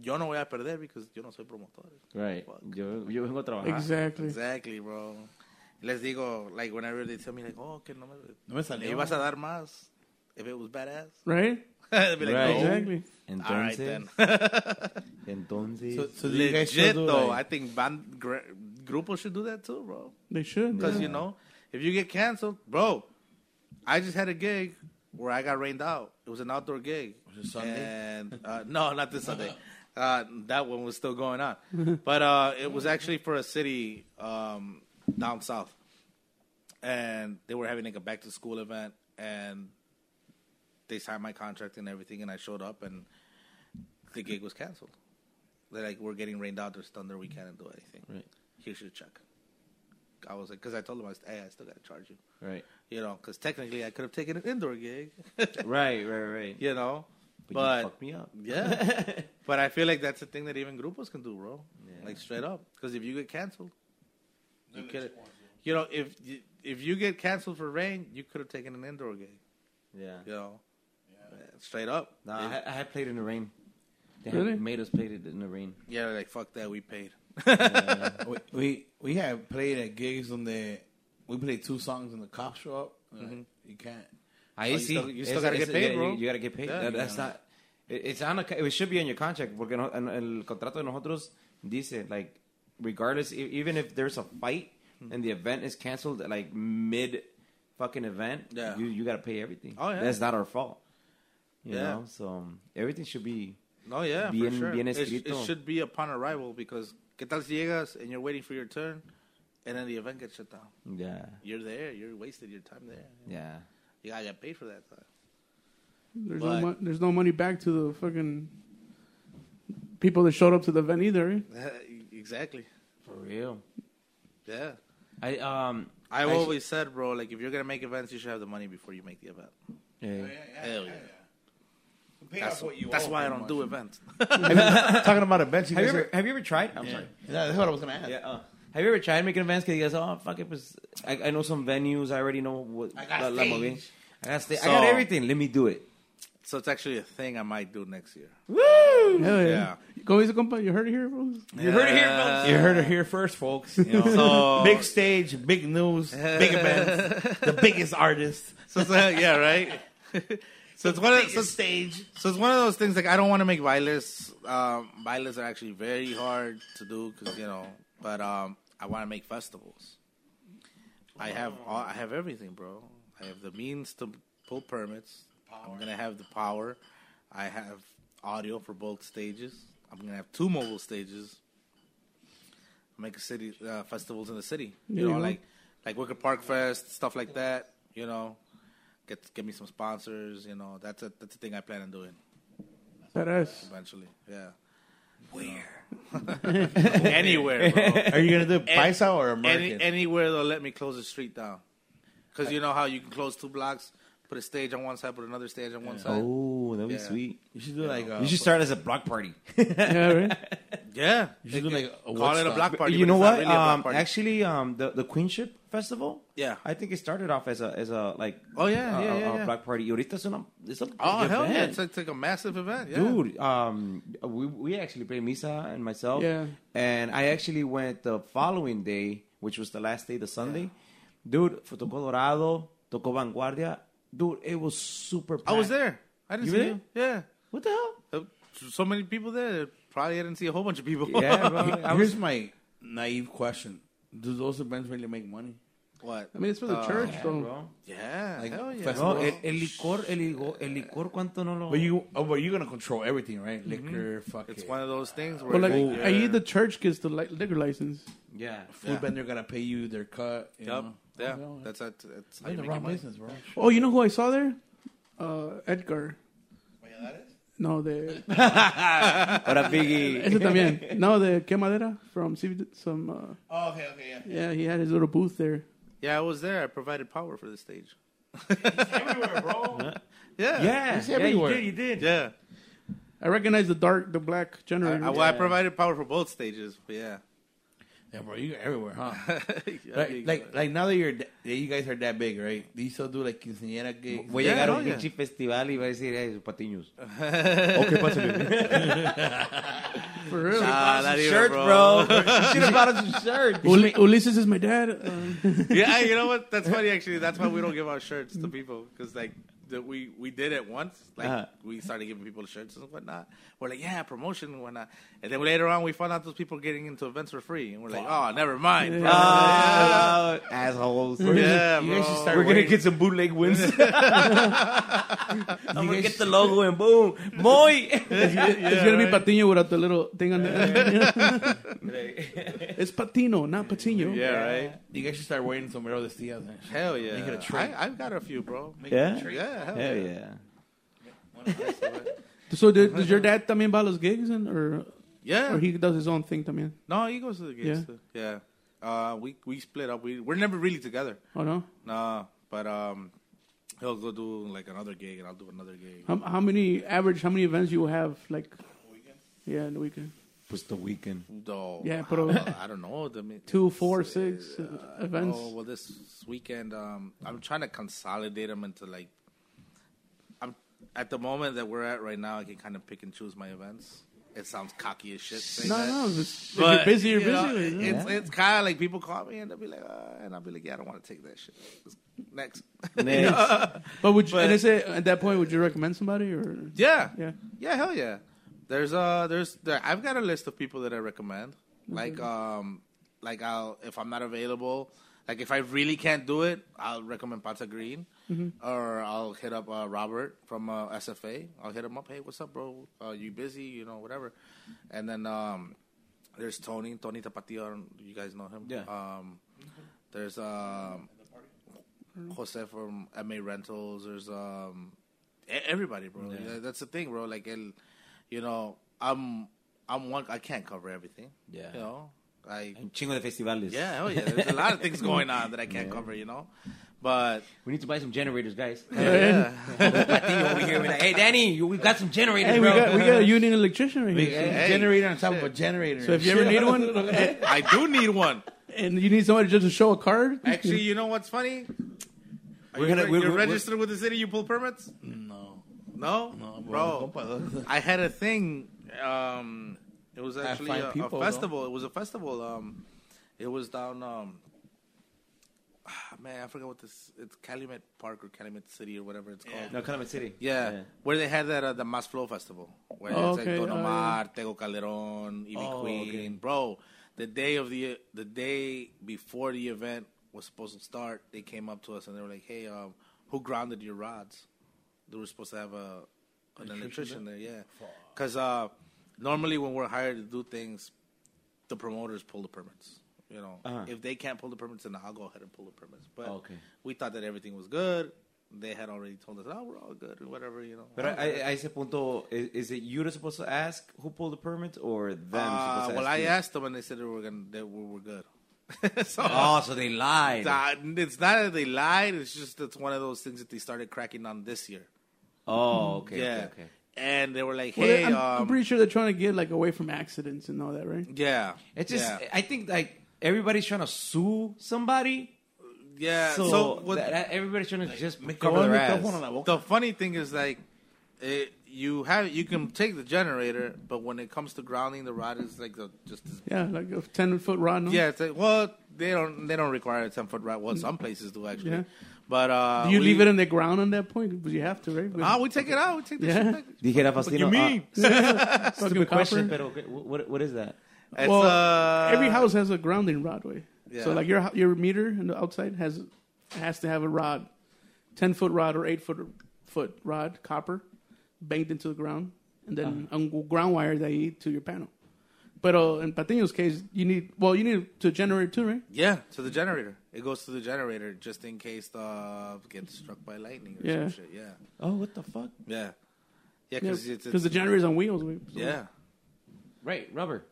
S5: yo no voy a perder because yo no soy promotor.
S1: Right. Yo, yo vengo a trabajar.
S3: Exactly.
S5: Exactly, bro. Les digo, like whenever they tell me like, oh, que no me,
S4: No me
S5: le
S4: salió.
S5: ibas a dar más. If it was badass,
S1: (laughs)
S3: Right?
S5: They'd be like,
S1: Right.
S5: no.
S3: Exactly.
S5: All right
S1: Entonces,
S5: then.
S1: entonces.
S4: So, so do you guys still
S5: Legit
S4: do,
S5: though, I
S4: like-
S5: think band gr- grupos should do that too, bro.
S3: They should.
S5: Because you know, if you get canceled, bro, I just had a gig where I got rained out. It was an outdoor gig.
S4: it Sunday?
S5: And uh, no, not
S4: (laughs)
S5: this Sunday. Uh, that one was still going on, but uh, it was actually for a city um, down south, and they were having like a back to school event, and they signed my contract and everything, and I showed up, and the gig was canceled. They're like, "We're getting rained out. There's thunder. We can't do anything.
S1: Right.
S5: Here's your check." I was like, because I told them, I was, "Hey, I still gotta charge you."
S1: Right.
S5: You know, because technically I could have taken an indoor gig, (laughs)
S1: Right, right, right.
S5: you know,
S1: But, you
S5: but
S1: fucked me up.
S5: yeah,
S1: (laughs)
S5: but I feel like that's the thing that even grupos can do, bro. Like straight up, because if you get canceled, you could, you know, if you, if you get canceled for rain, you could have taken an indoor gig,
S1: Yeah.
S5: you know, Uh, straight up.
S1: Nah, I, I had played in the rain. They had
S3: Really?
S1: made us play it in the rain.
S5: yeah, like fuck that, we paid.
S4: we, we we have played at gigs on the we played two songs and the cops show up. Like,
S5: Mm-hmm.
S4: You can't.
S1: Ahí
S5: Oh, you
S1: sí.
S5: still- you still
S1: Eso-
S5: gotta get
S1: eso-
S5: paid,
S1: yeah,
S5: bro.
S1: You, you gotta get paid.
S5: Yeah.
S1: That- that's not. it- It's on a, it should be in your contract porque no, en el contrato de nosotros dice like regardless e- even if there's a fight
S5: Hmm.
S1: and the event is canceled like mid fucking event
S5: Yeah.
S1: you you gotta pay everything.
S5: Oh, yeah.
S1: That's not our fault. You
S5: Yeah.
S1: know, so everything should be
S5: No, yeah,
S1: Bien-
S5: for sure.
S1: bien
S5: It sh- It,
S1: escrito.
S5: should be upon arrival because qué tal si llegas and you're waiting for your turn, and then the event gets shut down.
S1: yeah
S5: You're there, you're wasted your time there.
S1: yeah
S5: You gotta get paid for that time.
S4: (laughs)
S3: There's
S5: But-
S3: no mon- there's no money back to the fucking people that showed up to the event either. eh?
S4: E-,
S5: exactly.
S1: for real.
S5: Yeah.
S1: I um
S5: I
S1: I-
S5: always said, bro, like if you're gonna make events, you should have the money before you make the event.
S1: eh,
S5: Hell yeah.
S4: Pay
S5: That's,
S4: off what you
S5: that's
S4: owe,
S5: why I
S4: pretty
S5: don't do
S4: much.
S5: events.
S4: Talking about events, you
S1: have you
S4: guys
S1: ever have you ever tried? I'm
S4: are-
S1: sorry.
S4: Yeah, that's what I was gonna ask.
S1: Yeah. Uh, have you ever tried making events? Cause you guys, oh fuck it, pues, I, I know some venues. I already know what.
S4: I got
S1: movie.
S4: stage.
S1: I got stage.
S5: So-
S1: I got everything. Let me do it.
S5: so it's actually a thing I might do next year.
S3: Hell yeah.
S5: Yeah.
S3: Go easy, compa. You heard it here, bro.
S5: You heard it here, folks.
S4: You heard it here first, (laughs) folks. You know,
S1: Oh.
S5: So-
S4: big stage, big news,
S1: (laughs)
S4: big events, the biggest artist,
S5: So, it's, uh,
S4: (laughs)
S5: yeah, right. so it's one of so,
S4: biggest stage.
S5: so it's one of those things. Like I don't want to make violets. Um, violets are actually very hard to do because you know. But um, I want to make festivals. I have all, I have everything, bro. I have the means to pull permits. I'm gonna have the power. I have audio for both stages. I'm gonna have two mobile stages. Make a city uh, festivals in the city. You
S3: There you
S5: know,
S3: go.
S5: like like Wicker Park Fest stuff like that. You know, get get me some sponsors. You know, that's a that's a thing I plan on doing
S3: Badass.
S5: eventually. Yeah. Where? (laughs) Anywhere, bro.
S4: Are you gonna do Paisa or American?
S5: Any, anywhere they'll let me close the street down. Because you know how you can close two blocks, put a stage on one side, put another stage on one side.
S1: Oh, that'd be
S5: Yeah.
S1: sweet.
S4: you should do like uh, a,
S1: You should start as a block (laughs) party.
S3: Yeah, right?
S5: Yeah.
S4: you should do like a
S5: Call it a
S4: Woodstock.
S5: block party.
S1: you
S5: but
S1: know
S5: it's not
S1: what?
S5: really a block
S1: um,
S5: party.
S1: actually, um, the the queenship festival.
S5: Yeah.
S1: I think it started off as a as a like
S5: Oh, yeah,
S1: a,
S5: yeah,
S1: a-
S5: yeah,
S1: a
S5: yeah.
S1: black party. Y ahorita es una it's a
S5: Oh
S1: big
S5: hell yeah!
S1: event.
S5: It's like, it's like a massive event, yeah.
S1: Dude, um, we, we actually played Misa and myself.
S3: Yeah.
S1: And I actually went the following day, which was the last day, the Sunday. Dude, for tocó Dorado, tocó Vanguardia. Dude, it was super
S5: I was
S1: packed.
S5: there. I didn't
S1: You
S5: see
S1: really?
S5: you. Yeah,
S1: What the hell?
S5: Uh, so many people there. Probably I didn't see a whole bunch of people. (laughs)
S1: Yeah, bro. I was,
S4: Here's my naive question: Do those events really make money?
S5: what?
S3: I mean, it's for
S5: Uh,
S3: the church, though.
S1: bro.
S5: Yeah,
S4: Like,
S5: hell yeah.
S4: festival?
S1: No, el, el licor, el, ligo- el licor, ¿cuánto no lo...? Mm-hmm.
S4: But you, oh, but you're gonna control everything, right? Liquor, fuck
S5: It's
S4: it.
S5: one of those things where
S3: But like,
S5: like,
S3: I
S5: you're-
S3: eat the church gets the li- liquor license.
S1: yeah.
S4: Food vendor gotta pay you their cut. You
S5: Yup,
S4: know?
S5: yeah,
S4: know.
S5: that's that's, that's how
S4: I'm
S5: you
S4: the
S5: make
S4: wrong
S5: money.
S4: business, bro.
S3: Oh, you know who I saw there? Uh, Edgar. No, de.
S1: Ahora, Biggie.
S3: Ese
S5: (laughs)
S3: también. No, de Quemadera from CV some. Uh,
S5: Oh, okay, okay, yeah.
S3: yeah, he had his little booth there.
S5: Yeah, I was there. I provided power for the stage.
S1: (laughs)
S5: everywhere, bro. Yeah,
S1: Yeah,
S4: It's
S1: yeah, you
S4: everywhere.
S1: did, you did.
S5: yeah.
S3: I recognize the dark, the black
S5: I, I-
S3: generator.
S5: well, I provided power for both stages, but yeah. (laughs)
S4: Yeah, bro, you everywhere, huh?
S5: Yeah,
S4: like, like, like (laughs) now that you're that you guys are that big, right? Do you still do like quinceañera gigs?
S1: Voy a
S5: Yeah,
S1: llegar a
S5: no,
S1: un
S5: yeah.
S1: pinche festival y va a decir, eh, patiños. ok, pásale.
S3: For real.
S5: Ah, not even,
S1: shirt, bro. you should have bought us some shirt.
S3: Uli- Ulysses is my dad. Uh,
S5: (laughs) yeah, you know what?
S1: (laughs)
S5: That's funny actually. That's why we don't give out shirts to people because like that we we did it once. Like
S1: Uh-huh.
S5: we started giving people shirts and whatnot. We're like, yeah, promotion and whatnot. And then later on, we found out those people getting into events for free, and we're like, oh, never mind. bro."
S1: Ah, assholes.
S5: (laughs) yeah,
S4: (laughs) you guys should
S5: bro.
S4: start
S1: We're gonna
S4: wearing-
S1: get some bootleg wins. I'm gonna get the logo and boom, muy.
S3: (laughs) it's gonna be Patino without the little thing on the (laughs) it's Patino, not Patino.
S5: Yeah, right.
S4: You guys should start wearing sombrero de tías. man.
S5: Hell yeah.
S4: Make it a trait.
S5: I, I've got a few, bro. Make
S1: Yeah?
S5: It a trait. Yeah. Hell,
S1: Hell
S5: yeah.
S1: yeah.
S3: So did, does your dad también buy los gigs and or
S5: Yeah.
S3: or he does his own thing también?
S5: (laughs) no, he goes to the gigs.
S3: Yeah.
S5: Too. Yeah. Uh, we we split up. We we're never really together.
S3: Oh no.
S5: Nah, but um, he'll go do like another gig, and I'll do another gig.
S3: How, how many average? How many events you have like? Yeah, in the weekend.
S1: Pues the weekend.
S5: Oh,
S3: Yeah, pero-
S5: I, I don't know. I mean,
S3: Two, four, six uh, events.
S5: Oh well, this weekend, um, I'm trying to consolidate them into like. I'm at the moment that we're at right now. I can kind of pick and choose my events. It sounds cocky as shit. saying
S3: no,
S5: that.
S3: no, it's,
S5: But,
S3: if you're busy, you're
S5: you
S3: busy.
S5: know,
S3: like, yeah.
S5: It's it's kind of like people call me and they'll be like, uh, and I'll be like, yeah, I don't want to take that shit. Next,
S3: But would you,
S5: but-
S3: and I say at that point, would you recommend somebody or?
S5: yeah,
S3: Yeah.
S5: Yeah, hell yeah. There's uh there's there, I've got a list of people that I recommend. Like um like I'll if I'm not available, like if I really can't do it, I'll recommend Pata Green or I'll hit up uh, Robert from uh, SFA. I'll hit him up, "Hey, what's up, bro? Uh, you busy, you know, whatever." And then um there's Tony, Tony Tapatio, I don't- you guys know him.
S1: Yeah.
S5: Um there's um Jose from MA Rentals. There's um e- everybody, bro. Yeah, That's the thing, bro. Like, el, you know, I'm I'm one. I can't cover everything.
S1: Yeah.
S5: you know, like
S1: Un chingo de festivales.
S5: yeah, hell yeah. There's a lot of things going on that I can't cover. You know, but
S1: We need to buy some generators, (laughs) guys.
S4: (laughs)
S5: yeah,
S1: Patino over here. We're like, hey, Danny, you- we got some generators,
S3: Hey, we
S1: bro.
S3: got we
S1: (laughs)
S3: got
S5: (laughs)
S3: a union electrician right here.
S5: Hey.
S4: generator on top of a generator.
S3: So if you ever need
S5: (laughs)
S3: one, and,
S5: I do need one.
S3: and you need somebody just to show a card,
S5: Actually, you know what's funny? Are
S1: We're
S5: you
S1: gonna-
S5: re-
S1: we're-
S5: you're
S1: we're-
S5: registered with the city. You pull permits?
S4: no,
S5: No,
S4: no,
S5: bro.
S4: compa,
S5: I had a thing. Um, it was actually
S4: find
S5: a, a
S4: people,
S5: festival. It was a festival. Um, it was down. Um, ah, man, I forgot what this. It's Calumet Park or Calumet City or whatever it's called. Yeah,
S1: No, Calumet City.
S5: where they had that uh, the Mas Flow Festival, where
S3: Oh,
S5: it's
S3: okay,
S5: like
S3: oh,
S5: Don Omar, Tego Calderon, Ivy
S1: Oh,
S5: Queen,
S1: okay.
S5: bro. The day of the the day before the event was supposed to start, they came up to us and they were like, "Hey, um, who grounded your rods?" they were supposed to have a an electrician there, yeah. Because uh, normally when we're hired to do things, the promoters pull the permits. You know,
S1: Uh-huh. Oh,
S5: if they can't pull the permits, then I'll go ahead and pull the permits. But
S1: Okay.
S5: we thought that everything was good. They had already told us, "Oh, we're all good," or whatever. You know.
S1: But I, I, I ese punto, is, is it you that's supposed to ask who pulled the permit or them?
S5: Uh,
S1: supposed to
S5: well,
S1: ask
S5: I
S1: you?
S5: asked them and they said that we're gonna that we were good. (laughs) so
S1: Oh, so they lied.
S5: uh, it's not that they lied. It's just it's one of those things that they started cracking on this year.
S1: Oh, okay.
S5: yeah.
S1: Okay. okay.
S5: And they were like,
S3: Well,
S5: "Hey,
S3: I'm,
S5: um,
S3: I'm pretty sure they're trying to get like away from accidents and all that, right?
S5: yeah."
S1: It's just
S5: yeah.
S1: I think like everybody's trying to sue somebody.
S5: Yeah.
S1: So,
S5: So, what,
S1: that, that- everybody's trying to just
S4: Me
S1: cover
S4: quedó el
S1: their ass.
S4: micrófono en la boca.
S5: the funny thing is like, it, you have you can take the generator, but when it comes to grounding, the rod is like the, just as
S3: Yeah, like a ten foot rod. No?
S5: Yeah, it's like, well, they don't they don't require a ten foot rod. Well, some places do actually.
S3: Yeah.
S5: But uh,
S3: Do you
S5: we-
S3: leave it in the ground on that point? But you have to, right?
S5: Ah, we take it out. We take the
S3: Yeah.
S5: shit back.
S1: Dijera Faustino,
S5: What you
S1: uh,
S5: mean?
S1: stupid question, pero okay, wh- what, what is that?
S5: It's,
S3: well,
S5: uh,
S3: every house has a grounding rod. Way. So
S5: Yeah.
S3: like your hou- your meter on the outside has has to have a rod, ten foot rod or eight foot foot rod, copper, banked into the ground, and then
S5: Uh-huh.
S3: on ground wire that you need to your panel. But uh, in Patino's case, you need well, you need to generate too, right?
S5: Yeah, to the generator. It goes to the generator just in case the gets struck by lightning or
S3: Yeah.
S5: some shit. Yeah,
S1: Oh, what the fuck?
S5: yeah, yeah. Because it's,
S3: Because
S5: it's
S3: the generator's on wheels. Way. So-
S5: yeah,
S1: Right, rubber.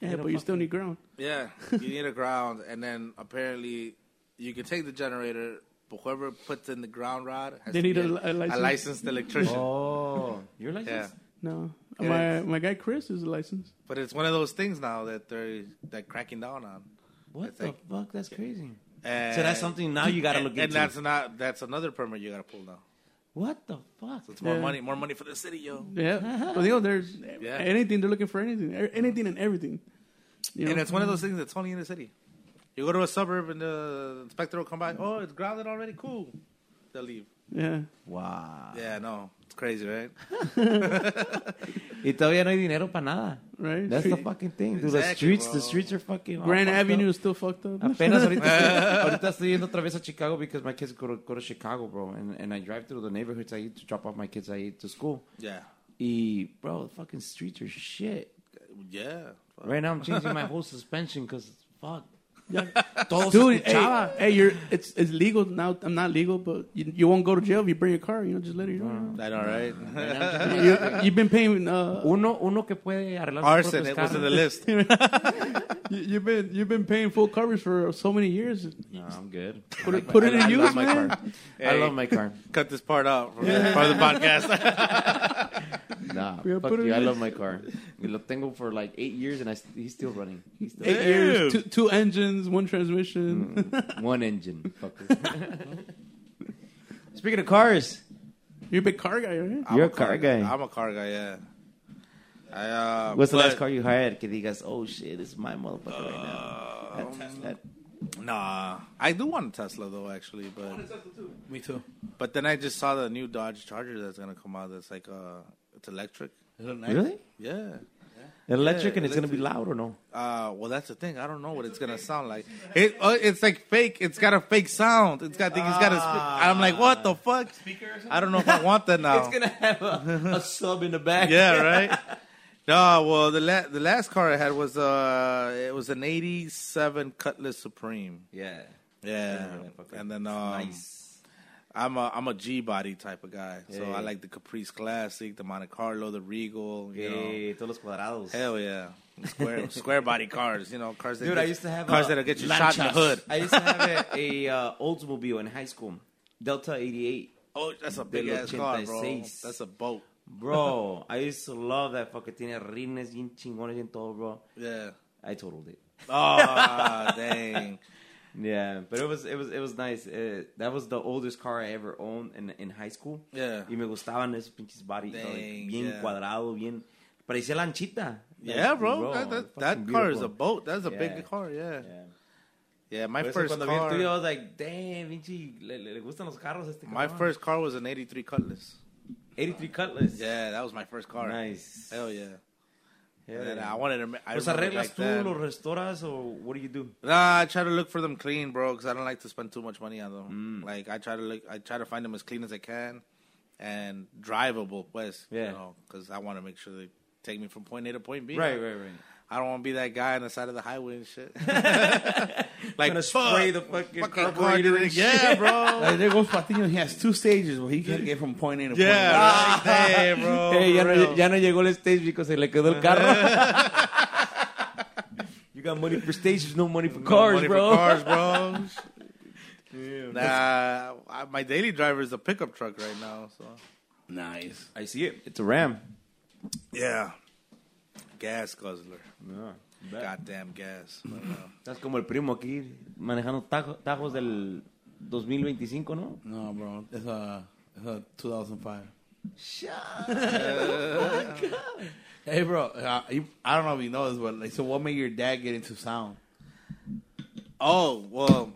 S3: yeah, but you still need ground.
S5: yeah. you need a ground, and then apparently you can take the generator. But whoever puts in the ground rod has
S3: They
S5: to
S3: need
S5: be
S3: a li- a license.
S5: licensed electrician.
S1: Oh, your license?
S5: Yeah,
S3: No,
S5: Yeah,
S3: my
S5: it's-
S3: my guy Chris is licensed.
S5: but it's one of those things now that they're they're cracking down on.
S1: What
S5: It's
S1: the
S5: like-
S1: fuck? That's crazy.
S5: And,
S1: so that's something now you got to
S5: and,
S1: look
S5: and
S1: into.
S5: that's not that's another permit you gotta pull now.
S1: what the fuck?
S5: It's more
S3: Yeah.
S5: money, more money for the city, yo.
S3: Yeah, (laughs) but you know, there's
S5: Yeah.
S3: anything they're looking for anything, er- anything and everything. You know?
S5: And it's one of those things that's only in the city. You go to a suburb and the inspector will come by. Oh, it's grounded already. Cool. They'll leave.
S3: yeah.
S1: Wow.
S5: Yeah, no, it's crazy, right?
S1: Y todavía no hay dinero para nada.
S3: Right.
S1: That's the fucking thing, dude. The
S5: Exactly,
S1: streets, the
S5: bro.
S1: streets are fucking. all
S3: Grand
S1: fucked
S3: Avenue
S1: up.
S3: is still fucked up.
S1: Apenas ahorita, estoy- (laughs) ahorita estoy yendo otra vez a Chicago because my kids go to, go to Chicago, bro. And, and I drive through the neighborhoods I used to drop off my kids I used to school.
S5: Yeah,
S1: E, bro, the fucking streets are shit.
S5: yeah.
S1: Right now I'm changing my whole suspension because fuck.
S3: Dude, hey, hey, you're it's it's legal now. I'm not legal, but you, you won't go to jail if you bring your car. You know, just let it. You know?
S5: That
S3: (laughs)
S5: all right? (laughs)
S3: you, you've been paying. Uh,
S1: Uno, uno que puede arreglar sus
S5: Arson,
S1: propios
S5: it was in the
S1: carros.
S3: (laughs)
S5: list.
S3: you, you've been you've been paying full coverage for so many years.
S1: No, I'm good.
S3: Put it put it in
S1: I
S3: use,
S1: love my
S3: man.
S1: car. I
S5: Hey.
S1: love my car.
S5: Cut this part out from, from the podcast.
S3: (laughs)
S1: Nah,
S3: Yeah,
S1: fuck
S3: put it
S1: you. I
S3: in.
S1: love my car. Lo tengo for like eight years and I, st- he's still running. He's still
S3: Eight years, two, two engines, one transmission.
S1: one engine. Fucker. (laughs) Speaking of cars,
S3: (laughs) You're a big car guy, right?
S5: I'm
S1: You're a car guy.
S5: I'm a car guy. Yeah. I, uh,
S1: what's the
S5: but-
S1: last car you hired? Que digas, oh shit, this is my motherfucker right now. That- that-
S5: Nah, I do want a Tesla though, actually. But
S4: Me too.
S5: but then I just saw the new Dodge Charger that's gonna come out. That's like uh, it's electric.
S1: really?
S5: Yeah.
S1: Electric and it's gonna be loud or no?
S5: Uh, well, that's the thing. I don't know what it's gonna sound like. It, uh, it's like fake. It's got a fake sound. It's got. I think it's got a. Spe- I'm like, what the fuck? Speaker. I don't know if I
S1: (laughs)
S5: want that now.
S1: gonna have a, a sub in the back.
S5: yeah,
S1: (laughs)
S5: right. No, well, the la- the last car I had was uh, it was an '87 Cutlass Supreme.
S1: Yeah.
S5: Yeah, and then um, I'm a I'm a G body type of guy, so
S1: Yeah.
S5: I like the Caprice Classic, the Monte Carlo, the Regal. You know,
S1: Hey, Eh, todos los cuadrados.
S5: hell yeah,
S1: (laughs)
S5: square square body cars. You know, cars that
S1: Dude,
S5: get,
S1: I used to have uh,
S5: cars
S1: a-
S5: that'll get you shot in the hood.
S1: I used to have a, a uh, Oldsmobile in high school, Delta 88.
S5: Oh, that's a big ass car, bro.
S1: 86.
S5: That's a boat.
S1: Bro, I used to love that fucking thing. Rines, bien chingones, bien todo, bro. (laughs)
S5: Yeah.
S1: I totaled it.
S5: Oh dang.
S1: Yeah, but it was it was it was nice. Uh, that was the oldest car I ever owned in in high school.
S5: Yeah.
S1: Y me gustaban esos pinches body, you know, like,
S5: Dang,
S1: bien
S5: yeah.
S1: cuadrado, bien. Parecía lanchita.
S5: Yeah, bro. that that, that
S1: fucking
S5: car is
S1: beautiful.
S5: a boat. That's a
S1: Yeah.
S5: big car. Yeah. Yeah,
S1: Yeah.
S5: my
S1: Por eso
S5: first
S1: cuando vi el tuyo, I
S5: car.
S1: was like, damn, pinche, le, le- le gustan los carros a este
S5: My
S1: cabrón."
S5: first car was an '83 Cutlass.
S1: 83 Cutlass.
S5: Yeah, that was my first car.
S1: Nice.
S5: Hell yeah.
S1: Hell
S5: And
S1: yeah.
S5: I wanted to. ma- I
S1: ¿Los
S5: remember
S1: arreglas
S5: back
S1: tú,
S5: then-
S1: los restauras, o what do you do?
S5: Nah, I try to look for them clean, bro, because I don't like to spend too much money on them.
S1: Mm.
S5: Like I try to look, I try to find them as clean as I can, and drivable, pues.
S1: Yeah.
S5: You know, because I want to make sure they take me from point A to point B.
S1: Right, right, right.
S5: I don't want to be that guy on the side of the highway
S1: (laughs)
S5: and shit. like
S1: Gonna spray
S5: fuck,
S1: the fucking
S5: fucking car
S1: carburetor
S5: didn't-
S1: and
S5: Yeah, bro.
S4: Like, there goes Patiño. He has two stages where he can get from point A to point B.
S5: yeah, right there, bro.
S1: Hey, ya
S5: for
S1: no,
S5: real.
S1: ya no llegó el stage because se le quedó el carro. you got money for stages, no money for (laughs) cars,
S5: Money for
S1: bro.
S5: cars,
S1: (laughs)
S5: bro. Nah, I, my daily driver is a pickup truck right now. So
S4: Nice.
S1: I see it. It's a Ram.
S5: yeah, gas guzzler. Goddamn gas. But, uh,
S1: Estás como el primo aquí manejando tajo- tajos del 2025, ¿no?
S4: No, bro. It's a, it's a 2005. Shut (laughs) Hey, bro. Uh, you, I don't know if you know this, but like, so what made your dad get into sound?
S5: Oh well,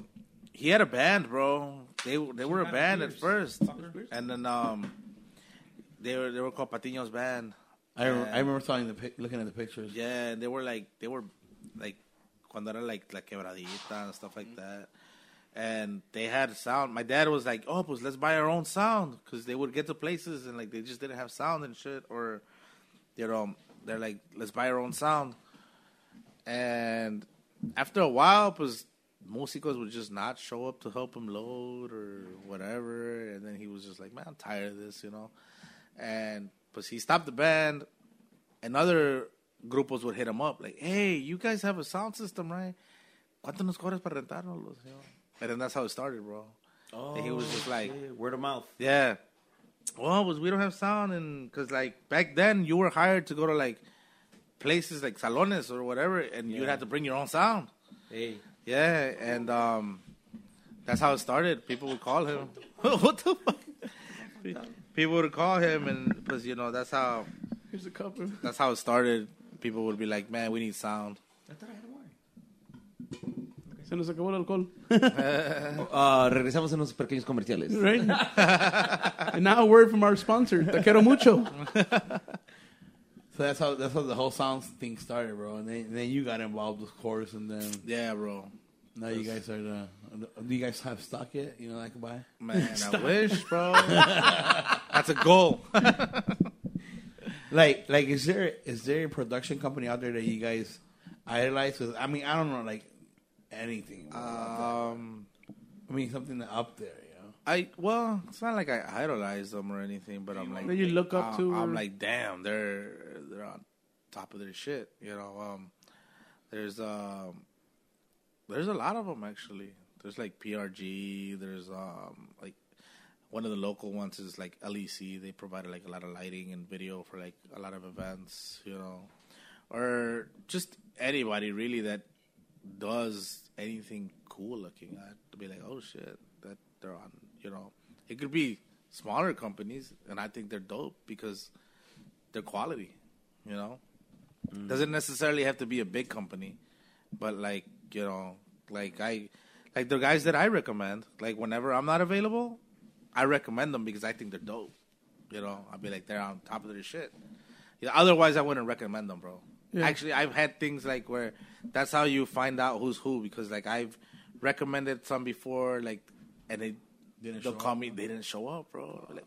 S5: he had a band, bro. They they were a band at first, and then um, they were they were called Patiño's band.
S4: I, rem-
S5: Yeah.
S4: I remember seeing the pic- looking at the pictures.
S5: Yeah, and they were like they were like cuando era like la quebradita and stuff like that. And they had sound. My dad was like, "Oh, pues let's buy our own sound," because they would get to places and like they just didn't have sound and shit, or you know, they're like, "Let's buy our own sound." And after a while, pues músicos would just not show up to help him load or whatever, and then he was just like, "Man, I'm tired of this," you know. And pues he stopped the band, and other grupos would hit him up like, "Hey, you guys have a sound system, right? ¿Cuánto nos cobras para rentarnos?" You know? And then that's how it started, bro. and he was just like,
S1: Oh, Word of mouth.
S5: "Yeah, well, was we don't have sound, and because like back then you were hired to go to like places like salones or whatever, and you had to bring your own sound.
S1: Hey.
S5: Yeah, and um, that's how it started. People would call him. (laughs) what the fuck? People would call him, and because you know that's how
S3: Here's a cup. bro.
S5: that's how it started. People would be like, "Man, we need sound."
S3: Se nos acabó el
S4: (laughs)
S3: alcohol.
S1: Ah, regresamos a unos pequeños comerciales.
S3: Right? and now a word from our sponsor, Taquero Mucho.
S4: So that's how that's how the whole sound thing started, bro. And then, and then you got involved with chorus, and then
S5: Yeah, bro.
S4: now you guys are the. Do you guys have stock yet? You know, I could buy.
S5: Man, I wish, bro. That's a goal.
S4: Like, like, is there is there a production company out there that you guys idolize? 'Cause, I mean, I don't know, like anything. bro, out there.
S5: Um,
S4: I mean, something up there, you know.
S5: I well, it's not like I idolize them or anything, but I'm like
S3: That you look up
S5: I'm-
S3: to
S5: I'm
S3: or-
S5: like, damn, they're they're on top of their shit. You know, um, there's um, there's a lot of them actually. There's like PRG. There's um, like one of the local ones is like LEC. They provided like a lot of lighting and video for like a lot of events. You know, or just anybody really that does anything cool looking, I'd be like, oh shit, that they're on. You know, it could be smaller companies, and I think they're dope because they're quality. You know,
S4: Mm-hmm.
S5: doesn't necessarily have to be a big company, but like you know, like I, like the guys that I recommend. Like whenever I'm not available, I recommend them because I think they're dope. You know, I'd be like they're on top of their shit. Yeah, otherwise, I wouldn't recommend them, bro. Actually, I've had things like where that's how you find out who's who because like I've recommended some before, like, and they didn't they'll call me. They didn't show up, bro. Like,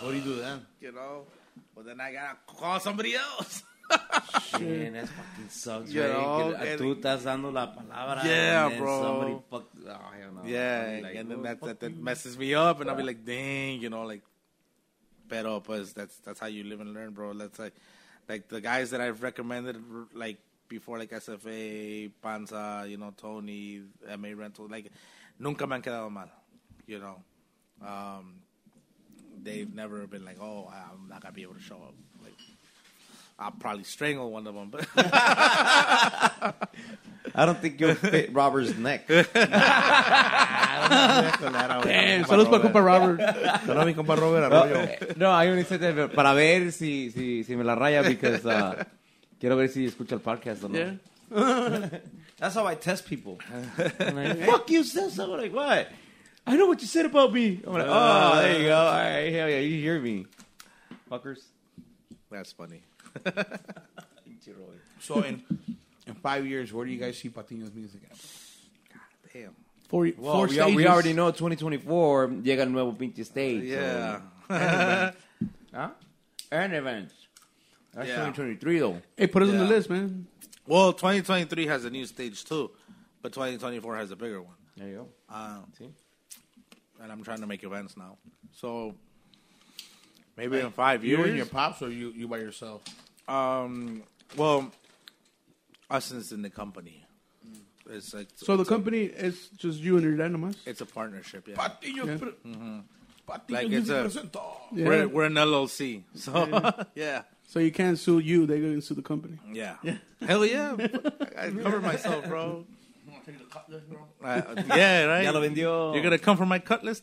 S4: What do you do then?
S5: you know. But then I gotta call somebody else.
S1: Man, that fucking sucks,
S5: You
S1: right?
S5: know,
S1: Que
S5: and-
S1: tú estás dando la palabra.
S5: Yeah,
S1: and then
S5: bro.
S1: Somebody fucked. Oh, hell no.
S5: Yeah,
S1: Somebody like,
S5: and
S1: "Oh,
S5: then that,
S1: fuck
S5: that, that messes me up, and I'll be like, dang, you know, like, pero pues that's that's how you live and learn, bro. That's like, like the guys that I've recommended, r- like before, like SFA, Panza, you know, Tony, MA Rental, like, nunca me han quedado mal, you know. Um, they've never been like, oh, I'm not gonna be able to show up. Like, I'll probably strangle one of them, but. (laughs)
S1: I don't think you'll (laughs) fit Robert's neck.
S3: Damn, saludos para compa Robert.
S4: Hello, mi compa Robert
S1: No,
S4: Arroyo.
S1: eh, no, I only said that but- para ver si, si, si me la raya, because (laughs) uh, quiero ver si escucha el podcast o no.
S4: (laughs)
S3: Yeah.
S1: That's how I test
S3: (laughs)
S1: people. I'm
S4: (laughs)
S1: like, Fuck you, said so. I'm like, what? I know what you said about me. I'm like,
S3: Uh,
S4: "Ah."
S1: oh, there you go. All right, hell yeah, you hear me, fuckers.
S5: That's funny. (laughs)
S4: So in in five years, where do you guys see Patino's music at?
S5: Damn.
S3: Four,
S1: Well,
S3: four
S1: we, al- we
S3: stages.
S1: already know 2024 llega el nuevo pinche stage.
S5: Yeah.
S1: So, huh? And events. That's
S5: Yeah.
S1: 2023 though.
S3: Hey, put us on the
S5: Yeah.
S3: list, man.
S5: Well, 2023 has a new stage too, but 2024 has a bigger one.
S1: There you go.
S5: Uh,
S1: See?
S5: and I'm trying to make events now. So maybe in five years.
S4: You and your pops, or you you by yourself?
S5: um, well, us is in the company. It's like
S3: So the company is just you and your dad nomás.
S5: it's a partnership. Yeah, Mm-hmm.
S4: Patino,
S3: Yeah.
S5: Like it's a-
S3: Yeah.
S5: we're we're an LLC. So (laughs) yeah,
S3: So you can't sue you, they're going to sue the company.
S5: (laughs) yeah, hell yeah. I covered myself, bro. Uh, yeah, right.
S1: Ya lo vendió.
S5: You're gonna come for my cutlass,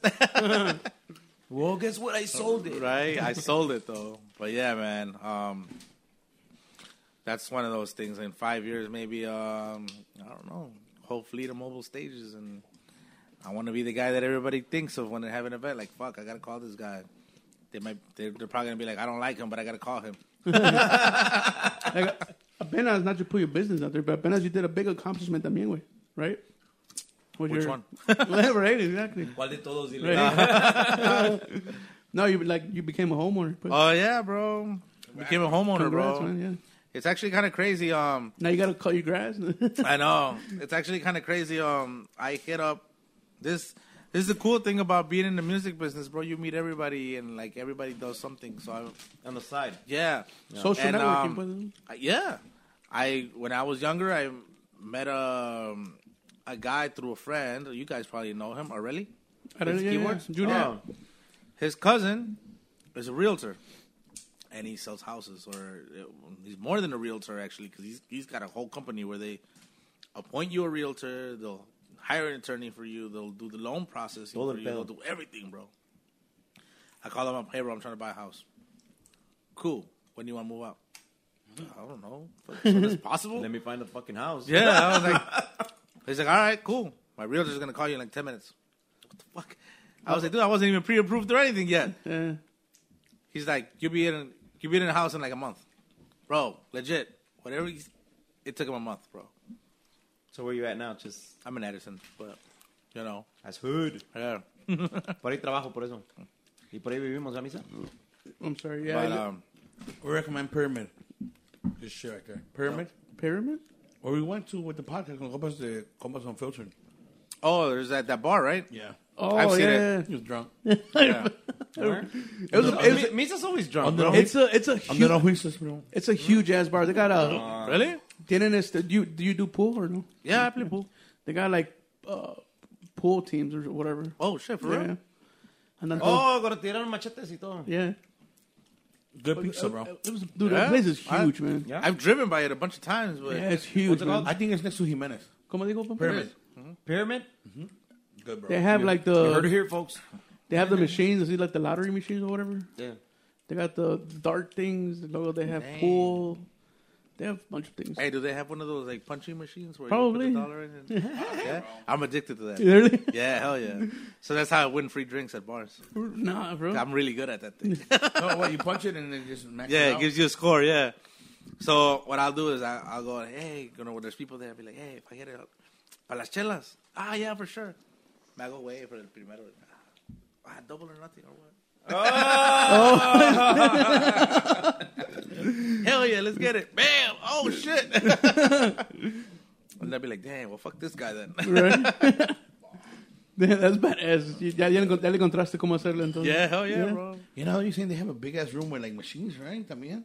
S5: (laughs)
S1: Well, guess what? I sold it.
S5: right? I sold it though. But yeah, man. Um, that's one of those things. In five years, maybe. Um, I don't know. Hopefully, the mobile stages, and I want to be the guy that everybody thinks of when they have an event. Like, fuck, I gotta call this guy. They might. They're, they're probably gonna be like, I don't like him, but I gotta call him.
S3: Apenas, not to put your business out there, but apenas you did a big accomplishment también, güey. Right? With
S5: Which
S3: your-
S5: one?
S3: (laughs) right, exactly.
S1: ¿Cuál de todos? Dile. Ah.
S3: Right? (laughs) no, you like you became a homeowner. But
S5: Oh yeah, bro. Became a homeowner,
S3: congrats,
S5: bro.
S3: man, yeah.
S5: It's actually kind of crazy. Um,
S3: Now you gotta cut your grass.
S5: I know it's actually kind of crazy. Um, I hit up this. This is the cool thing about being in the music business, bro. You meet everybody, and like everybody does something. So, I,
S1: On the side.
S5: yeah,
S3: (laughs) Social
S5: And,
S3: networking,
S5: um,
S3: brother.
S5: I- yeah, I when I was younger, I met a a guy through a friend. You guys probably know him already.
S3: I don't know. Yeah, yeah.
S5: keywords?
S3: Junior.
S5: Oh. His cousin is a realtor, and he sells houses, or uh, he's more than a realtor actually, because he's he's got a whole company where they appoint you a realtor, they'll hire an attorney for you, they'll do the loan processing
S1: Todo
S5: for
S1: el
S5: you,
S1: pedo.
S5: they'll do everything, bro. I call him up, hey bro, I'm trying to buy a house. Cool. When do you want to move out? I don't know. Fuck, As soon as possible.
S1: Let me find the fucking house.
S5: Yeah, I was like,
S4: (laughs)
S5: he's like, all right, cool. My realtor's gonna call you in like ten minutes. What the fuck? I was like, dude, I wasn't even pre-approved or anything yet.
S3: Yeah.
S5: He's like, you'll be in, you'll be in the house in like a month, bro. Legit, whatever. He's, it took him a month, bro.
S1: So where you at now? Just
S5: I'm in Edison, but you know,
S1: as hood.
S5: yeah.
S1: Por ahí trabajo, por eso. Y por ahí vivimos, la misa.
S3: I'm sorry. Yeah.
S5: But
S3: I-
S5: um,
S4: We recommend Pyramid. This shit right there. Pyramid.
S3: pyramid?
S4: Or we went to with the podcast con compas de compas on filter.
S5: oh, there's that that bar, right?
S4: Yeah.
S3: Oh,
S5: I've seen
S3: yeah.
S4: He was drunk.
S3: It was a, it was a-
S1: Misa's always drunk,
S4: Under-
S1: bro.
S3: it's a it's a
S4: Under
S3: huge,
S4: los juicios, bro.
S3: it's a huge ass bar. They got a
S5: Really?
S3: didn't it, do you do you do pool or no?
S5: Uh, Yeah, I play pool.
S3: They got like uh, pool teams or whatever.
S5: Oh shit, for
S3: Yeah.
S5: real?
S3: And then
S1: Oh, cuando tiraron machetes y todo.
S3: yeah.
S4: Good pizza, bro.
S3: It was, dude,
S5: Yeah?
S3: that place is
S5: I-
S3: huge, man. Yeah,
S5: I've driven by it a bunch of times, but
S3: it's huge. Man.
S4: I think it's next to Jimenez.
S3: Como digo, papi?
S4: Pyramid.
S1: Pyramid.
S4: Good, bro.
S3: They have like
S1: You heard it
S3: the
S1: here, folks.
S3: they have the machines. Is it like the lottery machines or whatever?
S1: Yeah.
S3: They got the dart things. The logo. They have pool. They have a bunch of things. (laughs)
S5: Hey, do they have one of those like punching machines where
S3: Probably.
S5: you put the dollar in? And, yeah, I'm addicted to that.
S3: Really?
S5: Yeah, hell yeah. So that's how I win free drinks at bars.
S3: (laughs) nah, bro.
S5: I'm really good at that thing.
S4: no, what, you punch it and it just max
S5: Yeah,
S4: it
S5: it
S4: out?
S5: gives you a score. Yeah. So what I'll do is I, I'll go, hey, you know, when there's people there, I'll be like, hey, if I get it, para las chelas. Ah, yeah, for sure. Me hago way for el primero. Ah, double or nothing or what? Oh. (laughs) Hell yeah, let's get it. Bam! Oh (laughs) shit. and I'd be like, damn, well fuck this guy then.
S3: Right? (laughs) That's badass. Ya, ya, le encont- ya le encontraste cómo hacerlo entonces.
S5: (laughs) yeah, hell yeah,
S3: Yeah.
S5: bro.
S4: You know, you're saying they have a big ass room with like machines, right? También.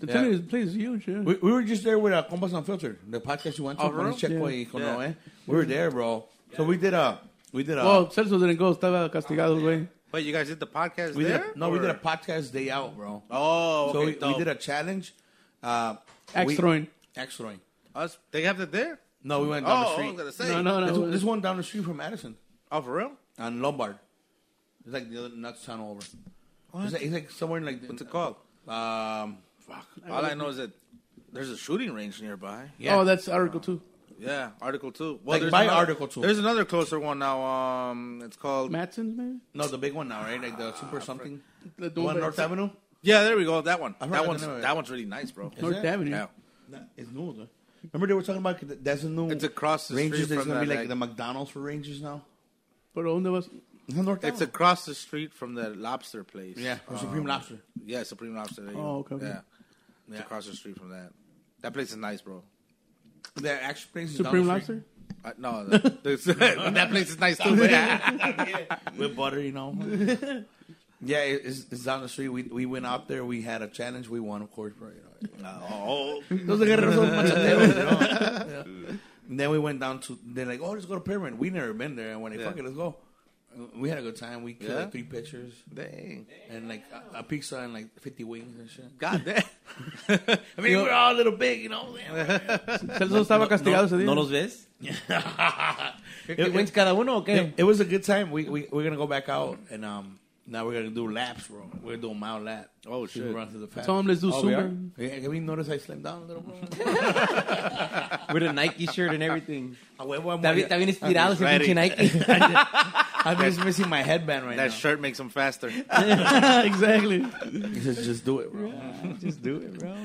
S3: The
S5: Yeah.
S3: telling you, this place is huge. Yeah.
S4: We, we were just there with uh, Compas Unfiltered, the podcast you went to.
S5: Oh, for
S4: Juan
S5: real?
S4: Checo
S3: Yeah.
S4: y Cono,
S5: Yeah.
S4: eh? We were there, bro. So we did a we did a
S3: well, Oh, Celso didn't go. Estaba castigado, güey.
S5: But you guys did the podcast
S4: we
S5: there?
S4: did a, no, we
S5: or-
S4: did a podcast day out, bro. so
S5: Oh, okay,
S4: we, we
S5: dope.
S4: did a challenge. Uh,
S3: Axe throwing.
S4: Axe throwing.
S5: Us, they have that there?
S4: No, we went
S5: Oh,
S4: down the
S5: I
S4: street.
S5: was gonna say.
S3: No, no, no.
S4: This, this one down the street from Madison
S5: Oh, for real?
S4: on Lombard. It's like the other nuts town over. It's like, it's like somewhere in like what's
S5: it called?
S4: Um, fuck.
S5: All I know is that there's a shooting range nearby.
S4: Yeah.
S3: Oh, that's Article 2.
S5: Yeah, Article Two.
S4: Like,
S5: there's
S4: by
S5: another-
S4: Article Two.
S5: There's another closer one now. Um, it's called.
S3: Matson's, man?
S4: no, the big one now, right? Like the
S5: Ah,
S4: super something.
S3: The,
S4: The
S3: the
S4: one
S3: that-
S4: on North Avenue.
S5: Yeah, there we go. That one.
S4: I've heard
S5: That
S4: the
S5: one's
S4: name of it.
S5: that one's really nice, bro.
S3: North
S4: it? Oh.
S3: Avenue.
S5: Yeah.
S4: No, it's new. Though. Remember they were talking about th- that's a new.
S5: It's across the
S4: Rangers.
S5: street
S4: there's
S5: from
S4: gonna be
S5: that,
S4: like, the
S5: like-
S4: McDonald's for Rangers now.
S3: Pero ¿dónde vas?
S4: No, North
S5: It's
S4: Avenue.
S5: across the street from the lobster place.
S4: yeah, or
S5: Uh,
S4: Supreme Lobster.
S5: yeah, Supreme Lobster. there you
S3: Oh,
S5: go.
S3: okay, okay.
S5: Yeah. It's across the street from that. That place is nice, bro.
S4: The actual place is down
S3: Supreme
S4: the
S3: Lobster?
S5: Uh, no,
S4: (laughs)
S5: that, there's- that place is nice too. But yeah.
S4: street. with butter, you know. (laughs) yeah, it- it's, it's down the street. We we went out there. We had a challenge. We won, of course, bro. You know.
S5: Oh,
S4: Those guerreros (laughs) son macheteros, (laughs) you know? And then we went down to. They're like, oh, let's go to Pyramid. We never been there, and when they
S5: Yeah.
S4: fuck it, let's go. We had a good time. We killed
S5: Yeah?
S4: like three pitchers
S5: Dang.
S4: and like a, a pizza and like fifty wings and shit.
S5: God damn.
S4: (laughs) I mean, we're all a little big, you know.
S3: Celso estaba castigado ese día.
S1: ¿No los ves?
S4: it,
S1: ¿Qué wins cada uno o
S4: it-
S1: qué?
S4: it was a good time. We we we're gonna go back out and um now we're gonna do laps, bro. We're doing mile lap.
S5: Oh,
S4: Just
S5: shit.
S4: Run through the fast.
S3: Tell him let's do
S4: Oh, we
S3: super.
S4: are? Yeah, can we notice I slimmed down a little, bro?
S1: (laughs) With a Nike shirt and everything.
S4: A huevo, I'm
S1: Está bien,
S4: like-
S1: está bien estirado ese pinche
S4: (laughs)
S1: Nike.
S4: I'm just missing my headband right
S5: That
S4: now.
S5: shirt makes him faster.
S3: (laughs) exactly.
S4: He says, just do it, bro. just do it, bro.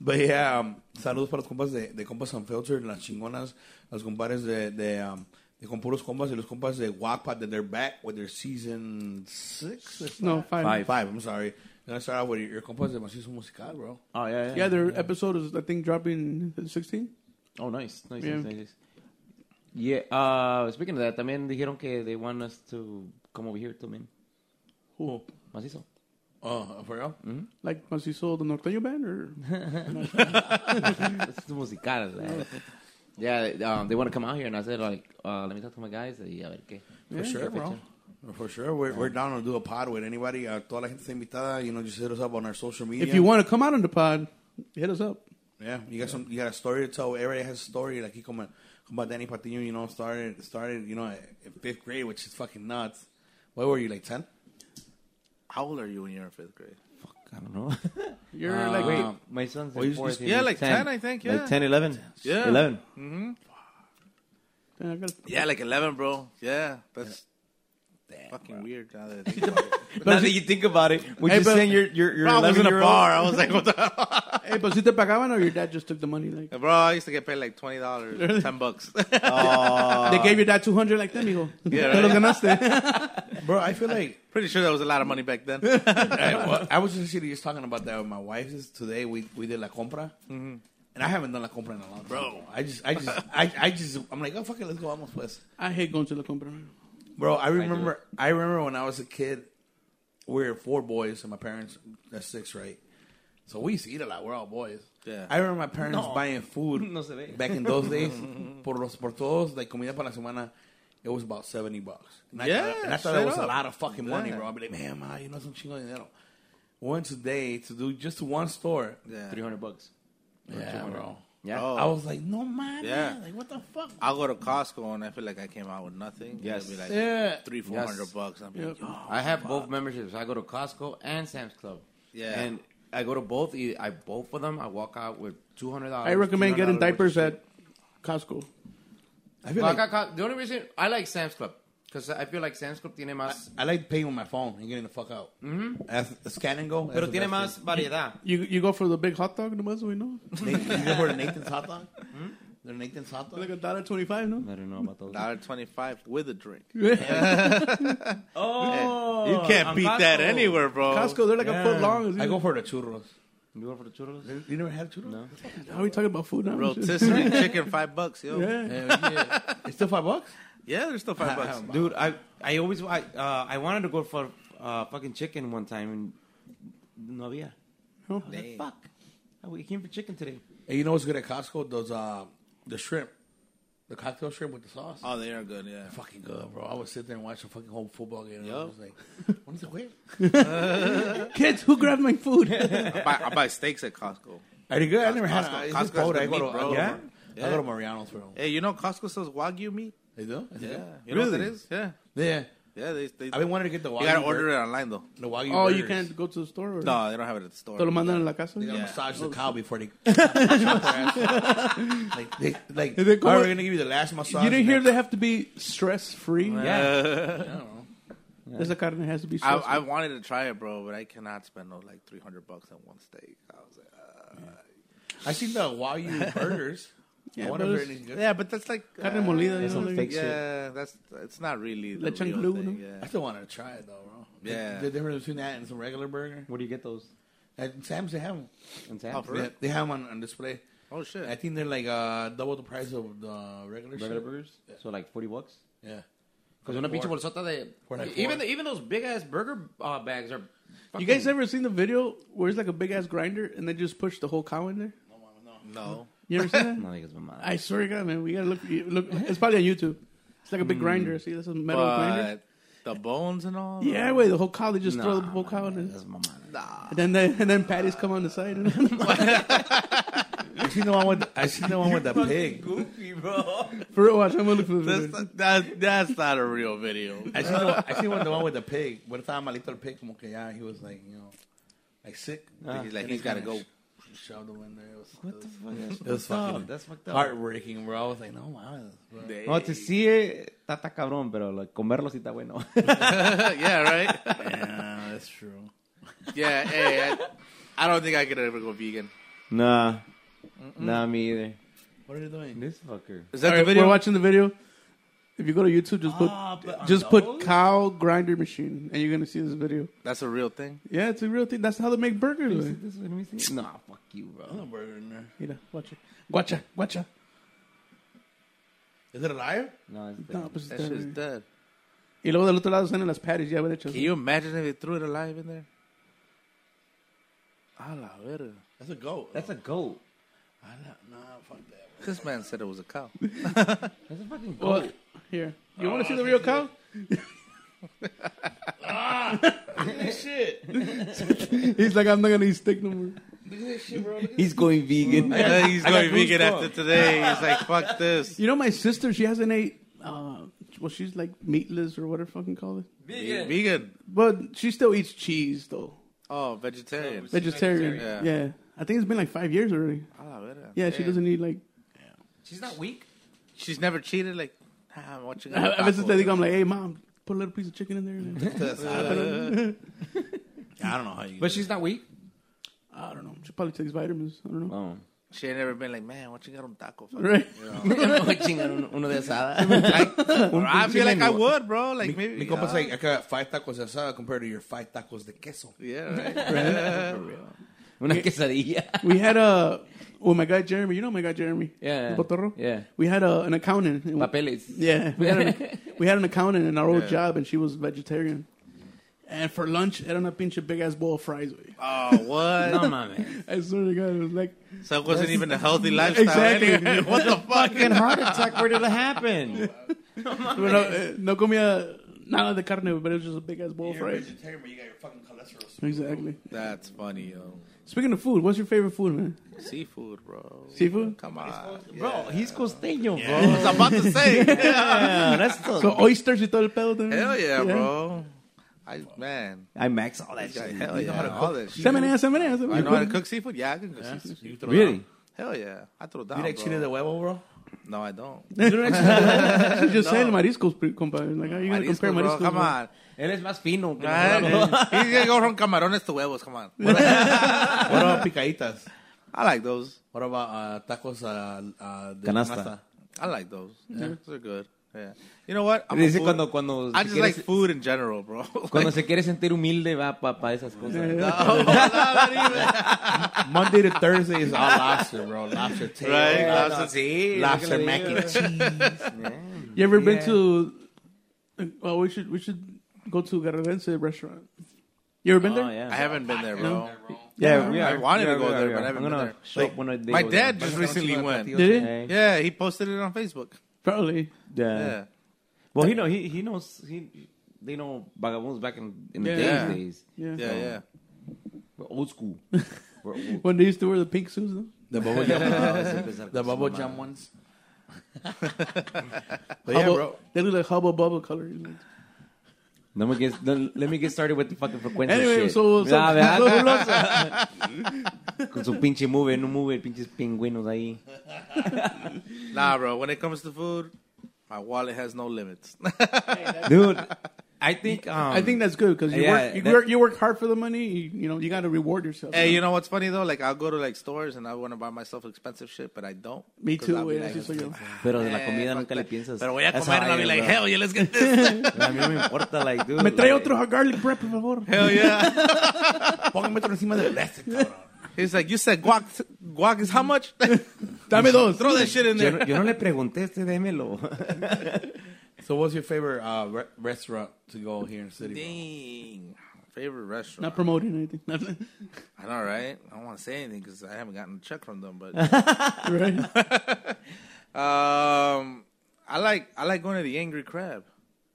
S4: But yeah, um, saludos para los compas de, de Compas Unfiltered, las chingonas, los compadres de, de, um, de con puros compas y los compas de Wapak that they're back with their season six. or
S3: No, fine.
S4: Five. Five, I'm sorry. And I start out with your, your compas de Macizo Musical, bro.
S1: Oh, yeah,
S3: Yeah, their episode is I think dropping 16.
S1: Oh, nice. Nice,
S3: Yeah.
S1: nice, nice, nice. Yeah, uh, speaking of that, también dijeron que they want us to come over here también.
S3: Who?
S1: Macizo.
S4: Oh, for real?
S3: Like Macizo, the Norteño band, or
S1: It's musical. eh. Yeah, um, they want to come out here, and I said, like, uh, let me talk to my guys. Y a ver qué.
S4: For sure, bro. For sure. We're, we're down to do a pod with anybody. Uh, toda la gente está invitada. You know, just hit us up on our social media.
S3: if you want to come out on the pod, hit us up.
S4: Yeah, you got some. You got a story to tell. Everybody has a story. Like he come on- come about Danny Patiño, you know, started started you know in fifth grade, which is fucking nuts. What were you like ten?
S5: How old are you when you're in fifth grade?
S1: I don't (laughs) know.
S3: You're
S4: Uh,
S3: like
S1: Wait,
S4: Wait,
S1: my son's
S4: oh,
S1: in
S4: you-
S1: fourth.
S4: you-
S1: he
S5: yeah,
S1: was
S5: like 10, I think, yeah.
S1: Like 10, 11.
S5: Yeah.
S1: 11.
S3: "Man, I gotta-"
S5: Yeah, like 11, bro. Yeah, that's fucking weird.
S4: (laughs)
S1: Now
S5: Now that I think about it.
S1: that you think about it, would
S3: Hey,
S1: you
S3: but-
S1: saying you're, you're, you're
S5: Bro, I was
S1: 11
S5: in a
S1: year
S5: bar.
S1: old?
S5: I was like, what the?
S3: hey, but si te pagaban or your dad just took the money? Like
S5: (laughs) Bro, I used to get paid like twenty dollars,
S4: (laughs)
S5: ten bucks.
S3: they gave your dad two hundred, like them, hijo.
S5: Yeah,
S3: Te lo
S5: right.
S3: ganaste.
S4: Bro, I feel like
S5: Pretty sure that was a lot of money back then.
S4: (laughs) I, well, I was actually just talking about that with my wife. Is today we we did la compra, and I haven't done la compra in a long time, bro. I just I just I, I just I'm like oh fuck it, let's go almost pues.
S3: I hate going to la compra. man.
S4: Bro, I remember I, remember when I was a kid, we were four boys and my parents that's six, right? So we used to eat a lot. We're all boys.
S5: Yeah.
S4: I remember my parents buying food
S1: No se ve.
S4: back in those days por los por todos like comida para la semana. It was about seventy bucks. And I
S5: (laughs) Yeah,
S4: thought, and I thought that
S5: straight
S4: was a
S5: up.
S4: lot of fucking money,
S5: Yeah.
S4: bro. I'd be like, man, ma, you know some chingo dinero. One today to do just one store.
S5: Yeah.
S1: 300 bucks.
S4: Yeah, bro.
S1: Yeah.
S5: Oh.
S4: I was like, no man.
S5: Yeah.
S4: Like what the fuck?
S5: I'll go to Costco and I feel like I came out with nothing.
S1: Yes.
S5: It'll be like
S4: Yeah.
S5: three, four hundred bucks. I'm like,
S3: Yep.
S5: yo,
S1: I have both memberships. I go to Costco and Sam's Club.
S5: Yeah.
S1: And I go to both. e- I both of them. I walk out with two hundred dollars.
S3: I recommend getting diapers at Costco.
S4: I feel like
S1: the only reason I like Sam's Club because I feel like Sam's Club tiene más,
S4: I like paying with my phone and getting the fuck out. Mm-hmm. That's the scan and go. That's
S1: pero
S4: the
S1: tiene más
S4: best
S1: variedad.
S3: You you go for the big hot dog, nomás, we know.
S4: thing. Nathan, you know where Nathan's hot dog? The Nathan's hot dog.
S3: Like a dollar twenty-five, no?
S1: I don't know about those.
S5: dollar twenty five with a drink.
S1: Oh,
S5: you can't beat that
S1: eh.
S5: anywhere, bro.
S3: Costco, they're like a foot
S1: Yeah.
S3: long.
S4: I go for the churros.
S1: You go for the churros?
S4: You never had churros?
S1: No.
S3: How are we talking about food now? (laughs)
S5: rotisserie chicken five bucks, yo. Yeah,
S3: Yeah.
S4: It's still five bucks.
S5: there's still five bucks.
S1: Dude, I I always I uh, I wanted to go for uh, fucking chicken one time and no había.
S3: No.
S1: I was like, fuck. I- We came for chicken today.
S4: And you know what's good at Costco? Those uh, the shrimp, the cocktail shrimp with the sauce.
S5: (laughs) Oh, they are good. Yeah,
S4: Fucking good, bro. I would sit there and watch the fucking home football game. And I
S5: Yup.
S4: was like, what is it? Wait.
S3: Kids, who grabbed my
S1: (laughs)
S3: food?
S5: I buy, I buy steaks at Costco.
S4: Are you good? I never had
S5: Costco-
S4: a- it's
S5: Costco's
S4: just cold.
S5: good
S4: I go to,
S5: meat,
S4: I go
S5: bro.
S4: to-
S5: Yeah?
S4: I go
S5: Yeah.
S4: to Mariano's for them.
S5: Hey, you know Costco sells wagyu meat.
S4: They do? Is it
S5: Yeah,
S4: good?
S5: you know what that is? Yeah,
S4: Yeah.
S5: yeah. They, they,
S4: I've been wanting to get the wagyu.
S5: you gotta order
S4: burger-
S5: it online though.
S4: The wagyu.
S3: (laughs) oh, you
S4: burgers.
S3: can't go to the store? Or
S5: No, they don't have it at the store.
S3: Te lo mandan en la casa?
S4: They gotta
S5: Yeah.
S4: massage the cow (laughs) before they. chop their ass. like they, like.
S3: They
S4: all
S3: call
S4: right,
S3: it-
S4: we're gonna give you the last massage.
S3: You didn't
S4: and
S3: hear
S4: then-
S3: they have to be stress free?
S5: Yeah,
S3: There's a carne that has to be
S5: I,
S3: stress
S5: I
S3: free.
S5: wanted to try it, bro, but I cannot spend no like three hundred bucks on one steak. I was like,
S4: I seen the (laughs) Wagyu burgers. I wonder if
S3: burgers.
S4: they're any good.
S5: yeah, but that's like
S3: Carne molida, you know?
S1: some
S3: like-
S1: fake
S5: Yeah, that's it's not really the
S3: Lechon
S5: real
S3: glue,
S5: thing,
S3: no?
S5: yeah.
S4: I still want to try it though, bro. The-
S5: Yeah.
S4: The, difference between that and some regular burger.
S1: Where do you get those?
S4: At Sam's they have them.
S1: In
S5: Oh,
S1: Sam's?
S5: for
S4: They,
S5: real?
S4: they have them on, on display.
S5: Oh shit!
S4: I think they're like uh, double the price of the regular,
S1: Regular
S4: shit.
S1: burgers? So like 40 bucks?
S4: Yeah.
S1: Because una pinche
S4: Four.
S1: bolsota de...
S4: For like four.
S1: even, the, even those big-ass burger uh, bags are...
S3: You
S1: fucking-
S3: guys ever seen the video where it's like a big ass grinder and they just push the whole cow in there?
S5: No,
S3: You
S5: (laughs)
S3: ever seen that?
S1: No digas mamada.
S3: I swear to God, man, we gotta look. you- Look, it's probably on YouTube. It's like a big grinder. See, this is a metal grinder.
S5: Mm. but The bones and all.
S3: Yeah, wait, the whole college just throw the
S1: Nah,
S3: whole
S1: nah,
S3: college.
S1: That's my man.
S3: And then they, and then patties come on the side.
S4: I seen the one with I seen the one (laughs) with the pig.
S1: Goofy, bro.
S3: (laughs) for real, watch. I'm gonna look for this.
S5: That's not, that's, that's not a real video. (laughs)
S4: I seen the one, I seen one, the one with the pig. When estaba malito el pig, como que ya he was like you know like sick.
S5: he's like, he's got to go.
S4: Shoved him in there. It was,
S1: What the fuck? That's
S4: uh, it was
S1: fucked
S4: fucking
S1: up. That's fucked up.
S4: heartbreaking, bro. I was like, no, wow. bro.
S1: No, to see it, está, está cabrón, pero like, comerlo sí está bueno.
S5: (laughs)
S1: (laughs)
S5: yeah, right?
S4: Yeah, that's true.
S5: Yeah, hey, I, I don't think I could ever go vegan.
S1: nah. Nah, me either.
S4: What are you doing?
S1: This fucker.
S5: Is that
S3: All
S5: the
S3: right,
S5: video?
S3: We're watching the video. If you go to YouTube, just put
S4: Ah, but on
S3: just put
S4: those?
S3: cow grinder machine, and you're gonna see this video.
S5: That's a real thing.
S3: Yeah, it's a real thing. That's how they make burgers. güey.
S1: This one, let me see. Nah, fuck you, bro.
S4: There's a burger in there.
S3: Mira, watch it. Guacha, guacha.
S4: Is it a liar?
S1: No, este, it's (laughs)
S3: No, pues
S5: That
S3: está,
S5: shit's
S3: güey.
S5: dead.
S3: Y luego del otro lado salen las patties ya hechas.
S5: Can you imagine if they threw it alive in there? A la verga.
S4: That's a goat.
S1: That's a goat.
S4: I don't- nah, fuck that.
S5: This man said it was a cow.
S1: That's a fucking goat.
S3: Well, Oh, here. You want to see the real cow? (laughs) ah, shit. He's like, I'm not gonna eat steak no more.
S1: He's going vegan.
S5: he's going
S1: goosebumps.
S5: vegan after today. He's like,
S3: (laughs)
S5: fuck this.
S3: You know, my sister, she hasn't ate. Uh, well, she's like meatless or whatever fucking call it.
S5: Vegan. vegan.
S3: But she still eats cheese though.
S5: Oh, vegetarian.
S3: Vegetarian.
S5: vegetarian.
S3: Yeah. I think it's been like five years already.
S5: A la verga.
S3: Yeah, she
S5: Damn.
S3: doesn't eat like.
S1: She's not weak.
S5: She's never cheated. Like, ah,
S3: (laughs)
S5: I'm watching.
S3: A veces te digo, I'm like, hey mom, put a little piece of chicken in
S5: (laughs)
S3: there. (laughs)
S4: I don't know how you.
S1: But she's not weak.
S3: I don't know. She probably takes vitamins. I don't know.
S1: Oh.
S5: She ain't never been like, man, what you got on taco?
S3: (laughs)
S5: fuck?"
S3: Right. (laughs)
S1: (laughs) Uno de (laughs) asada.
S5: Or I feel like I would, bro. Like maybe. uh,
S4: Mi compa's like, I got five tacos de asada compared to your five tacos de queso.
S5: yeah,
S3: (laughs)
S5: right. Yeah.
S1: Una quesadilla. (laughs)
S3: We had a. Well, my guy Jeremy, you know my guy Jeremy.
S1: Yeah.
S3: El Botorro?
S1: Yeah.
S3: We had a, an accountant. and-
S1: Papeles.
S3: Yeah, we had, an, we had an accountant in our old job, and she was vegetarian. And for lunch, era una pinche big ass bowl of fries. güey.
S5: Oh, what?
S1: No mames.
S3: I swear to God, it was like
S5: So it wasn't even a healthy lifestyle.
S3: Exactly.
S5: anyway. (laughs)
S3: (laughs)
S5: what the fuck?
S1: Fucking heart attack. Where did it happen?
S3: no, eh, no comía nada de carne, but it was just a big ass bowl of fries.
S4: vegetarian, but you got your fucking cholesterol.
S3: Exactly.
S5: That's funny, yo.
S3: Speaking of food, what's your favorite food, man?
S5: Seafood, bro.
S3: Seafood.
S5: Come on.
S1: Bro, he's costeño, bro.
S5: I was about to say.
S3: (laughs)
S1: Yeah, that's the-
S3: So oysters y todo el pedo. también.
S5: Hell yeah, bro. I man.
S1: I max all that shit.
S5: Hell yeah. All that shit.
S3: Semenea, semenea,
S5: I know how
S3: (laughs)
S5: to
S3: semenea.
S5: cook seafood. Yeah, I can cook seafood. You throw
S1: Really?
S5: down. Hell yeah. I throw down.
S4: You like
S5: bro.
S4: chile de huevo, bro?
S5: No, I don't.
S3: She's
S5: (laughs)
S3: just saying mariscos, pre- compa. Like, how you gonna compare
S5: Marisco, bro,
S3: mariscos?
S5: Come
S1: (laughs)
S3: bro?
S5: on.
S1: Él es más fino. que
S5: Man,
S1: nosotros.
S5: he's gonna go from camarones to huevos. Come on.
S4: What about picaditas?
S5: I like those.
S4: What about uh, tacos uh, uh, de
S1: Canasta.
S5: I like those. Yeah, they're good. Yeah. You know what? I'm a
S1: Dice
S5: food-
S1: cuando, cuando,
S5: I
S1: se
S5: just
S1: quiere,
S5: like food in general, bro. (laughs)
S1: cuando se quiere sentir humilde va para esas cosas.
S4: Monday to Thursday is all lobster, bro. Lobster tail. uh,
S5: Right?
S1: Ah,
S5: Lobster-
S1: no, sí,
S4: Lobster
S1: lo que le
S4: mac
S1: digo.
S4: and cheese.
S3: You ever been
S1: Yeah.
S3: to? Oh, we should we should go to Garravense restaurant. You ever been there?
S1: Oh, yeah.
S5: I haven't been there, bro.
S1: Yeah,
S5: I wanted to
S1: Yeah,
S5: go
S1: we are,
S5: there,
S1: we
S5: but
S1: are.
S5: I haven't
S1: I'm
S5: been
S1: gonna
S5: there.
S1: show up when I
S5: My
S1: go
S5: dad
S1: there.
S5: just recently went.
S3: Did it?
S1: Hey.
S5: Yeah, he posted it on Facebook.
S3: Probably.
S1: Yeah.
S5: Yeah.
S1: Well, he know he he knows he they know vagabonds back in, in the
S3: Yeah.
S1: days days.
S3: Yeah.
S5: Yeah, yeah.
S1: We're old
S3: (laughs)
S1: school. We're old.
S3: When they used to wear the pink suits. Though.
S4: The bubble jam, the
S1: the
S4: bubble jam ones. but yeah,
S3: Hubba-
S4: bro.
S3: They look like hubba bubba color.
S1: Let me get let, let me get started with the fucking frecuencia
S3: Anyway,
S1: shit.
S3: so- (laughs) so-
S1: Ah, ¿verdad, culos? con su pinche move, no move, pinches pingüinos ahí.
S5: Nah, bro. When it comes to food, my wallet has no limits. (laughs)
S1: Dude, I think um,
S3: I think that's good because you
S1: yeah,
S3: work you,
S1: that-
S3: work you work hard for the money. You, you know you got to reward yourself.
S5: hey, you know what's funny though? Like I'll go to like stores and I want to buy myself expensive shit, but I don't.
S3: Me
S5: 'Cause
S3: too.
S5: I'll be
S3: Wait,
S5: like,
S3: that's just like,
S1: pero de la
S5: eh,
S1: comida
S5: fuck
S1: nunca le
S5: that.
S1: piensas.
S5: Pero voy a
S1: That's
S5: comer
S1: how
S5: and I'll
S1: I
S5: be
S1: am,
S5: like,
S1: bro.
S5: hell yeah, let's get this.
S1: A mí no me importa, like, dude.
S3: me trae
S1: like-
S3: otro garlic bread, por favor.
S5: hell yeah.
S4: Póngame otro encima del plástico, cabrón.
S5: (laughs) He's like, you said guac. Guac is how (laughs) much?
S3: Dame dos.
S5: Mm. Throw that shit in
S1: Yo
S5: there.
S1: no, yo no le pregunté, este démelo.
S4: (laughs) So, what's your favorite uh, re- restaurant to go here in the city? bro?
S5: Dang. Favorite restaurant.
S3: Not promoting anything. Nothing.
S5: I know, right? I don't want to say anything because I haven't gotten a check from them.
S3: (laughs)
S5: But
S3: right.
S5: um, I like I like going to the Angry Crab.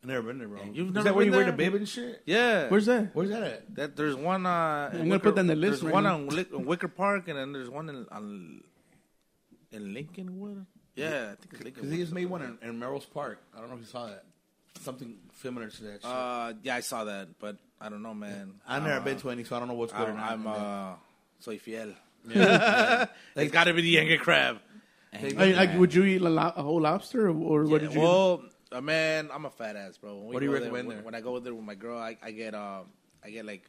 S4: I've never been there, bro.
S5: You've
S4: Is
S5: never
S4: that where you
S5: been
S4: wear the
S5: there?
S4: bib and shit?
S5: Yeah.
S3: Where's that?
S4: Where's that at?
S5: that? There's one. Uh,
S3: I'm gonna put that in the list
S5: There's
S3: right
S5: one
S3: now.
S5: on Lick- on Wicker Park, and then there's one in on, in Lincoln. What? Yeah, I think it's Lincoln.
S4: Because they
S5: Wood.
S4: just made one in, in Merrill's Park. I don't know if you saw that. Something similar to that. Shit.
S5: Uh, yeah, I saw that, but I don't know, man.
S4: I've never been to any, so I don't know what's
S5: I,
S4: going on.
S5: I'm
S4: in there.
S5: uh, soy fiel. (laughs) it's got to be the angry crab.
S3: I, like, would you eat a, lo- a whole lobster, or, or what
S5: Yeah,
S3: did you?
S5: well, uh, man, I'm a fat ass, bro. When we
S4: What do you
S5: go there-
S4: recommend
S5: when,
S4: there?
S5: when I go there with my girl, I, I get um, I get like,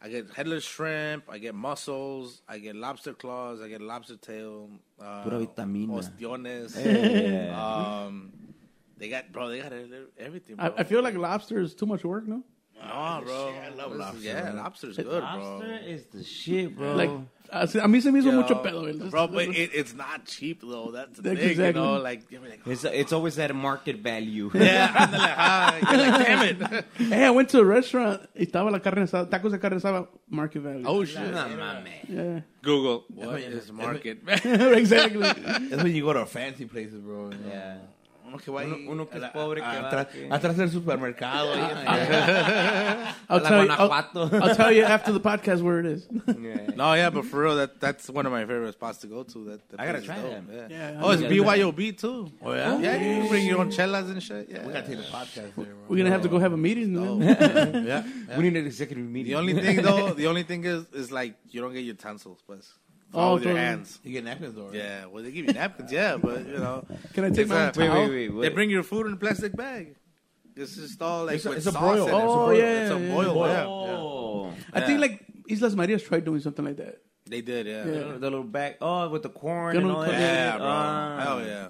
S5: I get headless shrimp, I get mussels, I get lobster claws, I get lobster tail, uh,
S1: Pura vitamina.
S5: ostiones. Um, they got bro, they got e- everything. Bro.
S3: I, I feel like lobster is too much work, no?
S5: no, bro. I love lobster. Yeah, lobster's good,
S1: Lobster is the shit, bro.
S3: Like, uh, a mí se me hizo
S5: bro.
S3: mucho pedo. eh, el-
S5: Yo, bro, but it, it's not cheap though. That's the thing,
S3: That's
S5: you
S3: exactly-
S5: know. Like, you're like,
S1: it's it's always at a market value.
S5: (laughs)
S1: (laughs)
S5: yeah, I'm like, ah, you're like, damn it.
S3: Hey, I went to a restaurant. y Estaba la carne asada, tacos de carne asada, Market Value.
S5: Oh shit.
S1: Nah, my man.
S3: yeah,
S5: Google. What is market?
S3: (laughs) exactly.
S4: That's when you go to fancy places, (laughs) bro.
S1: Yeah.
S4: Uno que va
S1: Uno-
S4: ahí
S1: uno que
S4: a
S1: es
S4: la-
S1: pobre
S4: a-
S1: que va
S4: atrás,
S1: aquí.
S4: atrás del supermercado. ahí en-
S3: I'll
S1: La
S3: tell you. I'll,
S1: Guanajuato.
S3: (laughs) I'll tell you after the podcast where it is.
S5: No, yeah, but for real, that that's one of my favorite spots to go to. That, that
S1: I gotta
S5: place is
S1: try
S5: dope,
S1: that.
S5: Yeah.
S3: Yeah,
S5: oh, it's
S3: yeah.
S5: BYOB too.
S4: Oh, yeah?
S5: Yeah, you can bring your own chelas and shit. Yeah. Oh,
S4: We got to take the podcast there, bro.
S3: We're gonna have to go have a meeting. then.
S5: yeah.
S1: We need an executive
S5: The
S1: meeting.
S5: only thing though, the only thing is, is like you don't get utensils, but it's
S3: Oh,
S5: all with your
S3: totally.
S5: hands.
S4: You get napkins, though. right?
S5: Yeah, well they give you napkins, yeah, but you know,
S3: Can I take
S5: it's
S3: my own
S5: a-
S3: towel?
S1: wait, wait, wait.
S5: They bring your food in a plastic bag. It's just all like
S4: It's a-
S5: with
S4: it's a
S5: sauce
S4: broil.
S5: in it.
S3: Oh,
S5: it's a broil.
S3: yeah,
S5: it's a
S3: yeah,
S5: boil.
S4: yeah.
S5: Yeah.
S1: Oh,
S3: I think like Islas Marias tried doing something like that.
S5: They did, yeah.
S3: Yeah.
S5: Yeah,
S1: the little back. Oh, with the corn
S3: Yo
S1: and
S3: no
S1: all
S3: comí.
S1: that.
S5: bro.
S1: Ah.
S5: hell yeah.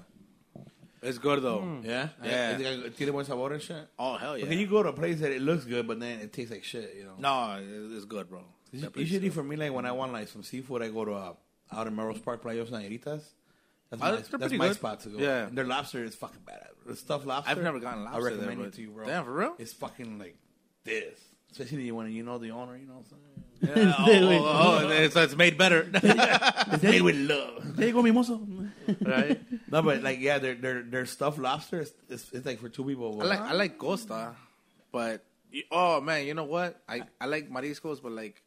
S5: It's good though.
S4: Yeah?
S5: Yeah.
S4: It tiene buen sabor and shit.
S5: Oh hell yeah.
S4: But Can you go to a place that it looks good, but then it tastes like shit, you know?
S5: No, it- it's good, bro.
S4: Us-
S5: That place is
S4: Usually for me, like when I want like some seafood, I go to uh, out in Merrill's Park, Playas Nayaritas. That's my,
S5: Ah, they're
S4: that's
S5: pretty
S4: my
S5: good.
S4: spot to go.
S5: Yeah.
S4: And their lobster is fucking badass. The stuffed lobster.
S5: I've never gotten lobster
S4: I recommend
S5: there,
S4: it
S5: but-
S4: to you, bro.
S5: Damn, for real?
S4: It's fucking like this. Especially when you know the owner, you know what I'm
S5: (laughs)
S4: saying?
S5: Yeah, oh, oh, oh, oh, it's, it's made (laughs) better,
S4: It's made with love.
S5: (laughs)
S3: There you go, mimoso.
S5: right?
S4: No, but like, yeah, their, their, their stuffed lobster is it's, it's like for two people.
S5: I
S4: bro.
S5: like I like Costa, but you- oh man, you know what? I I like mariscos, but like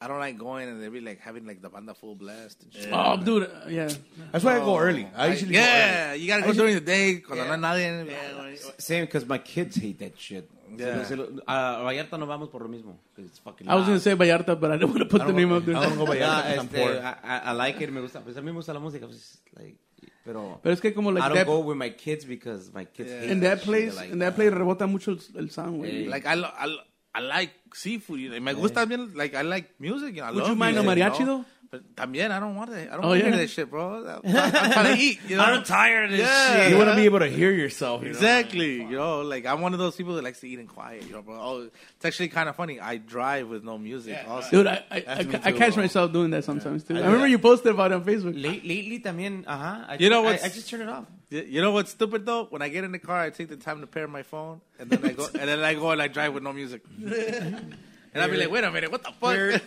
S5: I don't like going and they be like having like the banda full blast. And shit.
S3: Oh, dude, uh, yeah.
S4: That's why I go early. I
S5: Oh, I-
S4: usually
S5: yeah, you gotta go
S4: I
S5: during the day because
S4: Yeah.
S5: I'm not nadie.
S1: Same, because my kids hate that shit.
S5: Yeah.
S1: Se- se- A Vallarta no vamos por lo mismo. 'cause It's fucking
S3: I was gonna say Vallarta, but I don't want to put the
S4: go
S3: name
S4: early.
S3: up there.
S4: I don't go by
S1: Yeah,
S3: pues,
S4: because I'm
S1: este,
S4: poor.
S1: I, I- I like it. Me gusta. Pues a mí me gusta la música. Pues, like, pero
S3: Pero es que como
S1: I
S3: like
S1: don't
S3: that,
S1: go with my kids because my kids hate
S3: in that
S1: shit.
S3: place,
S1: Like, ah.
S3: in that place, rebota mucho el- el sound. güey.
S5: Like I lo- I lo- I like seafood. You know, me gusta bien, like I like music. You know, I
S3: Would
S5: love
S3: you mind a
S5: music,
S3: mariachi,
S5: you know?
S3: though?
S5: But también I don't want it. I don't
S3: Oh,
S5: want
S3: yeah?
S5: any of that
S3: (laughs)
S5: shit, bro. I'm, I'm trying to eat. You know?
S1: I'm tired of this
S5: Yeah.
S4: You want
S5: (laughs)
S4: to be able to hear yourself. You know?
S5: Exactly. You know, like I'm one of those people that likes to eat in quiet. You know, bro. Oh, it's actually kind of funny. I drive with no music. also.
S3: Dude, I, I, I,
S4: That's me
S3: I
S4: too,
S3: catch
S4: bro.
S3: myself doing that sometimes too. I,
S4: do
S3: remember
S4: that.
S3: you posted about it on Facebook.
S1: Late, lately, también, ajá. I,
S5: You know
S1: I-
S5: what's-
S1: I, just turn it off.
S5: Y- You know what's stupid though? When I get in the car, I take the time to pair my phone, and then I go, and then I go and I drive with no music.
S4: (laughs)
S5: and I'll be like, wait a minute, what the fuck?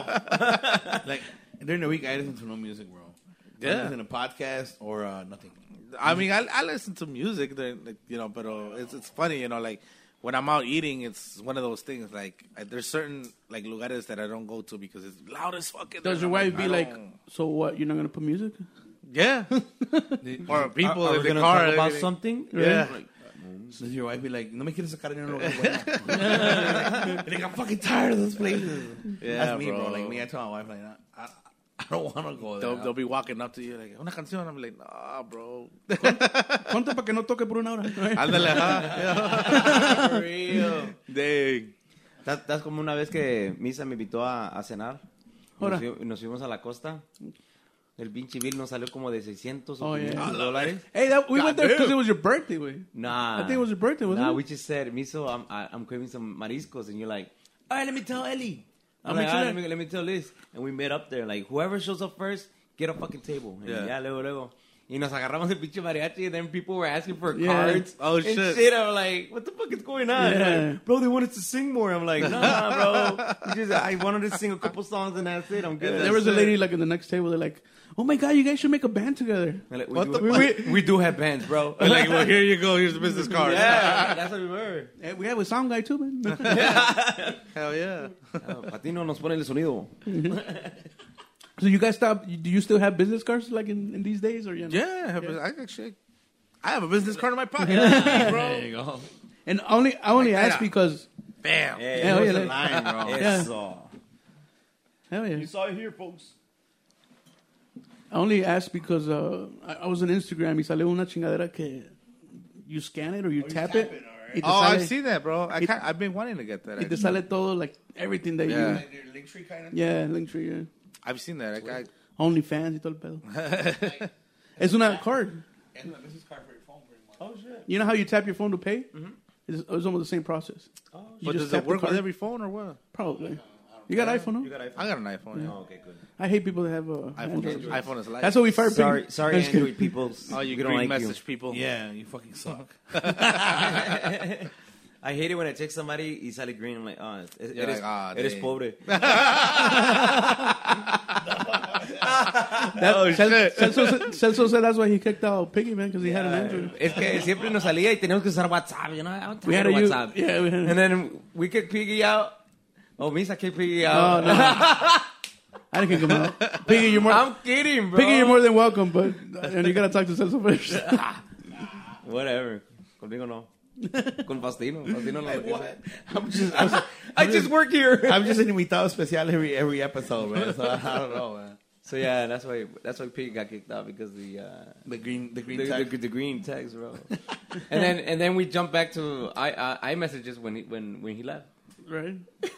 S5: (laughs)
S4: Like during the week, I listen to no music, bro.
S5: Yeah.
S4: I listen to podcast or uh, nothing.
S5: I mean, I, I listen to music, then like, you know, but uh, it's it's funny, you know, like when I'm out eating, it's one of those things. Like I, there's certain like lugares that I don't go to because it's loud as fuck. in there,
S3: Does your
S5: and I'm
S3: wife be
S5: I
S3: like,
S5: don't-
S3: so what? You're not gonna put music?
S4: (laughs)
S5: yeah, or people
S1: Are, are
S5: in
S1: we
S5: the
S1: gonna
S5: car
S1: talk about
S5: everything.
S1: something?
S5: Yeah.
S4: Does your wife be like, "No me quieres sacar en el (laughs) lugar bueno." Like I'm fucking tired of this place.
S5: Yeah,
S4: That's me, bro.
S5: bro.
S4: Like me, I tell my wife like, "Nah, "I, I don't want to go there."
S5: They'll, they'll be walking up to you like una canción. I'm like, nah, bro. (laughs)
S3: Ponte para que no toque por una hora.
S5: Ándale, ajá. (laughs) Dang.
S1: That- that's como una vez que Misa me invitó a, a cenar. Nos,
S3: Ahora.
S1: fui- nos fuimos a la costa. El pinche bill nos salió como de 600 o
S3: Oh,
S1: 500
S3: yeah.
S1: dólares.
S3: Hey, that, we went there because it was your birthday, way.
S1: Nah.
S3: I think it was your birthday, wasn't
S1: nah,
S3: it?
S1: we just said, Miso, I'm, I, I'm craving some mariscos. And you're like, all right, let me tell Ellie.
S3: I'll
S1: I'm
S3: make
S1: like,
S3: sure
S1: "All right, let,
S3: that-
S1: me, let me tell Liz. And we met up there. Like, whoever shows up first, get a fucking table. And
S5: Yeah.
S1: yeah. luego, luego. Y nos agarramos el pinche mariachi, and then people were asking for
S3: Yeah.
S1: cards.
S5: Oh,
S1: and
S5: shit.
S1: I'm like, what the fuck is going on?
S3: Yeah.
S1: Like, bro, they want us to sing more. I'm like,
S3: (laughs)
S1: nah, bro. We just, I wanted to sing a couple songs and that's it. I'm good.
S3: there was a lady like in the next table. They're like, "Oh my god, you guys should make a band together."
S1: I'm like, we,
S5: What
S1: do,
S5: the
S1: we, we do have bands, bro.
S5: They're like, well, here you go. Here's the business card.
S1: yeah, that's what we were.
S3: (laughs) Hey, we have a sound guy too, man. (laughs)
S5: Hell yeah.
S1: Patino nos pone el sonido.
S3: so you guys stop? Do you still have business cards like in, in these days, or you know?
S5: Yeah. I have a- I actually, I have a business card in my pocket, bro.
S1: you go.
S3: And only I only
S5: Like that.
S3: asked because
S5: Bam.
S3: Yeah,
S1: it was
S3: yeah,
S1: a
S3: like-
S1: line,
S3: (laughs)
S1: bro.
S3: Yeah.
S1: Eso.
S3: hell yeah,
S4: saw it here, folks.
S3: I only asked because uh, I, I was on Instagram. Y sale una chingadera que you scan it or you, tap, it. y te
S5: Oh,
S3: sale-
S5: I've seen that, bro. I can't, I've been wanting to get that.
S3: y te
S5: actually.
S3: sale todo like everything that
S5: Yeah.
S3: you yeah Linktree yeah.
S5: I've seen that. I, I,
S3: OnlyFans y todo el pedo.
S5: (laughs)
S3: es una card.
S1: Oh,
S3: You know how you tap your phone to pay? It's, it's almost the same process. You
S5: Mm-hmm. Oh, but
S3: just
S5: does it
S3: tap the
S5: work with
S3: card?
S5: every phone or what?
S3: Probably. You got iPhone? No?
S5: I got an iPhone. yeah.
S1: Okay, good.
S3: I hate people that have uh,
S5: iPhone,
S3: Android.
S5: is, iPhone is life.
S3: That's what we fired.
S1: Sorry,
S3: people.
S1: sorry,
S3: I'm just kidding.
S1: Android people.
S5: Oh, you
S1: we
S5: green
S1: (laughs)
S5: message people.
S4: Yeah, you (laughs) fucking suck.
S1: I hate it when I text somebody y sale green. I'm like, oh, it's, it,
S5: You're
S1: it is,
S5: like, ah,
S1: it is
S5: dang.
S1: pobre.
S5: (laughs) Oh,
S3: That- Cel- Celso, said- Celso said that's why he kicked out Piggy man because he had an Android.
S1: Es que siempre nos salía y teníamos que usar WhatsApp, you know? I'm
S3: We had
S1: tired of
S3: a U-
S1: WhatsApp.
S3: yeah, we had a-
S1: And then we could piggy out. Oh, Misa kicked piggy
S3: Oh
S1: out.
S3: no, (laughs) I didn't kick him out. Piggy, you're more.
S1: I'm kidding, bro.
S3: Piggy, you're more than welcome, but and you gotta talk to Celso first.
S1: Whatever. Conmigo no. Con Fastino. Fastino no.
S3: (laughs)
S1: I'm just, I'm, I just work here.
S4: I'm just an invitado especial every every episode, man. So I, I don't know, (laughs) man.
S1: So yeah, that's why that's why Piggy got kicked out because the uh,
S4: The green, the green
S1: the,
S4: tag.
S1: the, the green tags, bro. (laughs) and then and then we jump back to I I, I messages when he when when he left.
S3: right? (laughs)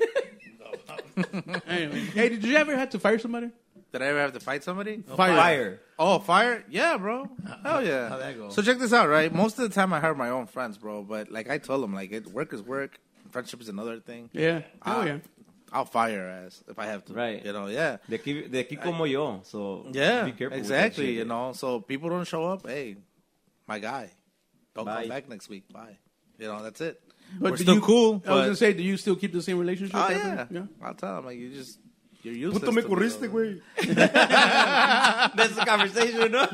S3: anyway, hey, did you ever have to fire somebody?
S5: Did I ever have to fight somebody?
S3: Fire.
S5: Oh, fire? Yeah, bro. Hell yeah.
S4: that go?
S5: So check this out, right? Most of the time I hurt my own friends, bro. But like I told them, like it, work is work. Friendship is another thing.
S3: Yeah.
S5: Ah.
S3: Oh yeah.
S5: I'll fire your ass if I have to.
S1: Right.
S5: You know, yeah.
S1: De aquí, de aquí como yo, so
S5: Yeah.
S1: be careful. with that
S5: exactly.
S1: shit.
S5: You know, so people don't show up, hey, my guy, don't
S1: Bye.
S5: come back next week. Bye. You know, that's it.
S3: But
S5: We're
S3: do
S5: still
S3: you-
S5: cool.
S3: I was
S5: but-
S3: gonna say, do you still keep the same relationship?
S5: Oh,
S3: after?
S5: yeah. I'll tell them, like, you just, you're useless.
S4: Puto me
S5: to me,
S4: corriste,
S5: bro.
S4: güey.
S1: That's the conversation, no?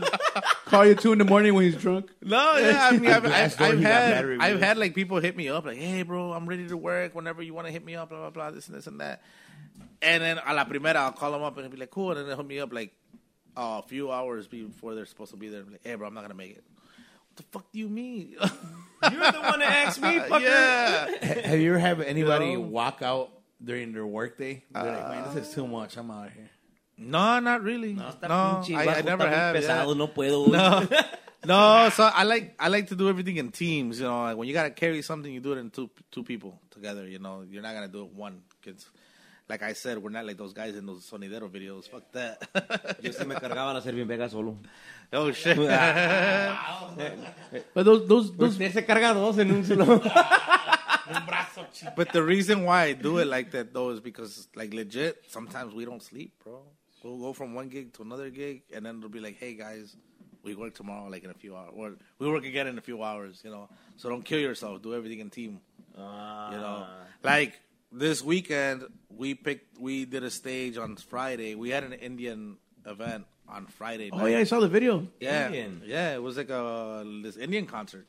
S3: Call you two in the morning when he's drunk.
S4: (laughs)
S5: No, yeah, I mean, I've,
S4: Glass
S5: I've,
S4: door,
S5: I've
S4: he got
S5: had,
S4: battery
S5: I've
S4: with
S5: had like people hit me up, like, hey, bro, I'm ready to work whenever you want to hit me up, blah blah blah, this and this and that. And then a la primera, I'll call them up and he'll be like, cool, and then they'll hit me up like a few hours before they're supposed to be there. I'm like, hey, bro, I'm not gonna make it. What the fuck do you mean?
S1: You're the one that asked
S5: (laughs)
S1: me, fucker.
S5: yeah,
S4: Have you ever had anybody
S5: No.
S4: walk out during their workday? They're like, man, this is too much. I'm out of here.
S5: no, not really. No, I, I never have. yeah.
S1: Pesado, no puedo. No.
S5: No, so I like I like to do everything in teams. You know, like when you gotta carry something, you do it in two two people together. You know, you're not gonna do it one. 'cause like I said, we're not like those guys in those sonidero videos. Fuck that.
S1: Yo se me cargaba la Servienvega solo.
S5: oh shit.
S3: Ah,
S5: (laughs)
S3: But those those those
S1: Usted se carga dos en un
S3: (laughs)
S1: solo.
S5: but the reason why I do it like that though is because like legit, sometimes we don't sleep, bro. We'll go from one gig to another gig, and then it'll be like, hey guys, we work tomorrow, like in a few hours, or we work again in a few hours. You know, so don't kill yourself. Do everything in team.
S3: Ah.
S5: You know, like this weekend we picked, we did a stage on Friday. We had an Indian event on Friday.
S3: Oh
S5: night.
S3: yeah, I saw the video.
S5: yeah,
S1: Indian.
S5: yeah. It was like a this Indian concert,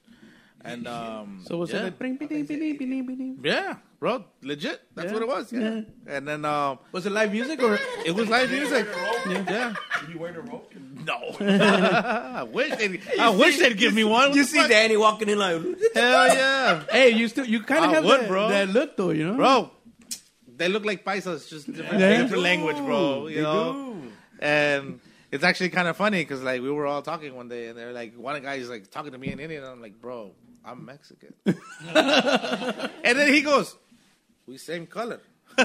S5: and um,
S3: So was
S5: yeah.
S3: it like bing, bing, bing, bing, bing, bing, bing.
S5: Yeah, bro, legit. That's
S3: Yeah.
S5: what it was. Yeah.
S3: Yeah.
S5: And then um,
S3: Was it live music or
S5: it was live music. Yeah. You wear the rope? No. I wish they. I wish they'd give me one.
S1: You see Danny walking in
S4: (laughs)
S1: like,
S5: Hell yeah,
S3: (laughs) Hey, you still you kind
S5: I
S3: of have
S5: would,
S3: that,
S5: bro.
S3: that look though, you know?
S5: bro. They look like paisas, just different,
S3: Mm-hmm. They
S5: different
S3: do.
S5: language, bro. You know. And it's actually kind of funny because like we were all talking one day, and they're like, one guy's like talking to me in Indian, and I'm like, bro, I'm Mexican.
S3: (laughs)
S5: and then he goes, we same color. (laughs)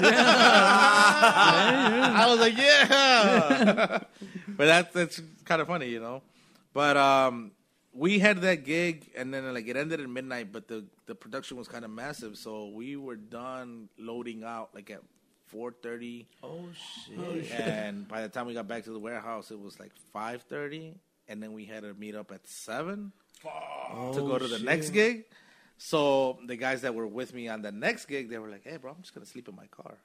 S5: I was
S3: (laughs)
S5: like, yeah. but that's that's kind of funny, you know. But um, we had that gig, and then like it ended at midnight. But the the production was kind of massive, so we were done loading out like at four thirty. Oh shit! And by the time we got back to the warehouse, it was like five thirty. and then we had to meet up at seven to go to the next gig. So the guys that were with me on the next gig, they were like, "Hey, bro, I'm just gonna sleep in my car,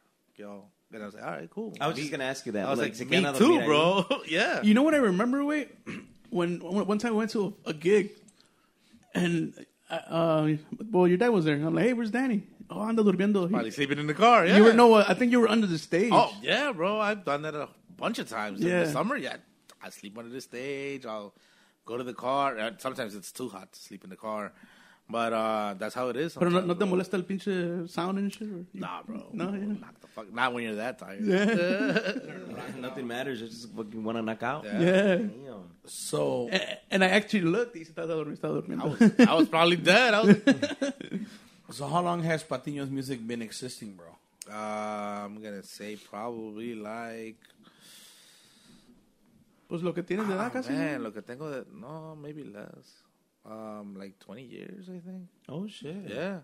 S5: yo." And I was like, "All right, cool."
S1: I was just gonna ask you that.
S5: I was
S1: like,
S5: like,
S1: se
S5: "Me
S1: quedan a dormir
S5: too,
S1: ahí.
S5: bro." (laughs) yeah.
S3: You know what I remember, wait? (clears throat) When one one time I went to a, a gig, and uh, uh, well, your dad was there. I'm like, hey, where's Danny? Oh, anda durmiendo.
S5: Probably sleeping in the car. Yeah.
S3: You were no, I think you were under the stage.
S5: Oh yeah, bro. I've done that a bunch of times in
S3: Yeah.
S5: the summer. Yeah, I sleep under the stage. I'll go to the car. Uh, Sometimes it's too hot to sleep in the car, but uh, that's how it is.
S3: Pero no, no
S5: sometimes,
S3: te
S5: bro.
S3: molesta el pinche sound and shit? or- (laughs)
S5: Nah, bro.
S3: No,
S5: No,
S3: yeah.
S5: knock the fuck. Not when you're that tired.
S1: Nothing matters. I just fucking want to knock out.
S3: Yeah.
S1: Damn.
S4: So
S3: A- And I actually looked. Dice, está dormido, está
S5: I
S3: dormido.
S5: was,
S3: (laughs)
S5: I was probably dead. I was.
S4: so how long has Patino's music been existing, bro?
S5: Uh, I'm gonna say probably like.
S3: Pues lo que tienes de edad
S5: Ah,
S3: casi.
S5: man, lo que tengo de no, maybe less. Um, like 20 years, I think.
S1: Oh shit.
S5: Yeah.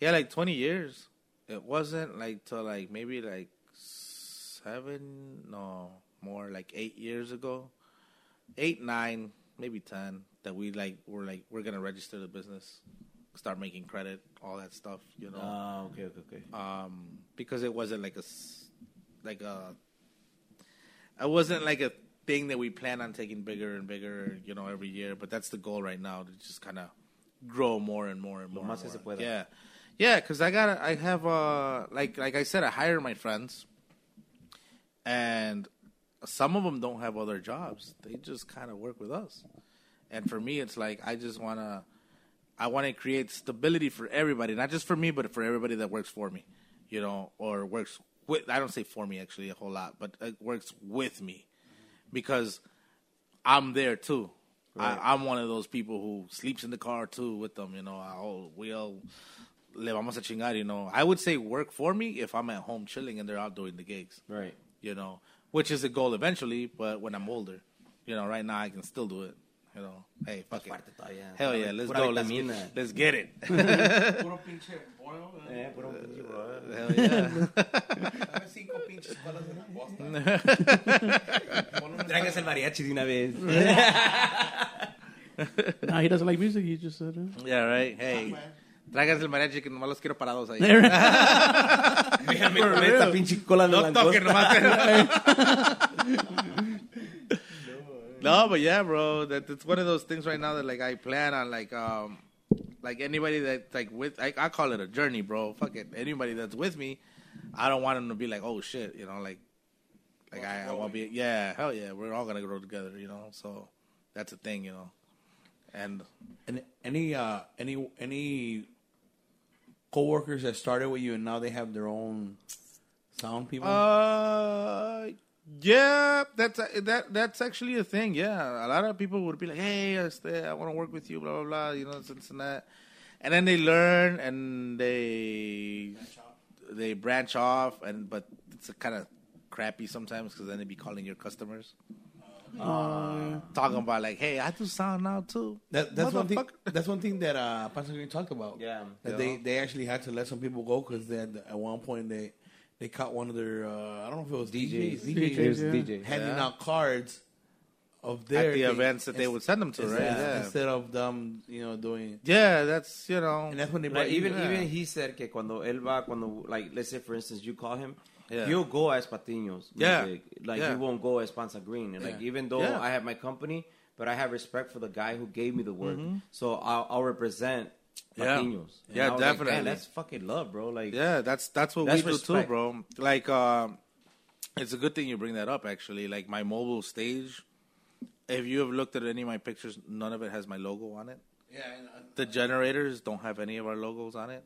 S5: Yeah, like 20 years. It wasn't like till like maybe like seven, no, more like eight years ago. Eight, nine, maybe 10 that we like were like, we're going to register the business, start making credit, all that stuff, you know?
S1: Ah, okay, okay, okay.
S5: um, because it wasn't like a s- like a it wasn't like a thing that we plan on taking bigger and bigger, you know, every year. But that's the goal right now to just kind of grow more and more and more.
S1: más
S5: and
S1: que se
S5: more.
S1: pueda.
S5: Yeah, yeah, because I got I have uh like like I said I hire my friends, and some of them don't have other jobs. They just kind of work with us. And for me, it's like I just wanna. I want to create stability for everybody, not just for me, but for everybody that works for me, you know, or works with. I don't say for me actually a whole lot, but uh, works with me, because I'm there too. I, I'm one of those people who sleeps in the car too with them, you know. I, oh, we all le vamos a chingar, you know. I would say work for me if I'm at home chilling and they're out doing the gigs
S1: Right.
S5: you know, which is a goal eventually, but when I'm older, you know, right now I can still do it. You know, hey, fuck it.
S1: parte todavía.
S5: Hell yeah, let's
S1: Pura
S5: go. Let's
S1: vitamina.
S5: get, let's get it.
S1: Yeah, put on pinche, bro.
S5: Hell yeah.
S1: Tráigase el mariachi de una vez.
S3: Nah, he doesn't like music. He just said. Uh,
S5: yeah, right? Hey. Tráiganse el mariachi que nomás los quiero parados ahí. (laughs)
S1: Déjame comer esta pinche cola de
S5: No toquen
S1: langosta.
S5: (laughs) nomás. eh. no, but yeah, bro, that it's one of those things right now that like I plan on like um like anybody that like with I, I call it a journey, bro. Fuck it, anybody that's with me, I don't want them to be like, oh shit, you know, like like I, I want to be yeah, hell yeah, we're all gonna grow together, you know. So that's a thing, you know. And
S4: And any uh any any coworkers that started with you and now they have their own sound people?
S5: Uh, yeah, that's uh, that that's actually a thing. Yeah, a lot of people would be like, "Hey, este, I want to work with you," blah blah blah. You know, this and that, and then they learn and they they branch off, and but it's kind of crappy sometimes because then they be calling your customers. talking about like, hey, I do sound now too.
S4: Uh, That, that's one thing.
S5: Motherfucker.
S4: That's one thing that uh, Pastor Green talked about.
S1: Yeah.
S4: that they they actually had to let some people go because they had, at one point they they caught one of their uh, I don't know if it was DJs, DJs,
S3: DJs, Here's yeah.
S1: DJ.
S4: handing
S5: Yeah.
S4: out cards of their
S5: At the
S4: thing
S5: events that they
S4: ins-
S5: would send them to,
S4: instead,
S5: right? Yeah.
S4: instead of them you know doing
S5: yeah, that's you know,
S4: and that's when they brought
S1: Like, even
S4: you,
S1: even he said que cuando él va cuando like let's say for instance you call him
S5: Yeah.
S1: you'll go as Patiños
S5: Yeah.
S1: music. like
S5: Yeah.
S1: you won't go as Panza Green and like
S4: Yeah.
S1: even though
S5: Yeah.
S1: I have my company but I have respect for the guy who gave me the work so I'll, I'll represent
S5: Mm-hmm. Yeah.
S1: Patiños And
S5: Yeah,
S1: I was like,
S5: definitely.
S1: "Man, that's fucking love bro like
S5: Yeah, that's that's what
S1: That's
S5: we do
S1: respect.
S5: too, bro. Like, um, it's a good thing you bring that up. Actually, like my mobile stage. If you have looked at any of my pictures, none of it has my logo on it.
S4: yeah, and, uh,
S5: The generators don't have any of our logos on it.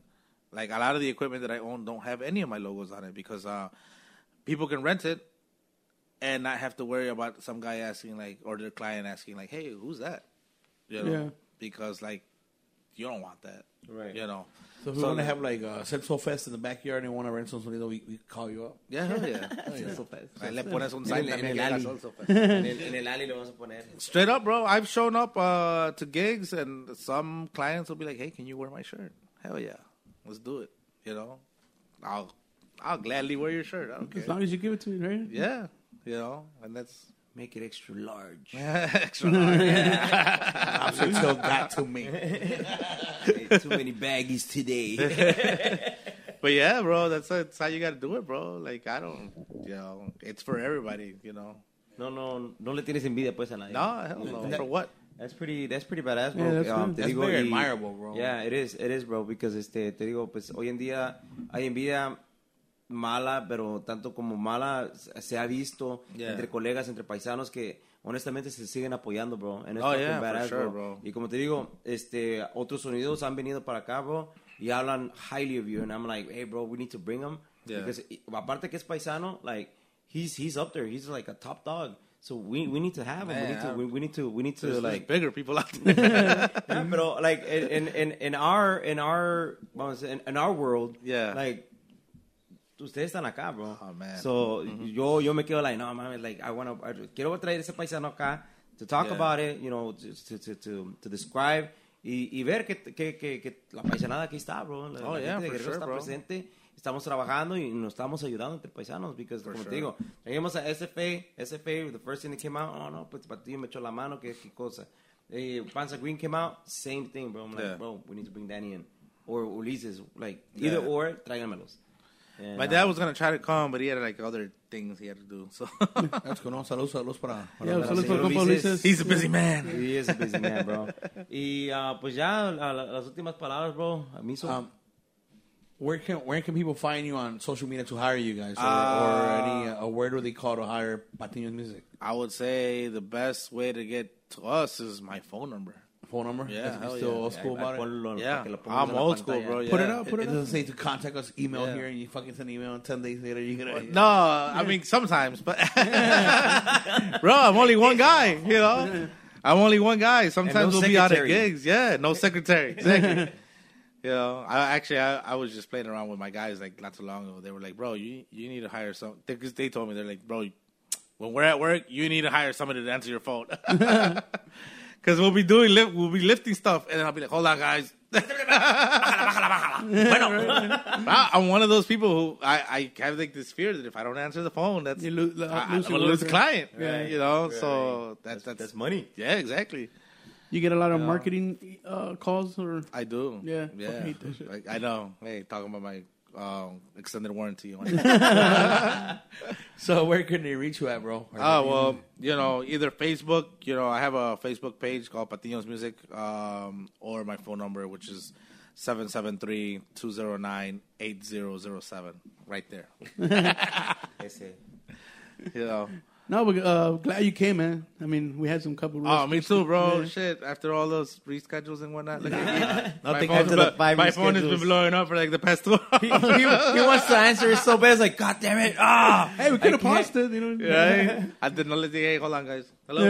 S5: Like a lot of the equipment that I own don't have any of my logos on it because uh, people can rent it and not have to worry about some guy asking like or their client asking like, "Hey, who's that?" You know,
S3: Yeah.
S5: because like you don't want that,
S1: Right.
S5: You know.
S4: so if we want to have like uh, a Sexo Fest in the backyard and want to rent some sonido, we, we call you up.
S5: Yeah, (laughs) hell yeah. Ahí le pones un sign
S1: En el- en
S5: también,
S1: el
S5: que
S1: alley.
S5: hagas also, pues.
S1: en el, en el alley lo vamos a poner
S5: Straight up, bro. I've shown up uh, to gigs, and some clients will be like, "Hey, can you wear my shirt?" Hell yeah, let's do it. You know, I'll I'll gladly wear your shirt. I don't
S3: as
S5: care.
S3: long as you give it to me, right?
S5: Yeah, you know, and that's (laughs)
S1: Make it extra (laughs) large.
S5: Extra large.
S4: Lobster tail got
S3: (laughs)
S4: to me.
S1: Ate too many baggies
S5: (laughs)
S1: today.
S5: But yeah, bro, that's, that's how you gotta do it, bro. Like I don't, you know, it's for everybody, you know.
S1: no, no, no le tienes envidia pues a nadie.
S5: No, hell no. for what?
S1: That's pretty, that's pretty badass, bro.
S3: Yeah, that's
S1: Um,
S3: good.
S1: te
S4: That's
S1: digo,
S4: very
S1: y-
S4: admirable, bro.
S1: Yeah, it is, it is, bro, because este, te digo, pues hoy en día hay envidia mala, pero tanto como mala se se ha visto
S5: Yeah.
S1: entre colegas, entre paisanos que honestamente se siguen apoyando, bro. And it's
S5: Oh,
S1: fucking
S5: yeah, for
S1: badass, bro.
S5: sure, bro.
S1: Y como te digo, este, otros sonidos han venido para acá, bro, y hablan highly of you, and I'm like, hey, bro, we need to bring him.
S5: Yeah.
S1: Because y- aparte que es paisano, like, he's, he's up there, he's like a top dog. So we, we need to have him. we need to
S5: Man,
S1: we, we need to we need to
S5: There's, there's
S1: like
S5: bigger people out there.
S1: yeah, (laughs) pero like in, in in in our in our vamos, in, in our world,
S5: Yeah.
S1: like ustedes están acá, bro.
S5: Oh, man.
S1: So yo yo me quedo like, no mames, like I want to quiero traer ese paisano acá to talk
S5: Yeah.
S1: about it, you know, to to to, to, to describe y, y ver que, que que que la paisanada aquí está, bro. La,
S5: Oh,
S1: la
S5: yeah,
S1: gente de
S5: for
S1: Guerrero
S5: sure,
S1: está
S5: bro.
S1: presente. Estamos trabajando y nos estamos ayudando entre paisanos, because como te
S5: sure.
S1: digo, llegamos a SFA, SFA, the first thing that came out, oh no, pues Patillo me echó la mano, que qué cosa. Eh, Panza Green came out, same thing, bro. I'm like,
S5: Yeah.
S1: bro, we need to bring Danny in. Or Ulises, like,
S5: Yeah.
S1: either
S4: Eh,
S1: or, tráiganmelos. And,
S5: My
S1: uh,
S5: dad was gonna try to come, but he had like other things he had to do. (laughs) So
S4: That's good. No, saludos, saludos para. para
S3: Yeah,
S1: Para
S3: saludos
S1: señor
S3: para compa
S1: Ulises.
S3: Ulises.
S5: he's a busy man.
S1: He is a busy man, bro. Y ah, pues ya, la- la- las últimas palabras, bro, a mí son...
S4: Um, where can where can people find you on social media to hire you guys, or, or any uh, where do they call to hire Patiño's music?
S5: I would say the best way to get to us is my phone number.
S4: Phone number?
S5: Yeah,
S4: That's- it's
S5: hell
S4: still
S5: yeah.
S4: old school about it.
S1: Ponlo,
S5: Yeah,
S1: para que lo pongas
S5: I'm
S1: en la
S5: old school,
S1: pantalla.
S5: bro.
S4: Put
S5: yeah.
S4: it up. Put it,
S5: It's-
S4: doesn't say to contact us, email
S5: Yeah.
S4: here, and you fucking send an email, and ten days later you gonna.
S5: No, I mean sometimes, but (laughs) bro, I'm only one guy.
S4: (laughs)
S5: You know, I'm only one guy. Sometimes we'll be out at
S1: secretary.
S5: gigs. Yeah,
S4: (laughs)
S5: no secretary. Exactly. you know, I actually I, I was just playing around with my guys like not too long ago. They were like, "Bro, you you need to hire some." Because they told me they're like, "Bro, when we're at work, you need to hire somebody to answer
S3: (laughs)
S5: your phone." (laughs) Because we'll be doing lift, we'll be lifting stuff, and then I'll be like, "Hold on, guys." (laughs) I, I'm one of those people who I, I have like this fear that if I don't answer the phone, that's
S3: You lo- lo-
S5: I,
S3: lose
S5: am
S3: your
S5: gonna lose a
S3: worker.
S5: client.
S3: Yeah.
S5: You know, so that's, that's
S1: That's money.
S5: yeah, exactly.
S3: You get a lot of marketing uh, calls or
S5: I do.
S3: Yeah. Fucking
S5: yeah.
S3: hate that shit.
S5: Like, I know. Hey, talking about my um, extended warranty.
S3: (laughs)
S4: So where can they reach you at, bro? Or
S5: (laughs)
S4: (laughs)
S5: Oh well, you know, either Facebook, you know, I have a Facebook page called Patinos Music, um, or my phone number, which is 773-209-8007. right there.
S1: Ese.
S5: You know.
S3: no, but uh, glad you came, man. I mean, we had some couple.
S5: Oh, me too, bro.
S3: Yeah.
S5: Shit, after all those reschedules and whatnot, look at me. my
S1: Nothing
S5: phone's
S1: after the
S5: blo-
S1: five
S5: my phone has been
S1: reschedules.
S5: blowing up for like the past two
S1: he,
S5: hours.
S1: he, he wants to answer it so bad. It's like, God damn it. Ah,
S3: hey, we could have
S1: can't-
S3: paused it, you know. (laughs)
S5: right? I did not let the hey, hold on, guys. Hello.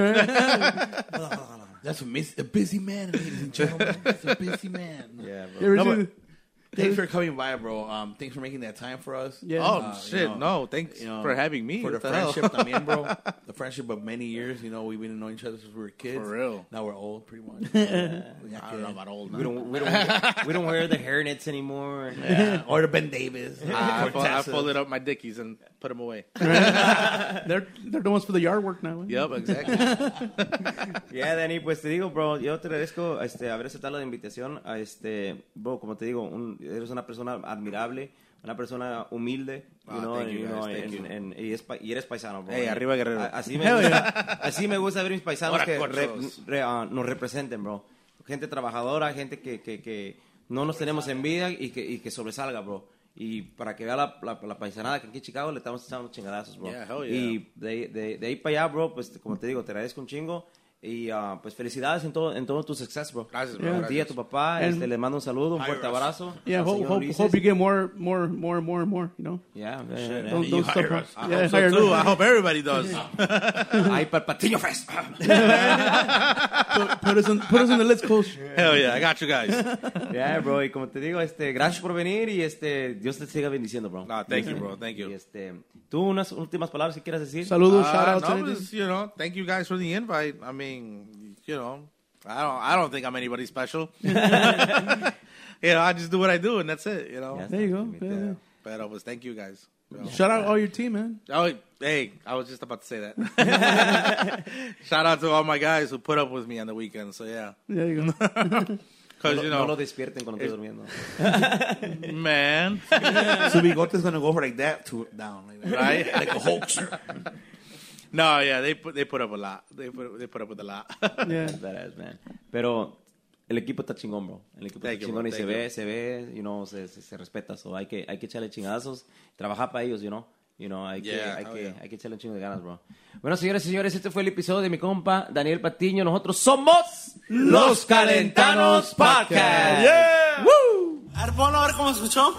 S4: That's a, mis- a busy man, ladies and gentlemen. That's a busy man.
S1: Yeah, bro.
S3: You ever
S5: No,
S3: see
S5: but-
S4: Thanks for coming by, bro. Um, thanks for making that time for us.
S3: Yeah.
S5: (laughs) Oh
S4: Uh,
S5: shit!
S4: you know,
S5: no, thanks
S4: you know,
S5: for having me.
S4: For the,
S5: What the hell?
S4: friendship, I mean, bro. The friendship of many years. You know, we've been knowing each other since we were kids.
S5: For real.
S4: Now we're old, pretty much. Yeah.
S5: I don't know about old.
S1: We don't, we, don't, we don't wear the hairnets anymore.
S4: Yeah. Or the Ben Davis.
S5: I,
S4: Or
S5: fo- I
S4: Tessa.
S5: folded up my dickies and put them away.
S3: They're they're the ones for the yard work now. eh?
S5: yep, exactly.
S1: Yeah, Dani, pues te digo, bro, yo te agradezco este, haber aceptado la invitación. A este, bro, como te digo, un- eres una persona admirable, una persona humilde, you
S5: Ah,
S1: know,
S5: thank
S1: and,
S5: you,
S1: you
S5: guys,
S1: know,
S5: thank
S1: and-
S5: you.
S1: and- y, es pa- y eres paisano, bro.
S5: Hey, arriba, Guerrero.
S1: A-
S5: (laughs)
S1: Así me, gusta, así me gusta ver mis paisanos
S5: Ahora,
S1: que re-
S5: cochos.
S1: re- ah, nos representen, bro. Gente trabajadora, gente que, que, que no nos tenemos envidia y que, y que sobresalga, bro. Y para que vea la, la, la paisanada que aquí en Chicago le estamos echando chingadazos, bro.
S5: Yeah, hell yeah.
S1: Y de, de, de ahí para allá, bro, pues como te digo, te agradezco un chingo. Y ah, pues felicidades en todo, en todo tu success, bro.
S5: Gracias, bro,
S1: A ti y a
S5: gracias.
S1: tu papá,
S3: And-
S1: este, les mando un saludo, un fuerte
S4: Hire us.
S1: abrazo.
S3: Yeah,
S1: al
S3: hope,
S1: señor
S3: hope,
S1: Ulises.
S3: hope you get more, more, more, more, and more. You know,
S1: Yeah, yeah, yeah.
S3: don't, don't stop.
S4: us.
S5: I
S3: Yeah,
S5: hope
S3: hire
S5: so too. (laughs) I hope everybody does.
S3: (laughs)
S1: Ay, Palpatine Fest.
S3: us. Put us on, put us on the list, coach.
S5: Hell yeah, I got you guys.
S1: yeah, bro, y como te digo, este, gracias por venir y este, Dios te siga bendiciendo, bro.
S5: No, thank you, bro. Thank
S1: Y
S5: you.
S1: este, tú unas últimas palabras que quieras decir.
S3: Saludos, shout
S5: Uh,
S3: outs,
S5: no,
S3: anything.
S5: it's, you know, thank you guys for the invite. I mean, you know, I don't, I don't think I'm anybody special. (laughs) you know, I just do what I do, and that's it. You know.
S1: Ya está,
S3: There you go.
S1: te invité.
S3: Yeah, yeah.
S5: But I was thank you guys.
S3: Shout out all your team, man.
S5: Oh, hey, I was just about to say that. (laughs) Shout out to all my guys who put up with me on the weekend. So yeah,
S3: Yeah, you go.
S5: (laughs) because you
S1: No lo
S5: know,
S1: despierten cuando estoy durmiendo.
S5: man,
S4: So Bigote's gonna go for like that to down like that.
S5: right?
S4: Like a hoaxer.
S5: No, yeah, they put they put up a lot. They put they put up with a lot. (laughs)
S3: yeah.
S1: Badass, man. Pero el equipo está chingón, bro. El equipo
S5: Thank
S1: está
S5: you,
S1: chingón
S5: bro.
S1: y se
S5: Thank
S1: ve, se ve, you know, se, se, se respeta. So hay que, hay que echarle chingazos, trabajar para ellos, you know. You know, hay,
S5: Yeah,
S1: que, hay,
S5: oh,
S1: que,
S5: yeah.
S1: hay que echarle un chingo de ganas, bro. Bueno, señores y señores, este fue el episodio de mi compa Daniel Patiño. Nosotros somos Los Calentanos Podcast.
S5: a ver cómo escuchó.